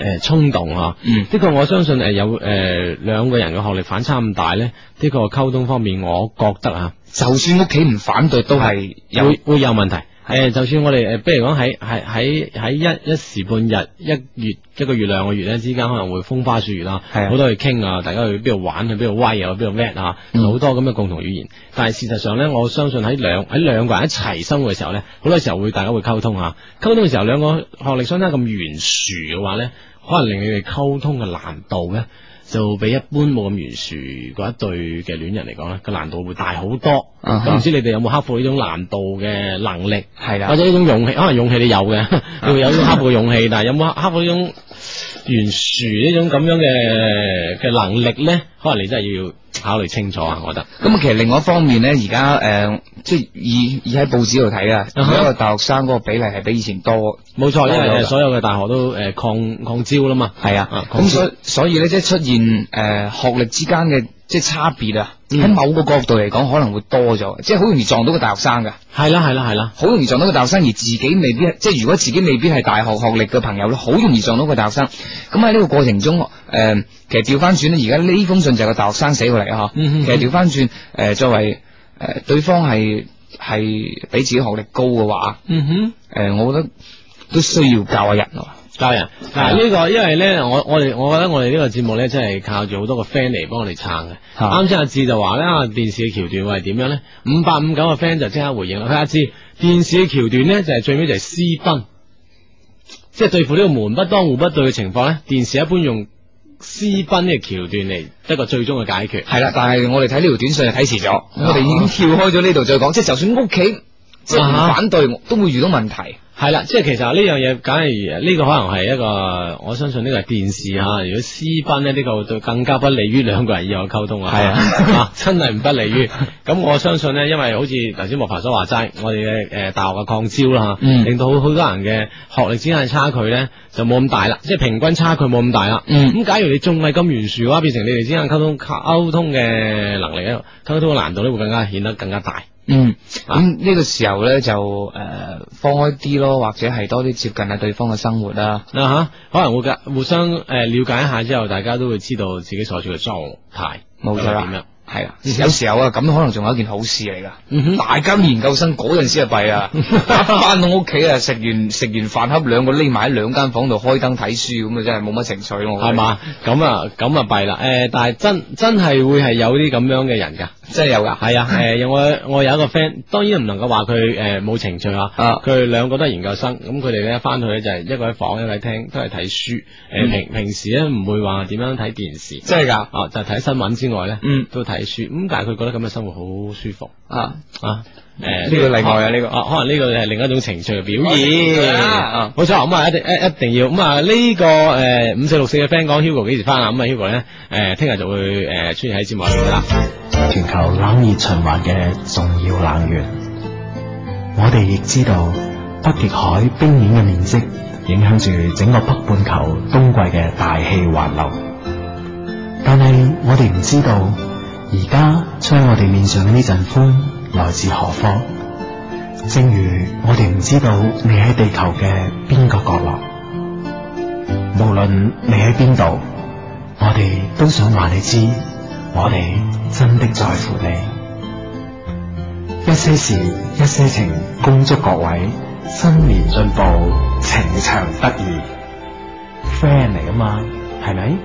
[SPEAKER 1] 誒衝動啊。
[SPEAKER 3] 嗯
[SPEAKER 1] 的確，我相信誒有誒兩個人嘅學歷反差咁大咧，的確溝通方面，我覺得啊，
[SPEAKER 3] 就算屋企唔反對都係有
[SPEAKER 1] 會會有問題。誒，就算我哋誒，比如講喺喺喺喺一一時半日、一月一個月兩個月咧之間，可能會風花雪月啦，
[SPEAKER 3] 係啊
[SPEAKER 1] 好多去傾啊，大家去邊度玩，去邊度威啊，去邊度 rap 啊，
[SPEAKER 3] 嗯
[SPEAKER 1] 好多咁嘅共同語言。但係事實上咧，我相信喺兩喺兩個人一齊生活嘅時候咧，好多時候會大家會溝通啊，溝通嘅時候兩個學歷相差咁懸殊嘅話咧，可能令你哋溝通嘅難度咧。就比一般冇咁懸殊嗰一對嘅戀人嚟講咧，個難度會大好多。
[SPEAKER 3] 啊
[SPEAKER 1] 咁
[SPEAKER 3] 哈
[SPEAKER 1] 唔知你哋有冇克服呢種難度嘅能力，
[SPEAKER 3] 係啦
[SPEAKER 1] 或。者呢種勇氣？可能勇氣你有 嘅，你會有呢種克服嘅勇氣，但係有冇克服呢種懸殊呢種咁樣嘅嘅能力咧？可能你真係要考慮清楚啊！我覺得
[SPEAKER 3] 咁啊，其實另外一方面咧，而家誒，即係以以喺報紙度睇啊，
[SPEAKER 1] 啊哈
[SPEAKER 3] 而家個大學生嗰個比例係比以前多，
[SPEAKER 1] 冇錯，因
[SPEAKER 3] 有
[SPEAKER 1] 為
[SPEAKER 3] 㗎
[SPEAKER 1] 所有嘅大學都誒抗抗招啦嘛。
[SPEAKER 3] 系啊
[SPEAKER 1] 啊，
[SPEAKER 3] 咁
[SPEAKER 1] 講
[SPEAKER 3] 所所以咧，即係出現诶、呃、学历之間嘅即係差別啊，
[SPEAKER 1] 嗯
[SPEAKER 3] 喺、某個角度嚟講，可能會多咗，即係好容易撞到個大學生噶，
[SPEAKER 1] 係啦，係啦，係啦。
[SPEAKER 3] 好容易撞到個大學生，而自己未必即係如果自己未必係大學學歷嘅朋友咧，好容易撞到個大學生。咁喺呢個過程中，诶、其實調翻轉咧，而家呢封信就係個大學生寫過嚟啊，嗬
[SPEAKER 1] 嗯嗯嗯
[SPEAKER 3] 其實調翻轉诶，呃作為诶、呃、对方係係比自己學歷高嘅話，
[SPEAKER 1] 嗯哼。
[SPEAKER 3] 诶、我覺得都需要教下人咯。
[SPEAKER 1] 教人啊嗱呢個，因為咧，我我哋我覺得我哋呢個節目咧，真係靠住好多個 friend 嚟幫我哋撐嘅。
[SPEAKER 3] 嚇
[SPEAKER 1] 啱先阿志就話咧，啊電視嘅橋段會係點樣咧？五八五九個 friend 就即刻回應啦。佢話阿志電視嘅橋段咧，就係、最尾就係私奔，即係對付呢個門不當户不對嘅情況咧，電視一般用私奔嘅橋段嚟一個最終嘅解決。
[SPEAKER 3] 系啦，但係我哋睇呢條短信就睇遲咗，我哋已經跳開咗呢度再講，即係就算屋企即係唔
[SPEAKER 1] 啊
[SPEAKER 3] 反對，都會遇到問題。
[SPEAKER 1] 係啦，即係其實呢樣嘢，梗係呢個可能係一個，我相信呢個係電視吓。如果私奔咧，呢、個對更加不利於兩個人以後嘅溝通啊。
[SPEAKER 3] 係啊
[SPEAKER 1] 啊，真係唔不利於。咁我相信咧，因為好似頭先莫凡所話齋，我哋嘅诶大學嘅擴招啦，
[SPEAKER 3] 嗯
[SPEAKER 1] 令到好好多人嘅學歷之間嘅差距咧就冇咁大啦，即係平均差距冇咁大啦。
[SPEAKER 3] 嗯
[SPEAKER 1] 咁假如你仲係咁懸殊嘅話，變成你哋之間溝通溝通嘅能力咧，溝通嘅難度咧會更加顯得更加大。
[SPEAKER 3] 嗯，
[SPEAKER 1] 啊
[SPEAKER 3] 咁呢個時候咧就诶、呃放開啲咯，或者係多啲接近下對方嘅生活啦。
[SPEAKER 1] 啊吓，可能會嘅互相诶、呃了解一下之後，大家都會知道自己所處嘅狀態
[SPEAKER 3] 冇錯
[SPEAKER 1] 係點樣啊
[SPEAKER 3] 啦。，係啦，有時候啊，咁可能仲有一件好事嚟噶。
[SPEAKER 1] 嗯哼，
[SPEAKER 3] 大家研究生嗰陣時就弊 啦，翻到屋企啊，食完食完飯盒，兩個匿埋喺兩間房度開燈睇書，咁啊真係冇乜情趣咯。我覺得
[SPEAKER 1] 係？嘛？咁啊，咁啊弊啦。诶、但係真真係會係有啲咁樣嘅人㗎。
[SPEAKER 3] 真係有㗎。
[SPEAKER 1] 係啊，诶、我我有一個 friend，當然唔能夠話佢诶冇情趣啊。
[SPEAKER 3] 啊
[SPEAKER 1] 佢哋兩個都係研究生，咁佢哋咧翻去咧就係一個喺房，一個喺廳，都係睇書。诶、
[SPEAKER 3] 嗯
[SPEAKER 1] 平平時咧唔會話點樣睇電視，
[SPEAKER 3] 真係㗎。
[SPEAKER 1] 啊就係睇新聞之外咧，
[SPEAKER 3] 嗯
[SPEAKER 1] 都睇書。咁但係佢覺得咁嘅生活好舒服。
[SPEAKER 3] 啊。
[SPEAKER 1] 啊，诶、
[SPEAKER 3] 呢個例外啊呢個
[SPEAKER 1] 啊，可能呢個係另一種情緒嘅表
[SPEAKER 3] 哦
[SPEAKER 1] 現，
[SPEAKER 3] 啊
[SPEAKER 1] 冇錯，咁啊一定一一定要，咁啊呢個诶五四六四嘅 friend 講 Hugo 幾時翻啊，咁啊 Hugo 咧诶聽日就會诶出現喺節目入面㗎啦。
[SPEAKER 4] 全球冷熱循環嘅重要冷源。我哋亦知道北極海冰面嘅面積影響住整個北半球冬季嘅大氣環流，但係我哋唔知道而家吹我哋面上嘅呢陣風來自何方。正如我哋唔知道你喺地球嘅邊個角落，無論你喺邊度，我哋都想話你知，我哋真的在乎你。一些事，一些情，恭祝各位新年進步，情長得意。friend 嚟噶嘛，係咪？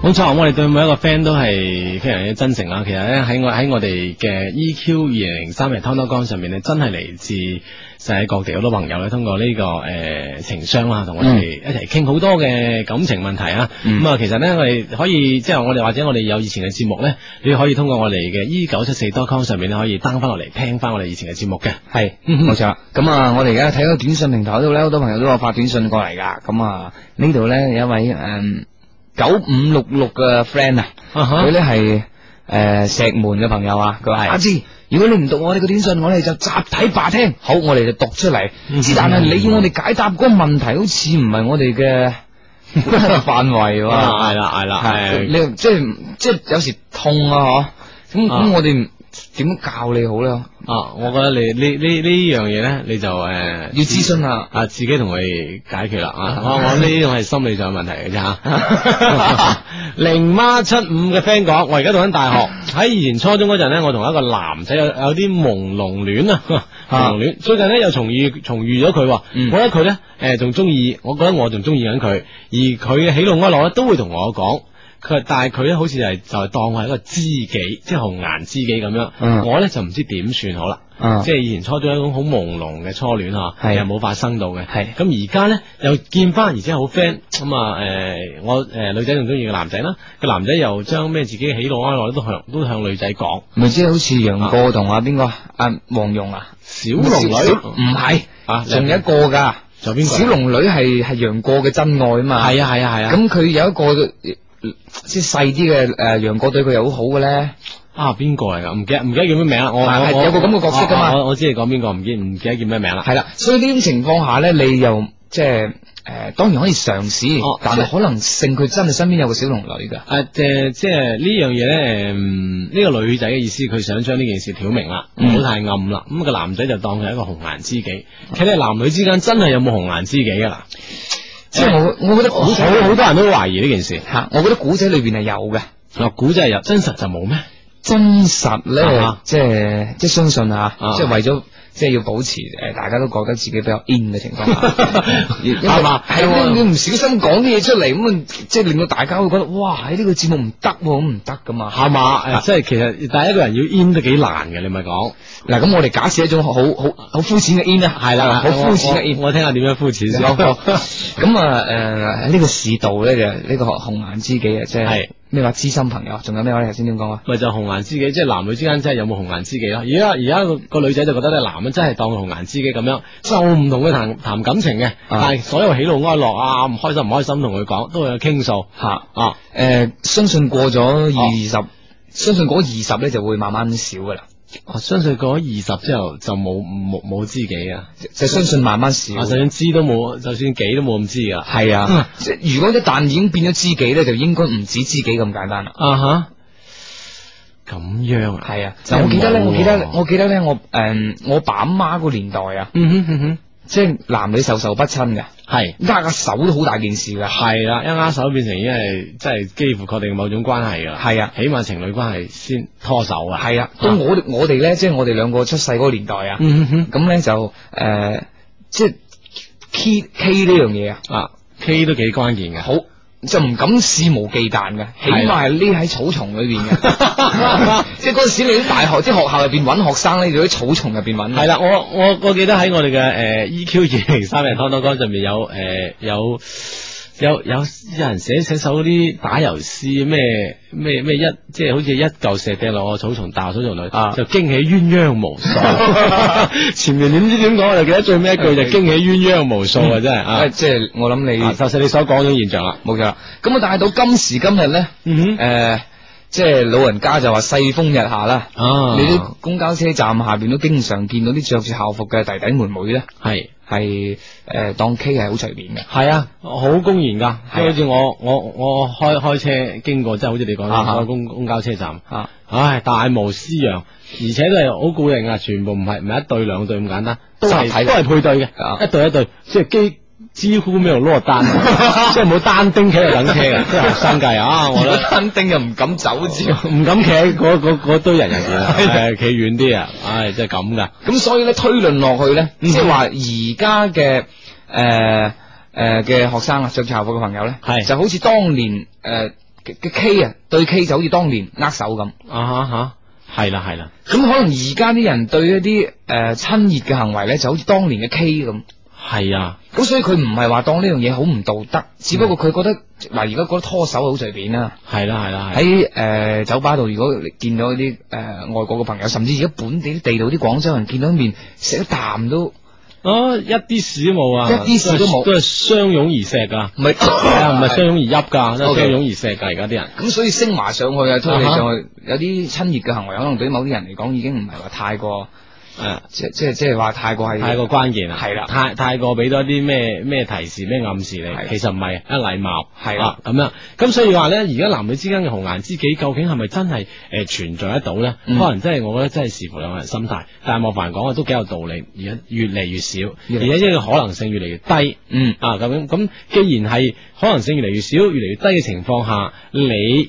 [SPEAKER 1] 冇錯，我哋對每一個 friend 都係非常之真誠啦。啊其實咧喺我喺我哋嘅 EQ 二零零三嘅 t o n d o c o m 上面咧，真係嚟自世界各地好多朋友咧，通過呢、個誒、呃情商啦，同我哋一齊傾好多嘅感情問題啊。
[SPEAKER 3] 嗯
[SPEAKER 1] 咁啊、其實咧我哋可以即係我哋或者我哋有以前嘅節目咧，你可以通過我哋嘅 E 九七四 .com 上面咧可以 down 翻落嚟聽翻我哋以前嘅節目嘅。
[SPEAKER 3] 系，
[SPEAKER 1] 嗯
[SPEAKER 3] 冇錯。咁啊，我哋而家睇到短信平台度咧，好多朋友都有發短信過嚟噶。咁啊，呢度咧有一位诶九五六六嘅 friend 啊，
[SPEAKER 1] 啊哈
[SPEAKER 3] 佢咧係诶石門嘅朋友啊，佢話阿志，如果你唔讀我哋嘅短信，我哋就集體罷聽。嗯好，我哋就讀出嚟。之但係你要我哋解答嗰個問題，好似唔係我哋 嘅範圍喎。
[SPEAKER 1] 啊係啦係啦，
[SPEAKER 3] 係
[SPEAKER 1] 係
[SPEAKER 3] 你即係即係有時痛啊，嗬。咁
[SPEAKER 1] 啊
[SPEAKER 3] 咁，我哋唔點教你好咧？
[SPEAKER 1] 啊！我覺得你呢呢呢樣嘢咧，你就誒
[SPEAKER 3] 要諮詢啊。
[SPEAKER 1] 啊，自己同佢解決啦啊！我我呢種係心理上嘅問題嚟嘅啫 吓。零孖七五嘅 friend 講，我而家讀緊大學，喺以前初中嗰陣咧，我同一個男仔有有啲朦朧戀啊，
[SPEAKER 3] 啊
[SPEAKER 1] 朦朧戀。最近咧又重遇重遇咗佢喎，
[SPEAKER 3] 嗯
[SPEAKER 1] 我覺得佢咧誒仲中意，我覺得我仲中意緊佢，而佢嘅喜怒哀樂咧都會同我講。佢但係佢咧，好似就係就係當我係一個知己，即係紅顏知己咁樣。
[SPEAKER 3] 嗯
[SPEAKER 1] 我咧就唔知點算好啦。
[SPEAKER 3] 啊
[SPEAKER 1] 即係以前初中一種好朦朧嘅初戀吓，
[SPEAKER 3] 係
[SPEAKER 1] 又冇發生到嘅。
[SPEAKER 3] 係
[SPEAKER 1] 咁而家咧又見翻，而且好 friend 咁啊！诶，我诶女仔仲中意個男仔啦，個男仔又將咩自己嘅喜怒哀樂都向都向女仔講。
[SPEAKER 3] 咪即係好似楊過同阿邊個啊阿黃蓉啊，
[SPEAKER 1] 小龍
[SPEAKER 3] 小
[SPEAKER 1] 女
[SPEAKER 3] 唔係，
[SPEAKER 1] 啊，
[SPEAKER 3] 仲有一個㗎，
[SPEAKER 1] 仲有邊個
[SPEAKER 3] 小龍女係係楊過嘅真愛啊嘛，
[SPEAKER 1] 係啊係啊係啊，
[SPEAKER 3] 咁佢有一個呃即係細啲嘅誒楊過對佢又好好嘅咧，
[SPEAKER 1] 啊邊個嚟㗎？唔記得唔記得叫咩名啦。我
[SPEAKER 3] 但係
[SPEAKER 1] 我
[SPEAKER 3] 有個咁嘅角色㗎嘛
[SPEAKER 1] 我我我我知你講邊個，唔記唔記得叫咩名啦。
[SPEAKER 3] 係啦，所以呢種情況下咧，你又即係誒當然可以嘗試，
[SPEAKER 1] 哦
[SPEAKER 3] 但
[SPEAKER 1] 即
[SPEAKER 3] 係
[SPEAKER 1] 係
[SPEAKER 3] 可能性佢真係身邊有個小龍女㗎，
[SPEAKER 1] 啊，即係即係呢樣嘢咧，嗯呢、個女仔嘅意思，佢想將呢件事挑明啦，唔
[SPEAKER 3] 嗯
[SPEAKER 1] 好太暗啦。咁、個男仔就當佢係一個紅顏知己。其實男女之間真係有冇紅顏知己㗎啦？
[SPEAKER 3] 即係我我覺得
[SPEAKER 1] 好
[SPEAKER 3] 古仔
[SPEAKER 1] 好好多人都懷疑呢件事。
[SPEAKER 3] 哦嚇，我覺得古仔裏邊係有嘅。
[SPEAKER 1] 嗱，古真係有，真實就冇咩？
[SPEAKER 3] 真實咧
[SPEAKER 1] 啊，
[SPEAKER 3] 即係即係相信啊
[SPEAKER 1] 啊，
[SPEAKER 3] 即係為咗即係要保持誒，大家都覺得自己比較 in 嘅情況下，因為
[SPEAKER 1] 係嘛
[SPEAKER 3] 係
[SPEAKER 1] 係喎
[SPEAKER 3] 喎你唔小心講啲嘢出嚟，咁啊即係令到大家會覺得哇，喺呢個節目唔得喎，咁唔得噶嘛。啊
[SPEAKER 1] 係嘛？誒、啊即係其實，但係一個人要 in 都幾難嘅，你咪講。
[SPEAKER 3] 嗱，咁我哋假設一種好好好膚淺嘅 in 啊啦，係好膚淺嘅 in
[SPEAKER 1] 我。我我聽下點樣膚淺 先。
[SPEAKER 3] 咁啊，誒喺呢個市道咧就呢個紅顏知己啊，即
[SPEAKER 1] 係
[SPEAKER 3] 係咩話知心朋友，仲有咩話？你頭先點講啊？
[SPEAKER 1] 咪就紅顏知己，即係男女之間真係有冇紅顏知己咯？而家而家個個女仔就覺得咧，男人真係當紅顏知己咁樣，就唔同佢談談感情嘅，但係所有喜怒哀樂啊，唔開心唔開心同佢講，都會有傾訴
[SPEAKER 3] 嚇
[SPEAKER 1] 啊。
[SPEAKER 3] 誒、相信過咗二十，相信嗰二十咧就會慢慢少噶啦，
[SPEAKER 1] 我啊相信過咗二十之後就冇冇冇知己啊，
[SPEAKER 3] 就相信慢慢少。
[SPEAKER 1] 啊，嗯就算知都冇，就算幾都冇咁知噶。
[SPEAKER 3] 係啊，即係如果一旦已經變咗知己咧，就應該唔止知己咁簡單啦。
[SPEAKER 1] 啊哈，咁樣啊，
[SPEAKER 3] 係啊，
[SPEAKER 1] 真係
[SPEAKER 3] 嗱，我記得咧，
[SPEAKER 1] 冇
[SPEAKER 3] 我記得
[SPEAKER 1] 喎
[SPEAKER 3] 我記得咧，我誒、我爸阿媽個年代啊，
[SPEAKER 1] 嗯哼嗯哼，
[SPEAKER 3] 即係男女授受不親嘅，
[SPEAKER 1] 係。
[SPEAKER 3] 握個手都好大件事㗎。
[SPEAKER 1] 係啦，一握手變成已經係真係幾乎確定某種關係噶啦，
[SPEAKER 3] 係啊，
[SPEAKER 1] 起碼情侶關係先拖手啊，
[SPEAKER 3] 係啊，咁我哋我哋咧，即係我哋兩個出世嗰個年代啊，
[SPEAKER 1] 嗯哼。
[SPEAKER 3] 咁咧、就誒、即係 K K 呢樣嘢啊。
[SPEAKER 1] 啊，K 都幾關鍵嘅。
[SPEAKER 3] 好就唔敢肆無忌憚嘅，起
[SPEAKER 1] 係啦
[SPEAKER 3] 碼係匿喺草叢裏 邊嘅。 即係嗰陣時，你喺大學，即係學校入邊揾學生咧，就喺草叢入邊揾。
[SPEAKER 1] 係啦，我我我記得喺我哋嘅诶 EQ 二零三嘅湯湯乾上面有诶、呃有有有有人寫寫首啲打油詩，咩咩咩一即係好似一嚿石掟落個草叢，大草叢裏、
[SPEAKER 3] 啊
[SPEAKER 1] 就驚起鴛鴦無 數。前面點知點講，我就記得最尾一句 就驚起鴛鴦無數啊！真係 啊
[SPEAKER 3] 誒，即係我諗你
[SPEAKER 1] 啊，就係你所講嗰種現象啦。
[SPEAKER 3] 冇錯啦。咁啊，但係到今時今日咧，
[SPEAKER 1] 嗯哼
[SPEAKER 3] 誒即係老人家就話世風日下啦。
[SPEAKER 1] 啊，
[SPEAKER 3] 你啲公交車站下邊都經常見到啲着住校服嘅弟弟妹妹咧，
[SPEAKER 1] 系
[SPEAKER 3] 係诶當 K 係好隨便嘅。
[SPEAKER 1] 系啊，好公然噶，即係啊好似我我我开开车经过，即系好似你讲
[SPEAKER 3] 啊哈
[SPEAKER 1] 開公公交车站，
[SPEAKER 3] 啊，
[SPEAKER 1] 唉，大模斯样，而且都系好固定啊，全部唔系唔系一对兩對咁簡單，都係
[SPEAKER 3] 集體嘅
[SPEAKER 1] 都係配對
[SPEAKER 3] 啊
[SPEAKER 1] 嘅，一對一對，即係基。幾乎沒有落單，啊 即係冇單丁企喺度等車 嘅，即係學生計啊！我覺得
[SPEAKER 3] 肯定又唔敢走字。
[SPEAKER 1] 唔敢企喺嗰嗰嗰堆人入边， 係企遠啲啊！唉，真係咁噶，
[SPEAKER 3] 咁所以咧推論落去咧，
[SPEAKER 1] 嗯
[SPEAKER 3] 即係話而家嘅诶诶嘅學生啊，着住校服嘅朋友咧，
[SPEAKER 1] 係
[SPEAKER 3] 就好似當年诶嘅、嘅 K 啊，對 K 就好似當年握手咁。
[SPEAKER 1] 啊哈哈，係啦係啦，
[SPEAKER 3] 咁可能而家啲人對一啲诶親熱嘅行為咧，就好似當年嘅 K 咁。
[SPEAKER 1] 係啊，
[SPEAKER 3] 咁所以佢唔係話當呢樣嘢好唔道德，只不
[SPEAKER 1] 嗯
[SPEAKER 3] 過佢覺得嗱，而家覺得拖手好隨便啦。
[SPEAKER 1] 係啦係啦，係啦
[SPEAKER 3] 喺誒、呃酒吧度，如果你見到啲誒、呃外國嘅朋友，甚至而家本地啲地道啲廣州人見到面食一啖都唔
[SPEAKER 1] 啊，一啲事都冇啊，
[SPEAKER 3] 一啲事都冇
[SPEAKER 1] 都係相擁而錫噶，
[SPEAKER 3] 係
[SPEAKER 1] 係啊，唔係相擁而泣噶，都係
[SPEAKER 3] OK
[SPEAKER 1] 相擁而錫噶，而家啲人
[SPEAKER 3] 咁所以升華上去啊，推你
[SPEAKER 1] 啊哈
[SPEAKER 3] 上去，有啲親熱嘅行為，可能對某啲人嚟講已經唔係話太過，
[SPEAKER 1] 誒
[SPEAKER 3] 即即即係話太過係
[SPEAKER 1] 啊太過關鍵啦，
[SPEAKER 3] 係啦
[SPEAKER 1] 太太過俾多啲咩咩提示咩暗示
[SPEAKER 3] 係啦
[SPEAKER 1] 你，其實唔係一禮貌，
[SPEAKER 3] 係啦
[SPEAKER 1] 啊咁樣，咁所以話咧，而家男女之間嘅紅顏知己究竟係咪真係誒存在得到咧？
[SPEAKER 3] 嗯
[SPEAKER 1] 可能真係我覺得真係視乎兩個人心態，但係莫凡講嘅都幾有道理，而家越嚟越少，
[SPEAKER 3] 越嚟
[SPEAKER 1] 而且呢個可能性越嚟越低。
[SPEAKER 3] 嗯
[SPEAKER 1] 啊，咁樣咁，既然係可能性越嚟越少、越嚟越低嘅情況下，你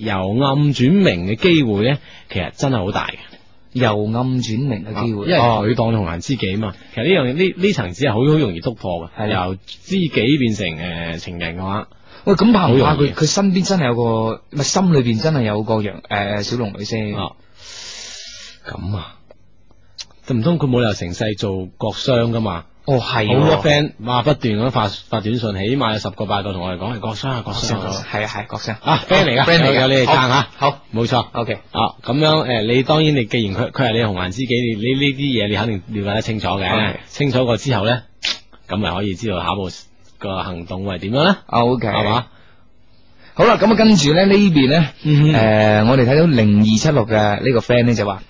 [SPEAKER 1] 由暗轉明嘅機會咧，其實真係好大嘅。啊
[SPEAKER 3] 由暗轉明嘅機會，
[SPEAKER 1] 因為
[SPEAKER 3] 哦
[SPEAKER 1] 佢當你紅顏知己嘛，其實呢樣呢呢層紙係好好容易突破嘅，
[SPEAKER 3] 係啊
[SPEAKER 1] 由知己變成誒、呃情人嘅話，
[SPEAKER 3] 喂咁怕唔怕
[SPEAKER 1] 好容易
[SPEAKER 3] 佢佢身邊真係有個，咪心裏邊真係有個楊誒、呃小龍女先，
[SPEAKER 1] 啊，咁啊，就唔通佢冇理由成世做國商噶嘛？
[SPEAKER 3] 哦係
[SPEAKER 1] 好多
[SPEAKER 3] 喎，
[SPEAKER 1] friend 話不斷咁發發短信，起碼有十個八個同我哋講係國商啊，國商啊
[SPEAKER 3] 係啊係國商
[SPEAKER 1] 啊 friend 嚟㗎
[SPEAKER 3] friend 嚟
[SPEAKER 1] 有有你哋撐啊
[SPEAKER 3] 撐
[SPEAKER 1] 嚇
[SPEAKER 3] 好
[SPEAKER 1] 冇錯。
[SPEAKER 3] ，OK，
[SPEAKER 1] 啊，咁樣诶、誒你當然你既然佢佢係你紅顏知己，你你呢啲嘢你肯定了解得清楚嘅
[SPEAKER 3] OK
[SPEAKER 1] 清楚過之後咧，咁咪可以知道下一步個行動會係點樣咧，
[SPEAKER 3] 啊 OK，
[SPEAKER 1] 係嘛？
[SPEAKER 3] 好啦，咁啊，跟住咧呢邊咧，誒、
[SPEAKER 1] 嗯哼
[SPEAKER 3] 我哋睇到零二七六嘅呢個 friend 咧就話：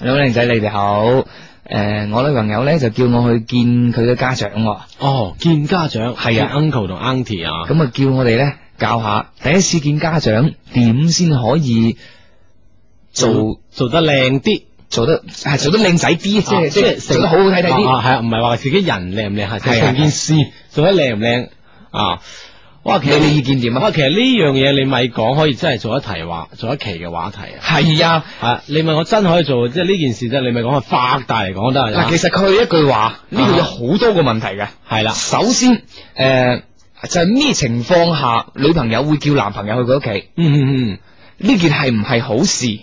[SPEAKER 3] 兩位靚仔，你哋好。誒、我女朋友咧就叫我去見佢嘅家長喎，
[SPEAKER 1] 哦，見家長
[SPEAKER 3] 係啊
[SPEAKER 1] 見，uncle 同 auntie 啊，
[SPEAKER 3] 咁啊叫我哋咧教下第一次見家長點先可以做
[SPEAKER 1] 做得靚啲，
[SPEAKER 3] 做得係做得靚仔啲，即係
[SPEAKER 1] 啊
[SPEAKER 3] 即係
[SPEAKER 1] 成
[SPEAKER 3] 做得好好睇睇啲。
[SPEAKER 1] 啊，係啊，唔係話自己人靚唔靚，係
[SPEAKER 3] 係啊
[SPEAKER 1] 成件事做得靚唔靚啊？哇，其
[SPEAKER 3] 你
[SPEAKER 1] 實
[SPEAKER 3] 嘅意見點啊？
[SPEAKER 1] 哇，其實呢樣嘢你咪講可以真係做一題話，做一期嘅話題啊！
[SPEAKER 3] 係啊，
[SPEAKER 1] 啊！你問我真可以做，即係呢件事啫。你咪講係啊發大嚟講得啊
[SPEAKER 3] 嗱，其實佢一句話呢度有好多個問題嘅。
[SPEAKER 1] 係啦，
[SPEAKER 3] 首先，诶、就係咩情況下女朋友會叫男朋友去佢屋企？
[SPEAKER 1] 嗯嗯
[SPEAKER 3] 呢件係唔係好事？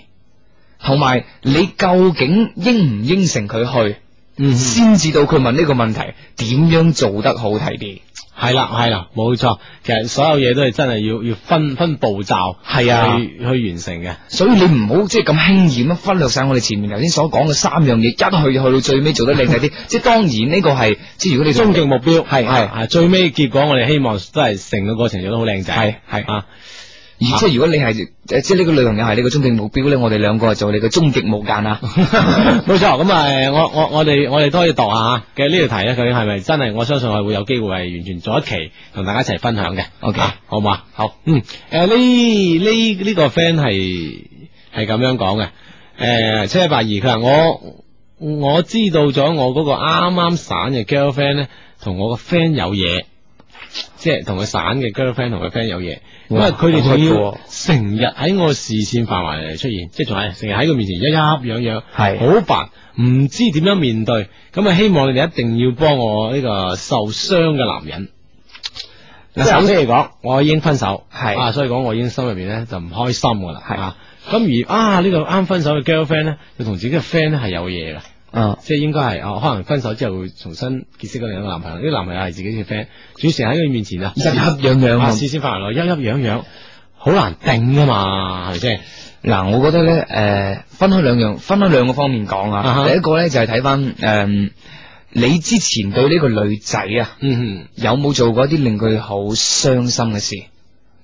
[SPEAKER 3] 同埋你究竟應唔應承佢
[SPEAKER 1] 嗯
[SPEAKER 3] 去？
[SPEAKER 1] 嗯，
[SPEAKER 3] 先至到佢問呢個問題，點樣做得好睇啲？
[SPEAKER 1] 係啦係啦，冇錯。其實所有嘢都係真係要要分分步驟，
[SPEAKER 3] 係啊
[SPEAKER 1] 去去完成嘅。
[SPEAKER 3] 所以你唔好即係咁輕易咁忽略晒我哋前面頭先所講嘅三樣嘢，一去去到最尾做得靚仔 啲。即係當然呢個係即係如果你
[SPEAKER 1] 終極目標
[SPEAKER 3] 係係
[SPEAKER 1] 係啊最尾結果，我哋希望真係成個過程做得好靚仔。
[SPEAKER 3] 係係
[SPEAKER 1] 啊，
[SPEAKER 3] 而即係如果你係誒即係呢個女朋友係你個終極目標咧，我哋兩個係做你嘅終極無 間啊！
[SPEAKER 1] 冇錯。咁啊，誒我我我哋我哋都可以度下嚇嘅呢條題咧，究竟係咪真係？我相信係會有機會係完全做一期同大家一齊分享嘅。
[SPEAKER 3] OK
[SPEAKER 1] 啊好嘛？
[SPEAKER 3] 好，
[SPEAKER 1] 嗯，诶、呢呢呢个 friend 系系咁样讲嘅，诶、七一八二，佢话我我知道咗我嗰个啱啱散嘅 girlfriend 咧，同我个 friend 有嘢，即系同佢散嘅 girlfriend 同佢 friend 有嘢，因
[SPEAKER 3] 哇
[SPEAKER 1] 为佢哋
[SPEAKER 3] 好
[SPEAKER 1] 仲
[SPEAKER 3] 屈
[SPEAKER 1] 要
[SPEAKER 3] 喎
[SPEAKER 1] 成日喺我視線範圍嚟出現，即係仲係成日喺佢面前一一樣樣，
[SPEAKER 3] 係
[SPEAKER 1] 好煩，唔知點樣面對。咁啊，希望你哋一定要幫我呢個受傷嘅男人。
[SPEAKER 3] 嗱
[SPEAKER 1] 嗱，首
[SPEAKER 3] 首
[SPEAKER 1] 先嚟講，我已經分手，
[SPEAKER 3] 係
[SPEAKER 1] 啊，所以講我已經心入邊咧就唔開心噶啦，
[SPEAKER 3] 係
[SPEAKER 1] 啊。咁而啊呢、個啱分手嘅 girlfriend 咧，就同自己嘅 friend 咧係有嘢嘅，
[SPEAKER 3] 嗯，
[SPEAKER 1] 即係應該係啊，可能分手之後會重新結識嗰另一個男朋友，呢、個男朋友係自己嘅 friend，主要成日喺佢面前啊，
[SPEAKER 3] 一樣樣
[SPEAKER 1] 啊，
[SPEAKER 3] 啊
[SPEAKER 1] 事先發來，一一樣樣，好難定噶嘛，係咪先？
[SPEAKER 3] 嗱，我覺得咧，誒、分開兩樣，分開兩個方面講啊。
[SPEAKER 1] 啊哈
[SPEAKER 3] 第一個咧就係睇翻誒，你之前對呢個女仔啊，
[SPEAKER 1] 嗯哼，
[SPEAKER 3] 有冇做過一啲令佢好傷心嘅事？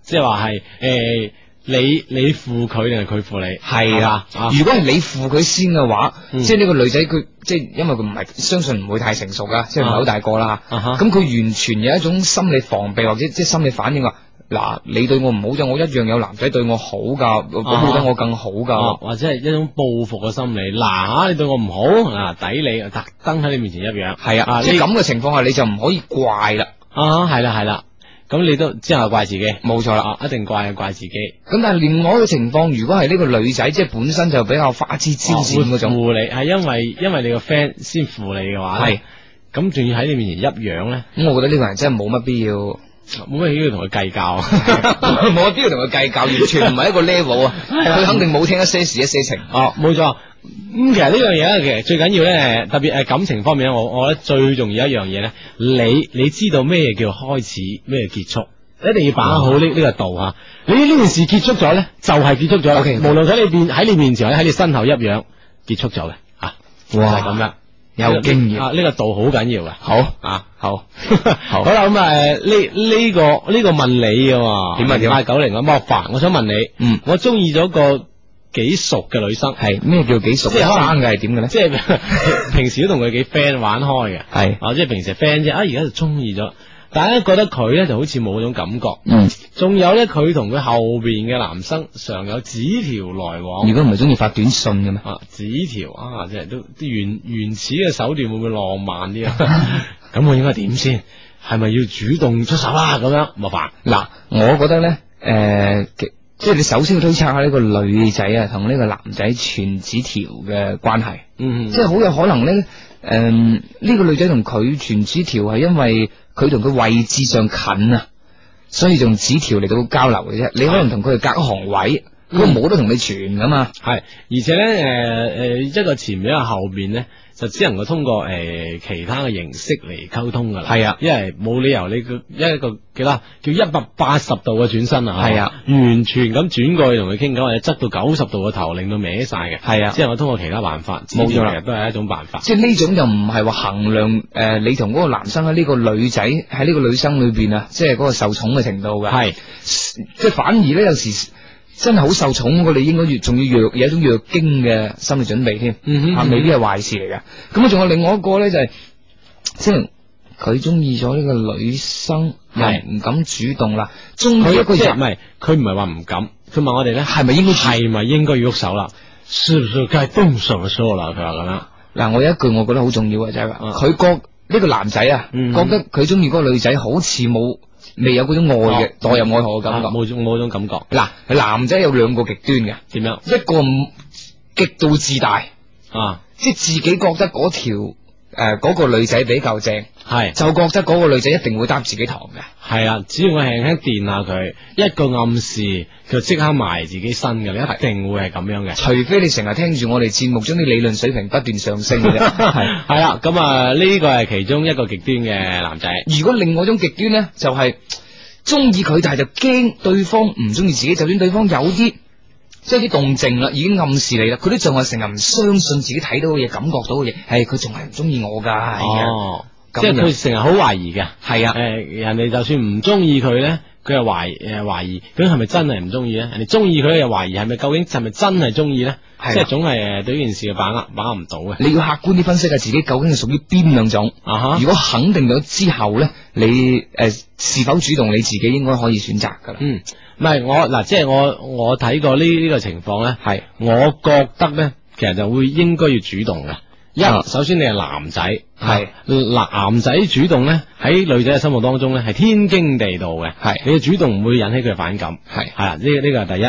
[SPEAKER 1] 即係話係诶你你負佢定係佢負你？
[SPEAKER 3] 系啦啊
[SPEAKER 1] 係嘛，啊
[SPEAKER 3] 如果系你付佢先嘅话，
[SPEAKER 1] 嗯
[SPEAKER 3] 即系呢个女仔佢即系因为佢唔系相信唔会太成熟噶，即系唔系好大个啦。
[SPEAKER 1] 啊哈
[SPEAKER 3] 咁佢完全有一種心理防備或者即係心理反應啊！嗱，你對我唔好啫，我一樣有男仔對我好噶，保護得我更好
[SPEAKER 1] 啊
[SPEAKER 3] 噶。
[SPEAKER 1] 或者係一種報復嘅心理。嗱，你對我唔好，嗱抵你，特登喺你面前一樣。
[SPEAKER 3] 係啊，
[SPEAKER 1] 啊
[SPEAKER 3] 即
[SPEAKER 1] 呢
[SPEAKER 3] 係咁嘅情況下，你就唔可以怪啦，
[SPEAKER 1] 啊，係啦係啦，咁你都之後怪自己。
[SPEAKER 3] 冇錯啦。
[SPEAKER 1] 啊，一定怪怪自己，
[SPEAKER 3] 咁但係戀愛嘅情況，如果係呢個女仔即係本身就比較花枝招展嗰
[SPEAKER 1] 啊
[SPEAKER 3] 種，
[SPEAKER 1] 會負你係因為因為你個 friend 先負你嘅話
[SPEAKER 3] 係
[SPEAKER 1] 咧，咁仲要喺你面前一樣咧，
[SPEAKER 3] 咁我覺得呢個人真係冇乜必要，
[SPEAKER 1] 冇乜要同佢計較。
[SPEAKER 3] 冇乜必要同佢計較，完全唔係一個 level 啊！佢肯定冇聽一些事一些情。
[SPEAKER 1] 哦，冇錯。咁、其實呢樣嘢咧，其實最緊要咧，特別誒感情方面咧，我我覺得最重要一樣嘢咧，你你知道咩叫開始，咩叫結束，一定要把握好呢呢個度嚇。你呢件事結束咗咧，就係、結束咗啦
[SPEAKER 3] OK
[SPEAKER 1] 無論喺你面喺你面前或者喺你身後一樣結束咗嘅嚇，就係咁樣。
[SPEAKER 3] 有經驗
[SPEAKER 1] 啊！呢、個度好緊要嘅。
[SPEAKER 3] 好，
[SPEAKER 1] 啊，好， 好啦，咁啊，誒呢呢個呢個問你嘅喎，
[SPEAKER 3] 點啊點啊
[SPEAKER 1] 八九零啊，莫凡，我想問你，
[SPEAKER 3] 嗯，
[SPEAKER 1] 我中意咗個幾熟嘅女生，
[SPEAKER 3] 係咩叫幾熟
[SPEAKER 1] 即係可能
[SPEAKER 3] 生嘅係點嘅咧？
[SPEAKER 1] 即係 平時都同佢幾 friend 玩開嘅，
[SPEAKER 3] 係
[SPEAKER 1] 啊，即係平時 friend 啫，啊，而家就中意咗，但係咧覺得佢咧就好似冇嗰種感覺，
[SPEAKER 3] 嗯，
[SPEAKER 1] 仲有咧佢同佢後邊嘅男生常有紙條來
[SPEAKER 3] 如
[SPEAKER 1] 往。
[SPEAKER 3] 果唔係中意發短信嘅咩？
[SPEAKER 1] 啊，紙條啊，即係都啲原原始嘅手段會唔會浪漫啲 啊？咁我應該點先？係咪要主動出手啊？咁樣莫凡
[SPEAKER 3] 嗱，我覺得咧，诶、其即係你首先要推測下呢個女仔啊，同呢個男仔傳紙條嘅關係，
[SPEAKER 1] 嗯
[SPEAKER 3] 即係好有可能咧，诶、呢、個女仔同佢傳紙條係因為佢同佢位置上近啊，所以用紙條嚟到交流嘅啫。你可能同佢係隔一行位，佢冇得同你傳噶嘛。
[SPEAKER 1] 係，而且咧，誒、誒、一個前面一個後邊咧，就只能夠通過誒、呃其他嘅形式嚟溝通㗎啦。
[SPEAKER 3] 係啊
[SPEAKER 1] 因為冇理由你個一個叫啦，叫一百八十度嘅轉身啊，
[SPEAKER 3] 係啊，
[SPEAKER 1] 完全咁轉過去同佢傾偈，或者側到九十度嘅頭，令到歪晒嘅。
[SPEAKER 3] 係啊
[SPEAKER 1] 只能夠通過其他辦法，
[SPEAKER 3] 冇錯啦
[SPEAKER 1] 其實都係一種辦法。
[SPEAKER 3] 即係呢種就唔係話衡量诶、誒你同嗰個男生喺呢個女仔喺呢個女生裏边啊，即係嗰個受寵嘅程度㗎。
[SPEAKER 1] 係。
[SPEAKER 3] 即系反而咧，有時真係好受寵嗰個，你應該越仲要弱，有一種弱經嘅心理準備添，
[SPEAKER 1] 嗯哼
[SPEAKER 3] 啊，
[SPEAKER 1] 嗯哼
[SPEAKER 3] 未必係壞事嚟嘅。咁啊，仲有另外一個咧，就係即係佢中意咗呢個女生，又
[SPEAKER 1] 係
[SPEAKER 3] 唔敢主動啦，中意一
[SPEAKER 1] 佢
[SPEAKER 3] 個
[SPEAKER 1] 即係唔係
[SPEAKER 3] 人
[SPEAKER 1] 佢唔係話唔敢，佢問我哋咧
[SPEAKER 3] 係咪應該主
[SPEAKER 1] 係咪應該要喐手啦？是不是該動手說啦？佢話咁樣。
[SPEAKER 3] 嗱，我有一句我覺得好重要嘅就係話，
[SPEAKER 1] 啊
[SPEAKER 3] 佢覺呢個男仔啊，
[SPEAKER 1] 嗯
[SPEAKER 3] 覺得佢中意嗰個女仔好似冇未有嗰種愛嘅
[SPEAKER 1] 哦
[SPEAKER 3] 代入愛河嘅感
[SPEAKER 1] 啊
[SPEAKER 3] 覺。
[SPEAKER 1] 冇種冇種感覺
[SPEAKER 3] 嗱，男仔有兩個極端嘅，
[SPEAKER 1] 點樣
[SPEAKER 3] 一個唔極度自大。
[SPEAKER 1] 啊？
[SPEAKER 3] 即係自己覺得嗰條诶嗰個女仔比較正，
[SPEAKER 1] 係
[SPEAKER 3] 就覺得嗰個女仔一定會搭自己堂嘅。
[SPEAKER 1] 係啦，只要我輕輕電下佢，一個暗示，佢就即刻埋自己身嘅，你一定會係咁樣嘅。
[SPEAKER 3] 除非你成日聽住我哋節目，將啲理論水平不斷上升 嘅啫。
[SPEAKER 1] 係啦，咁啊呢個係其中一個極端嘅男仔。
[SPEAKER 3] 系，如果另外一種極端咧，就係中意佢，但係就驚對方唔中意自己，就算對方有啲。即係啲動靜啦，已經暗示你啦，佢都仲係成日唔相信自己睇到嘅嘢，感覺到嘅嘢，係佢仲係唔中意我㗎，係
[SPEAKER 1] 哦，
[SPEAKER 3] 哎咁
[SPEAKER 1] 即係
[SPEAKER 3] 樣
[SPEAKER 1] 佢成日好懷疑嘅。
[SPEAKER 3] 係啊，
[SPEAKER 1] 诶、人哋就算唔中意佢咧，佢又懷诶怀疑，究竟係咪真係唔中意咧？人哋中意佢又懷疑，係咪究竟係咪真係中意咧？
[SPEAKER 3] 係
[SPEAKER 1] 即
[SPEAKER 3] 啊
[SPEAKER 1] 係總係诶對呢件事嘅把握把握唔到嘅。
[SPEAKER 3] 你要客觀啲分析下自己究竟係屬於邊兩種。
[SPEAKER 1] 啊哈
[SPEAKER 3] 如，果肯定咗之後咧，你誒、呃是否主動你自己應該可以選擇㗎啦。
[SPEAKER 1] 嗯，唔係我嗱，即係我我睇過呢呢、個情況咧，
[SPEAKER 3] 係
[SPEAKER 1] 我覺得咧，其實就會應該要主動嘅。一
[SPEAKER 3] 啊
[SPEAKER 1] 首先你係男仔，
[SPEAKER 3] 係
[SPEAKER 1] 啊男仔主動咧，喺女仔嘅心目當中咧係天經地道嘅，
[SPEAKER 3] 係
[SPEAKER 1] 你嘅主動唔會引起佢反感，
[SPEAKER 3] 係
[SPEAKER 1] 係啦，呢呢個係第一。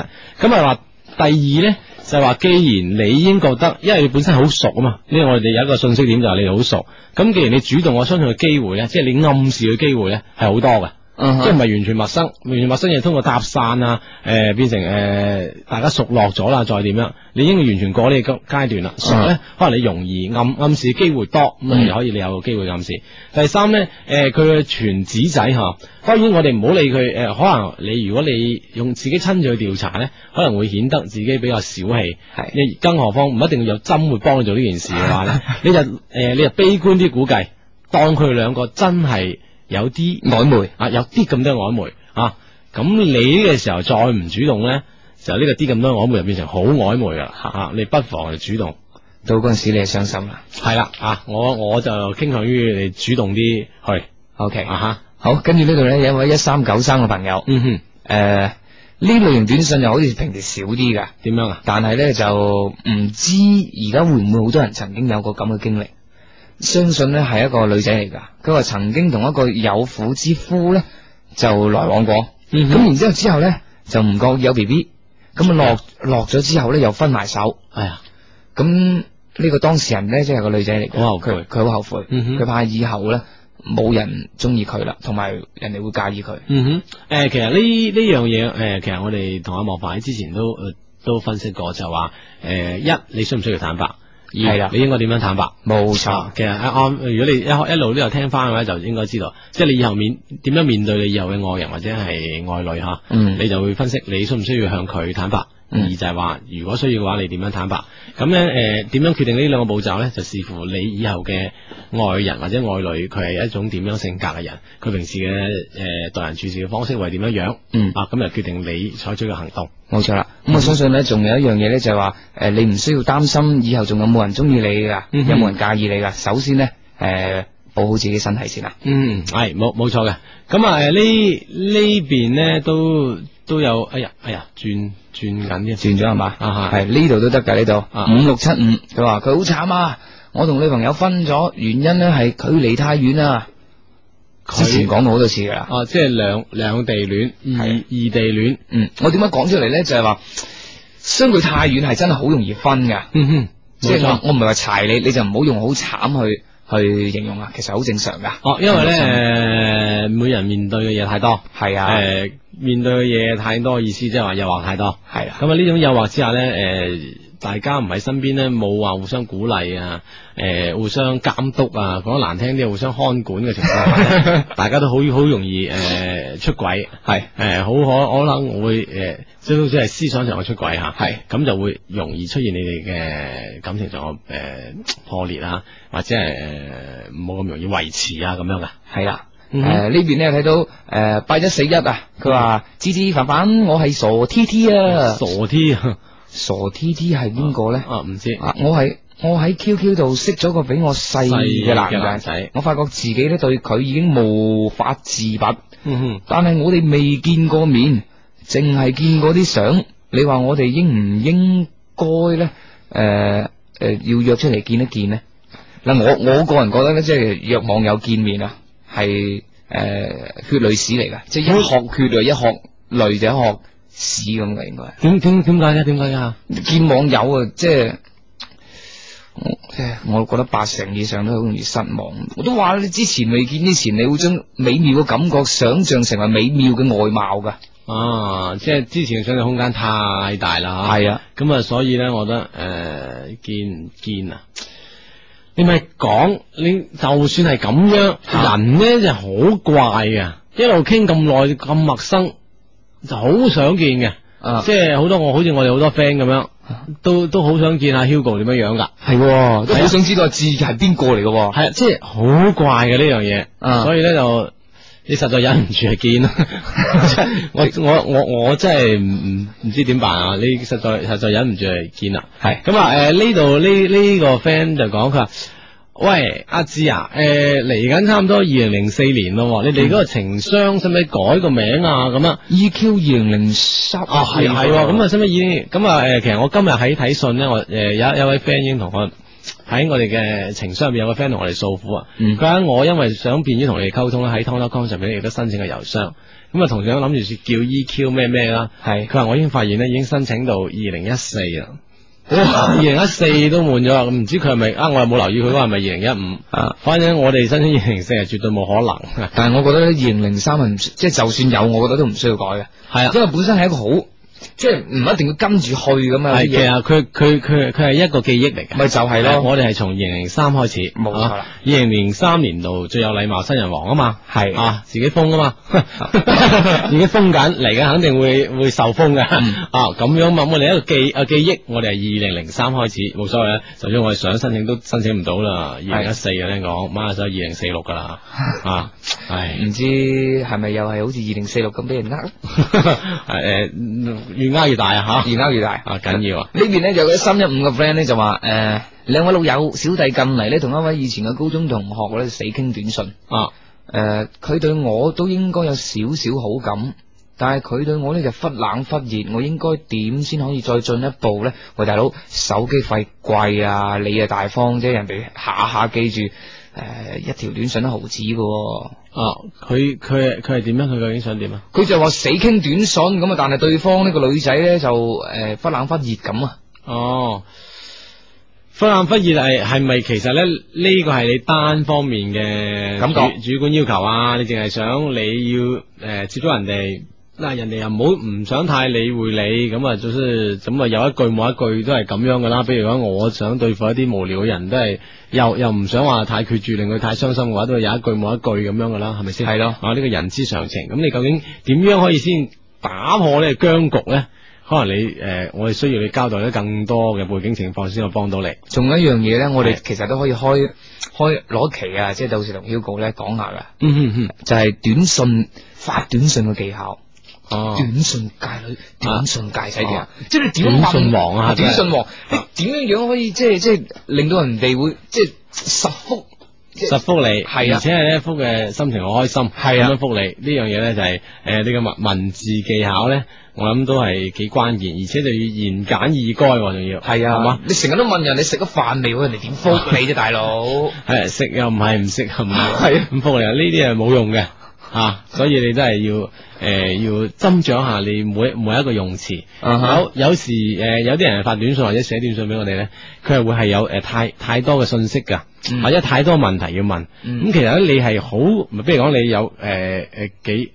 [SPEAKER 1] 咁啊話第二咧就係話，既然你已經覺得，因為你本身好熟啊嘛，呢個我哋有一個信息點就係你哋好熟，咁既然你主動，我相信嘅機會咧，即係你暗示嘅機會咧係好多嘅。
[SPEAKER 3] 嗯
[SPEAKER 1] 即係唔係
[SPEAKER 3] 哼，
[SPEAKER 1] 完全陌生，完全陌生嘢通過搭讪啊，诶、變成诶、誒大家熟落咗啦，再點樣？你已經完全過呢個階段啦，熟咧、可能你容易暗暗示機會多，咁啊
[SPEAKER 3] 嗯
[SPEAKER 1] 你可以你有機會暗示。第三咧，诶、佢嘅全紙仔吓，當然我哋唔好理佢诶、誒可能你如果你用自己親自去調查咧，可能會顯得自己比較小氣。
[SPEAKER 3] 係
[SPEAKER 1] 你更何況唔一定要有針會幫你做呢件事嘅話 咧，你就诶、你就悲觀啲估計，當佢兩個真係有啲
[SPEAKER 3] 曖昧。
[SPEAKER 1] 啊，有啲咁多曖昧啊，咁你呢個時候再唔主動咧，就呢個啲咁多曖昧就變成好曖昧噶啦吓，你不妨就主動
[SPEAKER 3] 到嗰阵时你就傷心啦。
[SPEAKER 1] 係啦啊，我我就傾向於你主動啲去
[SPEAKER 3] OK，
[SPEAKER 1] 啊哈，
[SPEAKER 3] 好，跟住呢度咧有一位一三九三嘅朋友，
[SPEAKER 1] 嗯哼，
[SPEAKER 3] 诶呢類型短信就好似平時少啲噶，
[SPEAKER 1] 點樣啊？
[SPEAKER 3] 但係咧就唔知而家會唔會好多人曾經有過咁嘅經歷。相信咧係一個女仔嚟噶，佢話曾經同一個有婦之夫咧就來往過，咁、
[SPEAKER 1] 嗯哼
[SPEAKER 3] 然之後之後咧就唔覺有 B B，咁啊落落咗之後咧又分埋手。
[SPEAKER 1] 哎呀，
[SPEAKER 3] 咁呢個當事人咧，即係個女仔嚟嘅，
[SPEAKER 1] 好後悔
[SPEAKER 3] 佢佢好後悔，
[SPEAKER 1] 嗯哼
[SPEAKER 3] 佢怕以後咧冇人中意佢啦，同埋人哋會介意佢。
[SPEAKER 1] 嗯哼，诶、其實呢呢樣嘢，诶、其實我哋同阿莫凡之前都、呃、都分析過，就話诶、誒一你需唔需要坦白？二
[SPEAKER 3] 係啦
[SPEAKER 1] 你應該點樣坦白？
[SPEAKER 3] 冇
[SPEAKER 1] 啊，其實啱啱，如果你一開一路都有聽翻嘅話，就應該知道，即係你以後面點樣面對你以後嘅愛人或者係愛侶吓，
[SPEAKER 3] 嗯
[SPEAKER 1] 你就會分析你需唔需要向佢坦白。
[SPEAKER 3] 嗯
[SPEAKER 1] 二就係話，如果需要嘅話，你點樣坦白？咁咧，诶、點樣決定呢兩個步驟咧？就視乎你以後嘅愛人或者愛侶，佢係一種點樣性格嘅人，佢平時嘅诶、待人處事嘅方式為點樣樣，
[SPEAKER 3] 嗯
[SPEAKER 1] 啊，咁就決定你採取嘅行動。
[SPEAKER 3] 冇錯啦。
[SPEAKER 1] 嗯
[SPEAKER 3] 咁我相信咧，仲有一樣嘢咧，就係話誒，你唔需要擔心以後仲有冇人中意你噶，
[SPEAKER 1] 嗯哼
[SPEAKER 3] 有冇人介意你噶。首先咧，誒保好自己身體先啦。
[SPEAKER 1] 嗯，系冇冇错嘅。咁啊，诶呢呢边咧都都有，哎呀哎呀，转转紧嘅，
[SPEAKER 3] 轉咗係嘛？
[SPEAKER 1] 啊係
[SPEAKER 3] 係呢度都得㗎，呢度
[SPEAKER 1] 啊
[SPEAKER 3] 五六七五，佢話佢好慘啊！我同女朋友分咗，原因咧係距離太遠啊。之前講過好多次㗎啦。
[SPEAKER 1] 哦，即系兩兩地戀，異
[SPEAKER 3] 係
[SPEAKER 1] 異地戀。
[SPEAKER 3] 嗯，我點解講出嚟咧？就係話相距太遠係真係好容易分噶，
[SPEAKER 1] 嗯哼，
[SPEAKER 3] 即
[SPEAKER 1] 冇
[SPEAKER 3] 係我
[SPEAKER 1] 錯。
[SPEAKER 3] 我唔係話柴你，你就唔好用好慘去去形容啊，其實好正常噶。
[SPEAKER 1] 哦，因為咧，诶，每人面對嘅嘢太多，
[SPEAKER 3] 係啊，
[SPEAKER 1] 诶，面對嘅嘢太多，意思即係話誘惑太多。
[SPEAKER 3] 係啦，
[SPEAKER 1] 咁啊，呢種誘惑之下咧，诶，大家唔喺身邊咧，冇話互相鼓勵啊，诶，互相監督啊，講得難聽啲，互相看管嘅情況下 呢，大家都好好容易诶出軌。
[SPEAKER 3] 係
[SPEAKER 1] 诶，好可可能會诶，即係好似係思想上嘅出軌吓，
[SPEAKER 3] 係
[SPEAKER 1] 咁就會容易出現你哋嘅感情上嘅诶破裂啊，或者係诶冇咁容易維持啊咁樣噶。
[SPEAKER 3] 係啦。誒
[SPEAKER 1] 嗯
[SPEAKER 3] 呢邊咧睇到誒八一四一啊，佢話芝芝凡凡，我係傻 T T 啊，
[SPEAKER 1] 傻啲啊
[SPEAKER 3] 傻 T T 係邊個咧？
[SPEAKER 1] 啊，唔知
[SPEAKER 3] 啊，我係我喺 Q Q 度識咗個比我細嘅
[SPEAKER 1] 細嘅
[SPEAKER 3] 男
[SPEAKER 1] 男
[SPEAKER 3] 仔，
[SPEAKER 1] 仔，
[SPEAKER 3] 我發覺自己咧對佢已經無法自拔。
[SPEAKER 1] 嗯哼。
[SPEAKER 3] 但系我哋未见过面，净系见过啲相。你话我哋应唔应该咧？诶、诶、要约出嚟见一见咧？嗱，我我个人觉得咧，即系约网友见面啊，系诶、血泪史嚟噶，即系一殼血淚，一殼淚就一殼屎咁嘅，应该
[SPEAKER 1] 点点点解嘅？點解嘅？
[SPEAKER 3] 见网友啊，即系。我即係我覺得八成以上都好容易失望。我都話你之前未見之前，你會將美妙嘅感覺想像成為美妙嘅外貌㗎。
[SPEAKER 1] 啊，即係之前嘅想象空間太大啦，
[SPEAKER 3] 係啊，
[SPEAKER 1] 咁啊，所以咧，我覺得诶、見见唔見啊，你咪講，你就算係咁樣，人咧就好怪嘅，一路傾咁耐咁陌生，就好想見嘅，
[SPEAKER 3] 啊，
[SPEAKER 1] 即係好多我好似我哋好多 friend 咁樣，都都好想見阿 Hugo 點樣樣噶，
[SPEAKER 3] 系，都
[SPEAKER 1] 係啊
[SPEAKER 3] 好想知道自己係邊個嚟嘅。
[SPEAKER 1] 係啊，即係好怪嘅呢樣嘢。
[SPEAKER 3] 啊
[SPEAKER 1] 所以咧就你實在忍唔住係 見啦。我我我我真係唔唔唔知點辦啊！你實在實在忍唔住係見啦。
[SPEAKER 3] 係
[SPEAKER 1] 咁啊誒呢度呢呢個 friend 就講佢話。喂，阿志啊，誒嚟緊差唔多二零零四年咯喎，你哋嗰個情商使唔使改個名啊？咁啊，
[SPEAKER 3] EQ E 二零零三
[SPEAKER 1] 哦，係係喎，咁啊，使唔使已經咁啊？誒，其實我今日喺睇信咧，我誒有有位 friend 已經同我喺我哋嘅情商入邊有個 friend 同我哋訴苦啊。
[SPEAKER 3] 嗯
[SPEAKER 1] 佢話我因為想便於同你哋溝通咧，喺 t o n c o m 上面亦都申請個郵箱。咁啊，同樣諗住叫 EQ 咩咩啦。
[SPEAKER 3] 係
[SPEAKER 1] 佢話我已經發現咧，已經申請到二零一四 啦。二零一四都滿咗啦，咁唔知佢係咪啊？我又冇留意佢話係咪二零一五
[SPEAKER 3] 啊。
[SPEAKER 1] 反正我哋申請二零四係絕對冇可能。
[SPEAKER 3] 但係我覺得二零零三啊係唔需即係就算有，我覺得都唔需要改嘅，
[SPEAKER 1] 係啊。
[SPEAKER 3] 因為本身係一個好即係唔一定要跟住去咁啊。
[SPEAKER 1] 系
[SPEAKER 3] 有啲
[SPEAKER 1] 嘅，
[SPEAKER 3] 嘢
[SPEAKER 1] 佢佢佢佢系一個記憶嚟嘅，
[SPEAKER 3] 咪就係咯
[SPEAKER 1] 啊我哋係從二零零三開始，
[SPEAKER 3] 冇錯啦
[SPEAKER 1] 啊。二零零三年度最有禮貌新人王啊嘛，
[SPEAKER 3] 係
[SPEAKER 1] 啊，自己封啊嘛， 自己封緊，嚟緊肯定會會受封嘅，
[SPEAKER 3] 嗯
[SPEAKER 1] 啊咁樣嘛，我哋一個記啊記憶，我哋係二零零三開始，冇所謂啦，就算啊 我哋想申請都申請唔到啦，二零一四嘅聽講，孖手二零四六噶啦，啊，唉
[SPEAKER 3] 唔知係咪又係好似二零四六咁俾人呃咧？
[SPEAKER 1] 诶，啊越呃越大吓，
[SPEAKER 3] 越呃越大
[SPEAKER 1] 啊，緊要啊！
[SPEAKER 3] 呢邊咧就有三一五個 friend 咧就話诶、誒兩位老友小弟近嚟咧同一位以前嘅高中同學咧死傾短信，
[SPEAKER 1] 啊，
[SPEAKER 3] 诶、佢對我都應該有少少好感，但係佢對我咧就忽冷忽熱，我應該點先可以再進一步咧？喂，大佬，手機費貴啊，你啊大方啫，人哋下下記住诶、誒一條短信一毫子嘅喎、
[SPEAKER 1] 啊，佢佢佢系点咧？佢究竟想點啊？
[SPEAKER 3] 佢就話死傾短信咁啊，但係對方呢個女仔咧就诶、誒忽冷忽熱咁啊。
[SPEAKER 1] 哦，忽冷忽熱係係咪其實咧？呢個係你單方面嘅
[SPEAKER 3] 感覺
[SPEAKER 1] 主主觀要求啊！你淨係想你要诶、呃接觸人哋。嗱，人哋又唔好唔想太理會你，咁啊，就是咁啊，有一句冇一句都係咁樣噶啦。比如講，我想對付一啲無聊嘅人，都係又又唔想話太決絕，令佢太傷心嘅話，都係有一句冇一句咁樣噶啦，係咪先？
[SPEAKER 3] 係咯
[SPEAKER 1] 啊，呢、個人之常情。咁你究竟點樣可以先打破呢個僵局咧？可能你诶、呃我哋需要你交代得更多嘅背景情況先可以幫到你。
[SPEAKER 3] 仲有一樣嘢咧，我哋
[SPEAKER 1] 係
[SPEAKER 3] 其實都可以開開攞期啊，即係到時同 Hugo 咧講下噶，
[SPEAKER 1] 嗯嗯
[SPEAKER 3] 就係、短信發短信嘅技巧，
[SPEAKER 1] 嗯，哦，
[SPEAKER 3] 短信界女、短信界仔嘅，
[SPEAKER 1] 哦
[SPEAKER 3] 即係你點問
[SPEAKER 1] 短信王啊真
[SPEAKER 3] 短
[SPEAKER 1] 係
[SPEAKER 3] 信王，你點樣樣可以即係即係令到人哋會即係十福即
[SPEAKER 1] 實福你，
[SPEAKER 3] 係啊
[SPEAKER 1] 而且係咧福嘅心情好開心，
[SPEAKER 3] 係啊
[SPEAKER 1] 咁樣福你呢樣嘢咧就係诶呢個文文字技巧咧，我諗都係幾關鍵，而且就要言簡意賅喎，仲要
[SPEAKER 3] 係
[SPEAKER 1] 係啊
[SPEAKER 3] 啊
[SPEAKER 1] 嘛？，
[SPEAKER 3] 你成日都問人你食咗飯未喎，人哋點覆你啫，大佬？
[SPEAKER 1] 系食又唔係，唔食又唔
[SPEAKER 3] 係啊
[SPEAKER 1] 係，咁福利啊呢啲係冇用嘅吓、啊所以你真係要诶、呃要斟酌下你每每一個用詞。
[SPEAKER 3] 啊哈
[SPEAKER 1] 有有時诶、呃有啲人係發短信或者寫短信俾我哋咧，佢係會係有诶、呃太太多嘅信息噶，
[SPEAKER 3] 嗯
[SPEAKER 1] 或者太多問題要問。咁、
[SPEAKER 3] 嗯
[SPEAKER 1] 其實咧你係好，比如講你有诶诶、呃几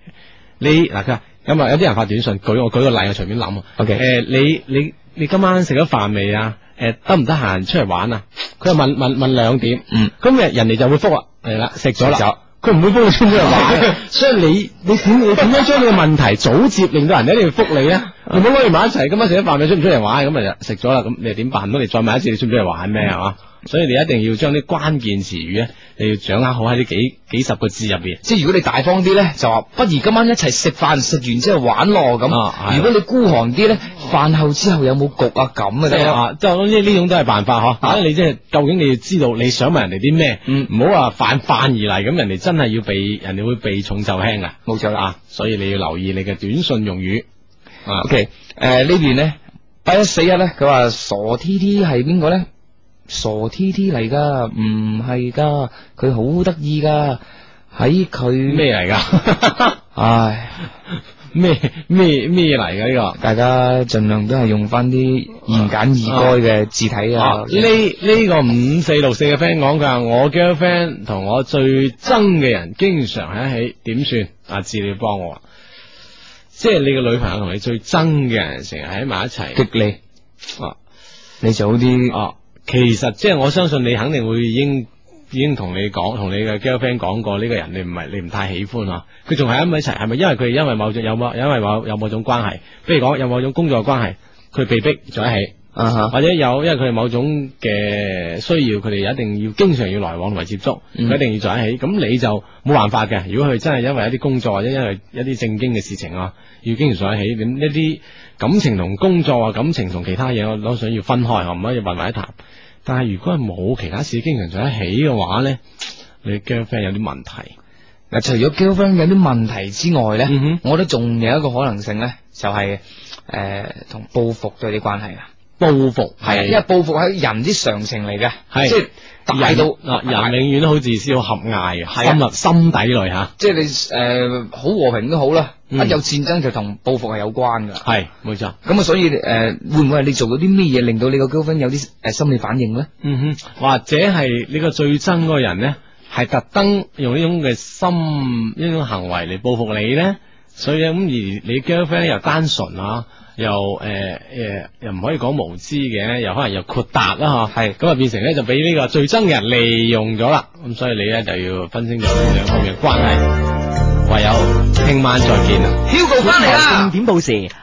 [SPEAKER 1] 你嗱佢話咁啊有啲人發短信，舉我舉個例，我隨便諗啊。
[SPEAKER 3] OK
[SPEAKER 1] 诶、你你你今晚食咗飯未啊？诶、得唔得閒出嚟玩啊？佢又問問問兩點。
[SPEAKER 3] 嗯，
[SPEAKER 1] 咁誒人哋就會覆啦，係啦，食咗
[SPEAKER 3] 食咗
[SPEAKER 1] 啦。佢唔會幫你出咗嚟玩 嘅，所以你你點你點樣將你嘅問題早接，令到人哋一定要覆你咧？
[SPEAKER 3] 啊
[SPEAKER 1] 唔好攞埋一齊，今晚食咗飯未？出唔出嚟玩？咁咪就食咗啦。咁你點辦？到你再問一次，你出唔出嚟玩咩？係嘛？
[SPEAKER 3] 嗯
[SPEAKER 1] 所以你一定要將啲關鍵詞語咧，你要掌握好喺呢幾幾十個字入邊。
[SPEAKER 3] 即係如果你大方啲咧，就話不如今晚一齊食飯，食完之後玩咯咁。
[SPEAKER 1] 啊係
[SPEAKER 3] 如果你孤寒啲咧，飯後之後有冇局啊咁嘅
[SPEAKER 1] 即係
[SPEAKER 3] 啫。
[SPEAKER 1] 啊，即係呢呢種都係辦法嗬。反正你即係究竟你要知道你想問人哋啲咩，
[SPEAKER 3] 嗯
[SPEAKER 1] 唔好話泛泛而嚟，咁人哋真係要被人哋會避重就輕啊。
[SPEAKER 3] 冇錯啦
[SPEAKER 1] 啊，所以你要留意你嘅短信用語。啊
[SPEAKER 3] O K，诶呃呢邊咧八一四一咧，佢話傻 T T 係邊個咧？傻 T T 嚟噶，唔係噶，佢好得意噶，喺佢
[SPEAKER 1] 咩？啊嚟噶？
[SPEAKER 3] 唉，
[SPEAKER 1] 咩咩咩嚟噶呢個？
[SPEAKER 3] 大家盡量都係用翻啲言簡意賅嘅字體啊
[SPEAKER 1] 啊！。呢呢個五四六四嘅 friend 講佢話我 girlfriend 同我最憎嘅人經常喺一起，點算？阿志你要幫我啊！即係你嘅女朋友同你最憎嘅人成日喺埋一齊。
[SPEAKER 3] 激你，
[SPEAKER 1] 啊
[SPEAKER 3] 你就好啲。
[SPEAKER 1] 哦，其實即係我相信你肯定會已經已經同你講，同你嘅 girlfriend 講過呢個人你唔係你唔太喜歡啊。佢仲係喺一齊，係咪因為佢因為某種有某因為某有某種關係，比如講有某種工作嘅關係，佢被逼咗一起，
[SPEAKER 3] 啊哈
[SPEAKER 1] 或者有因為佢哋某種嘅需要，佢哋一定要經常要來往同埋接觸，佢、
[SPEAKER 3] 嗯
[SPEAKER 1] 一定要在一起。咁你就冇辦法嘅。如果佢真係因為一啲工作或者因為一啲正經嘅事情啊，要經常在一起，咁一啲感情同工作啊、感情同其他嘢，我都想要分開，我唔可以混埋一談。但係如果係冇其他事經常在一起嘅話咧，
[SPEAKER 3] 嗯
[SPEAKER 1] 你 girlfriend 有啲問題。
[SPEAKER 3] 嗱，啊除咗 girlfriend 有啲問題之外咧，
[SPEAKER 1] 嗯哼
[SPEAKER 3] 我覺得仲有一個可能性咧，就係誒同報復對啲關係啊。
[SPEAKER 1] 報復
[SPEAKER 3] 係啊，因為報復係人之常情嚟嘅，
[SPEAKER 1] 係
[SPEAKER 3] 即係大到
[SPEAKER 1] 啊，人永遠都好自私、好狹隘嘅，
[SPEAKER 3] 係啊
[SPEAKER 1] 心入心底裏吓，
[SPEAKER 3] 即係你誒好和平都好啦，一
[SPEAKER 1] 嗯
[SPEAKER 3] 有戰爭就同報復係有關㗎。
[SPEAKER 1] 係冇錯。
[SPEAKER 3] 咁啊，所以誒會唔會係你做咗啲咩嘢令到你個 girlfriend 有啲誒心理反應咧？
[SPEAKER 1] 嗯哼，或者係呢個最憎嗰個人呢，係特登用呢種嘅心呢種行為嚟報復你呢。所以咧咁而你 girlfriend 又單純啊，又誒誒、呃又唔可以講無知嘅，又可能又豁達啦嚇，
[SPEAKER 3] 係
[SPEAKER 1] 咁啊變成呢，就俾呢個最憎嘅人利用咗啦，咁所以你呢，就要分清楚呢兩方面嘅關係，唯有聽晚再見啦。
[SPEAKER 3] Hugo 翻嚟啦！
[SPEAKER 5] 點報時。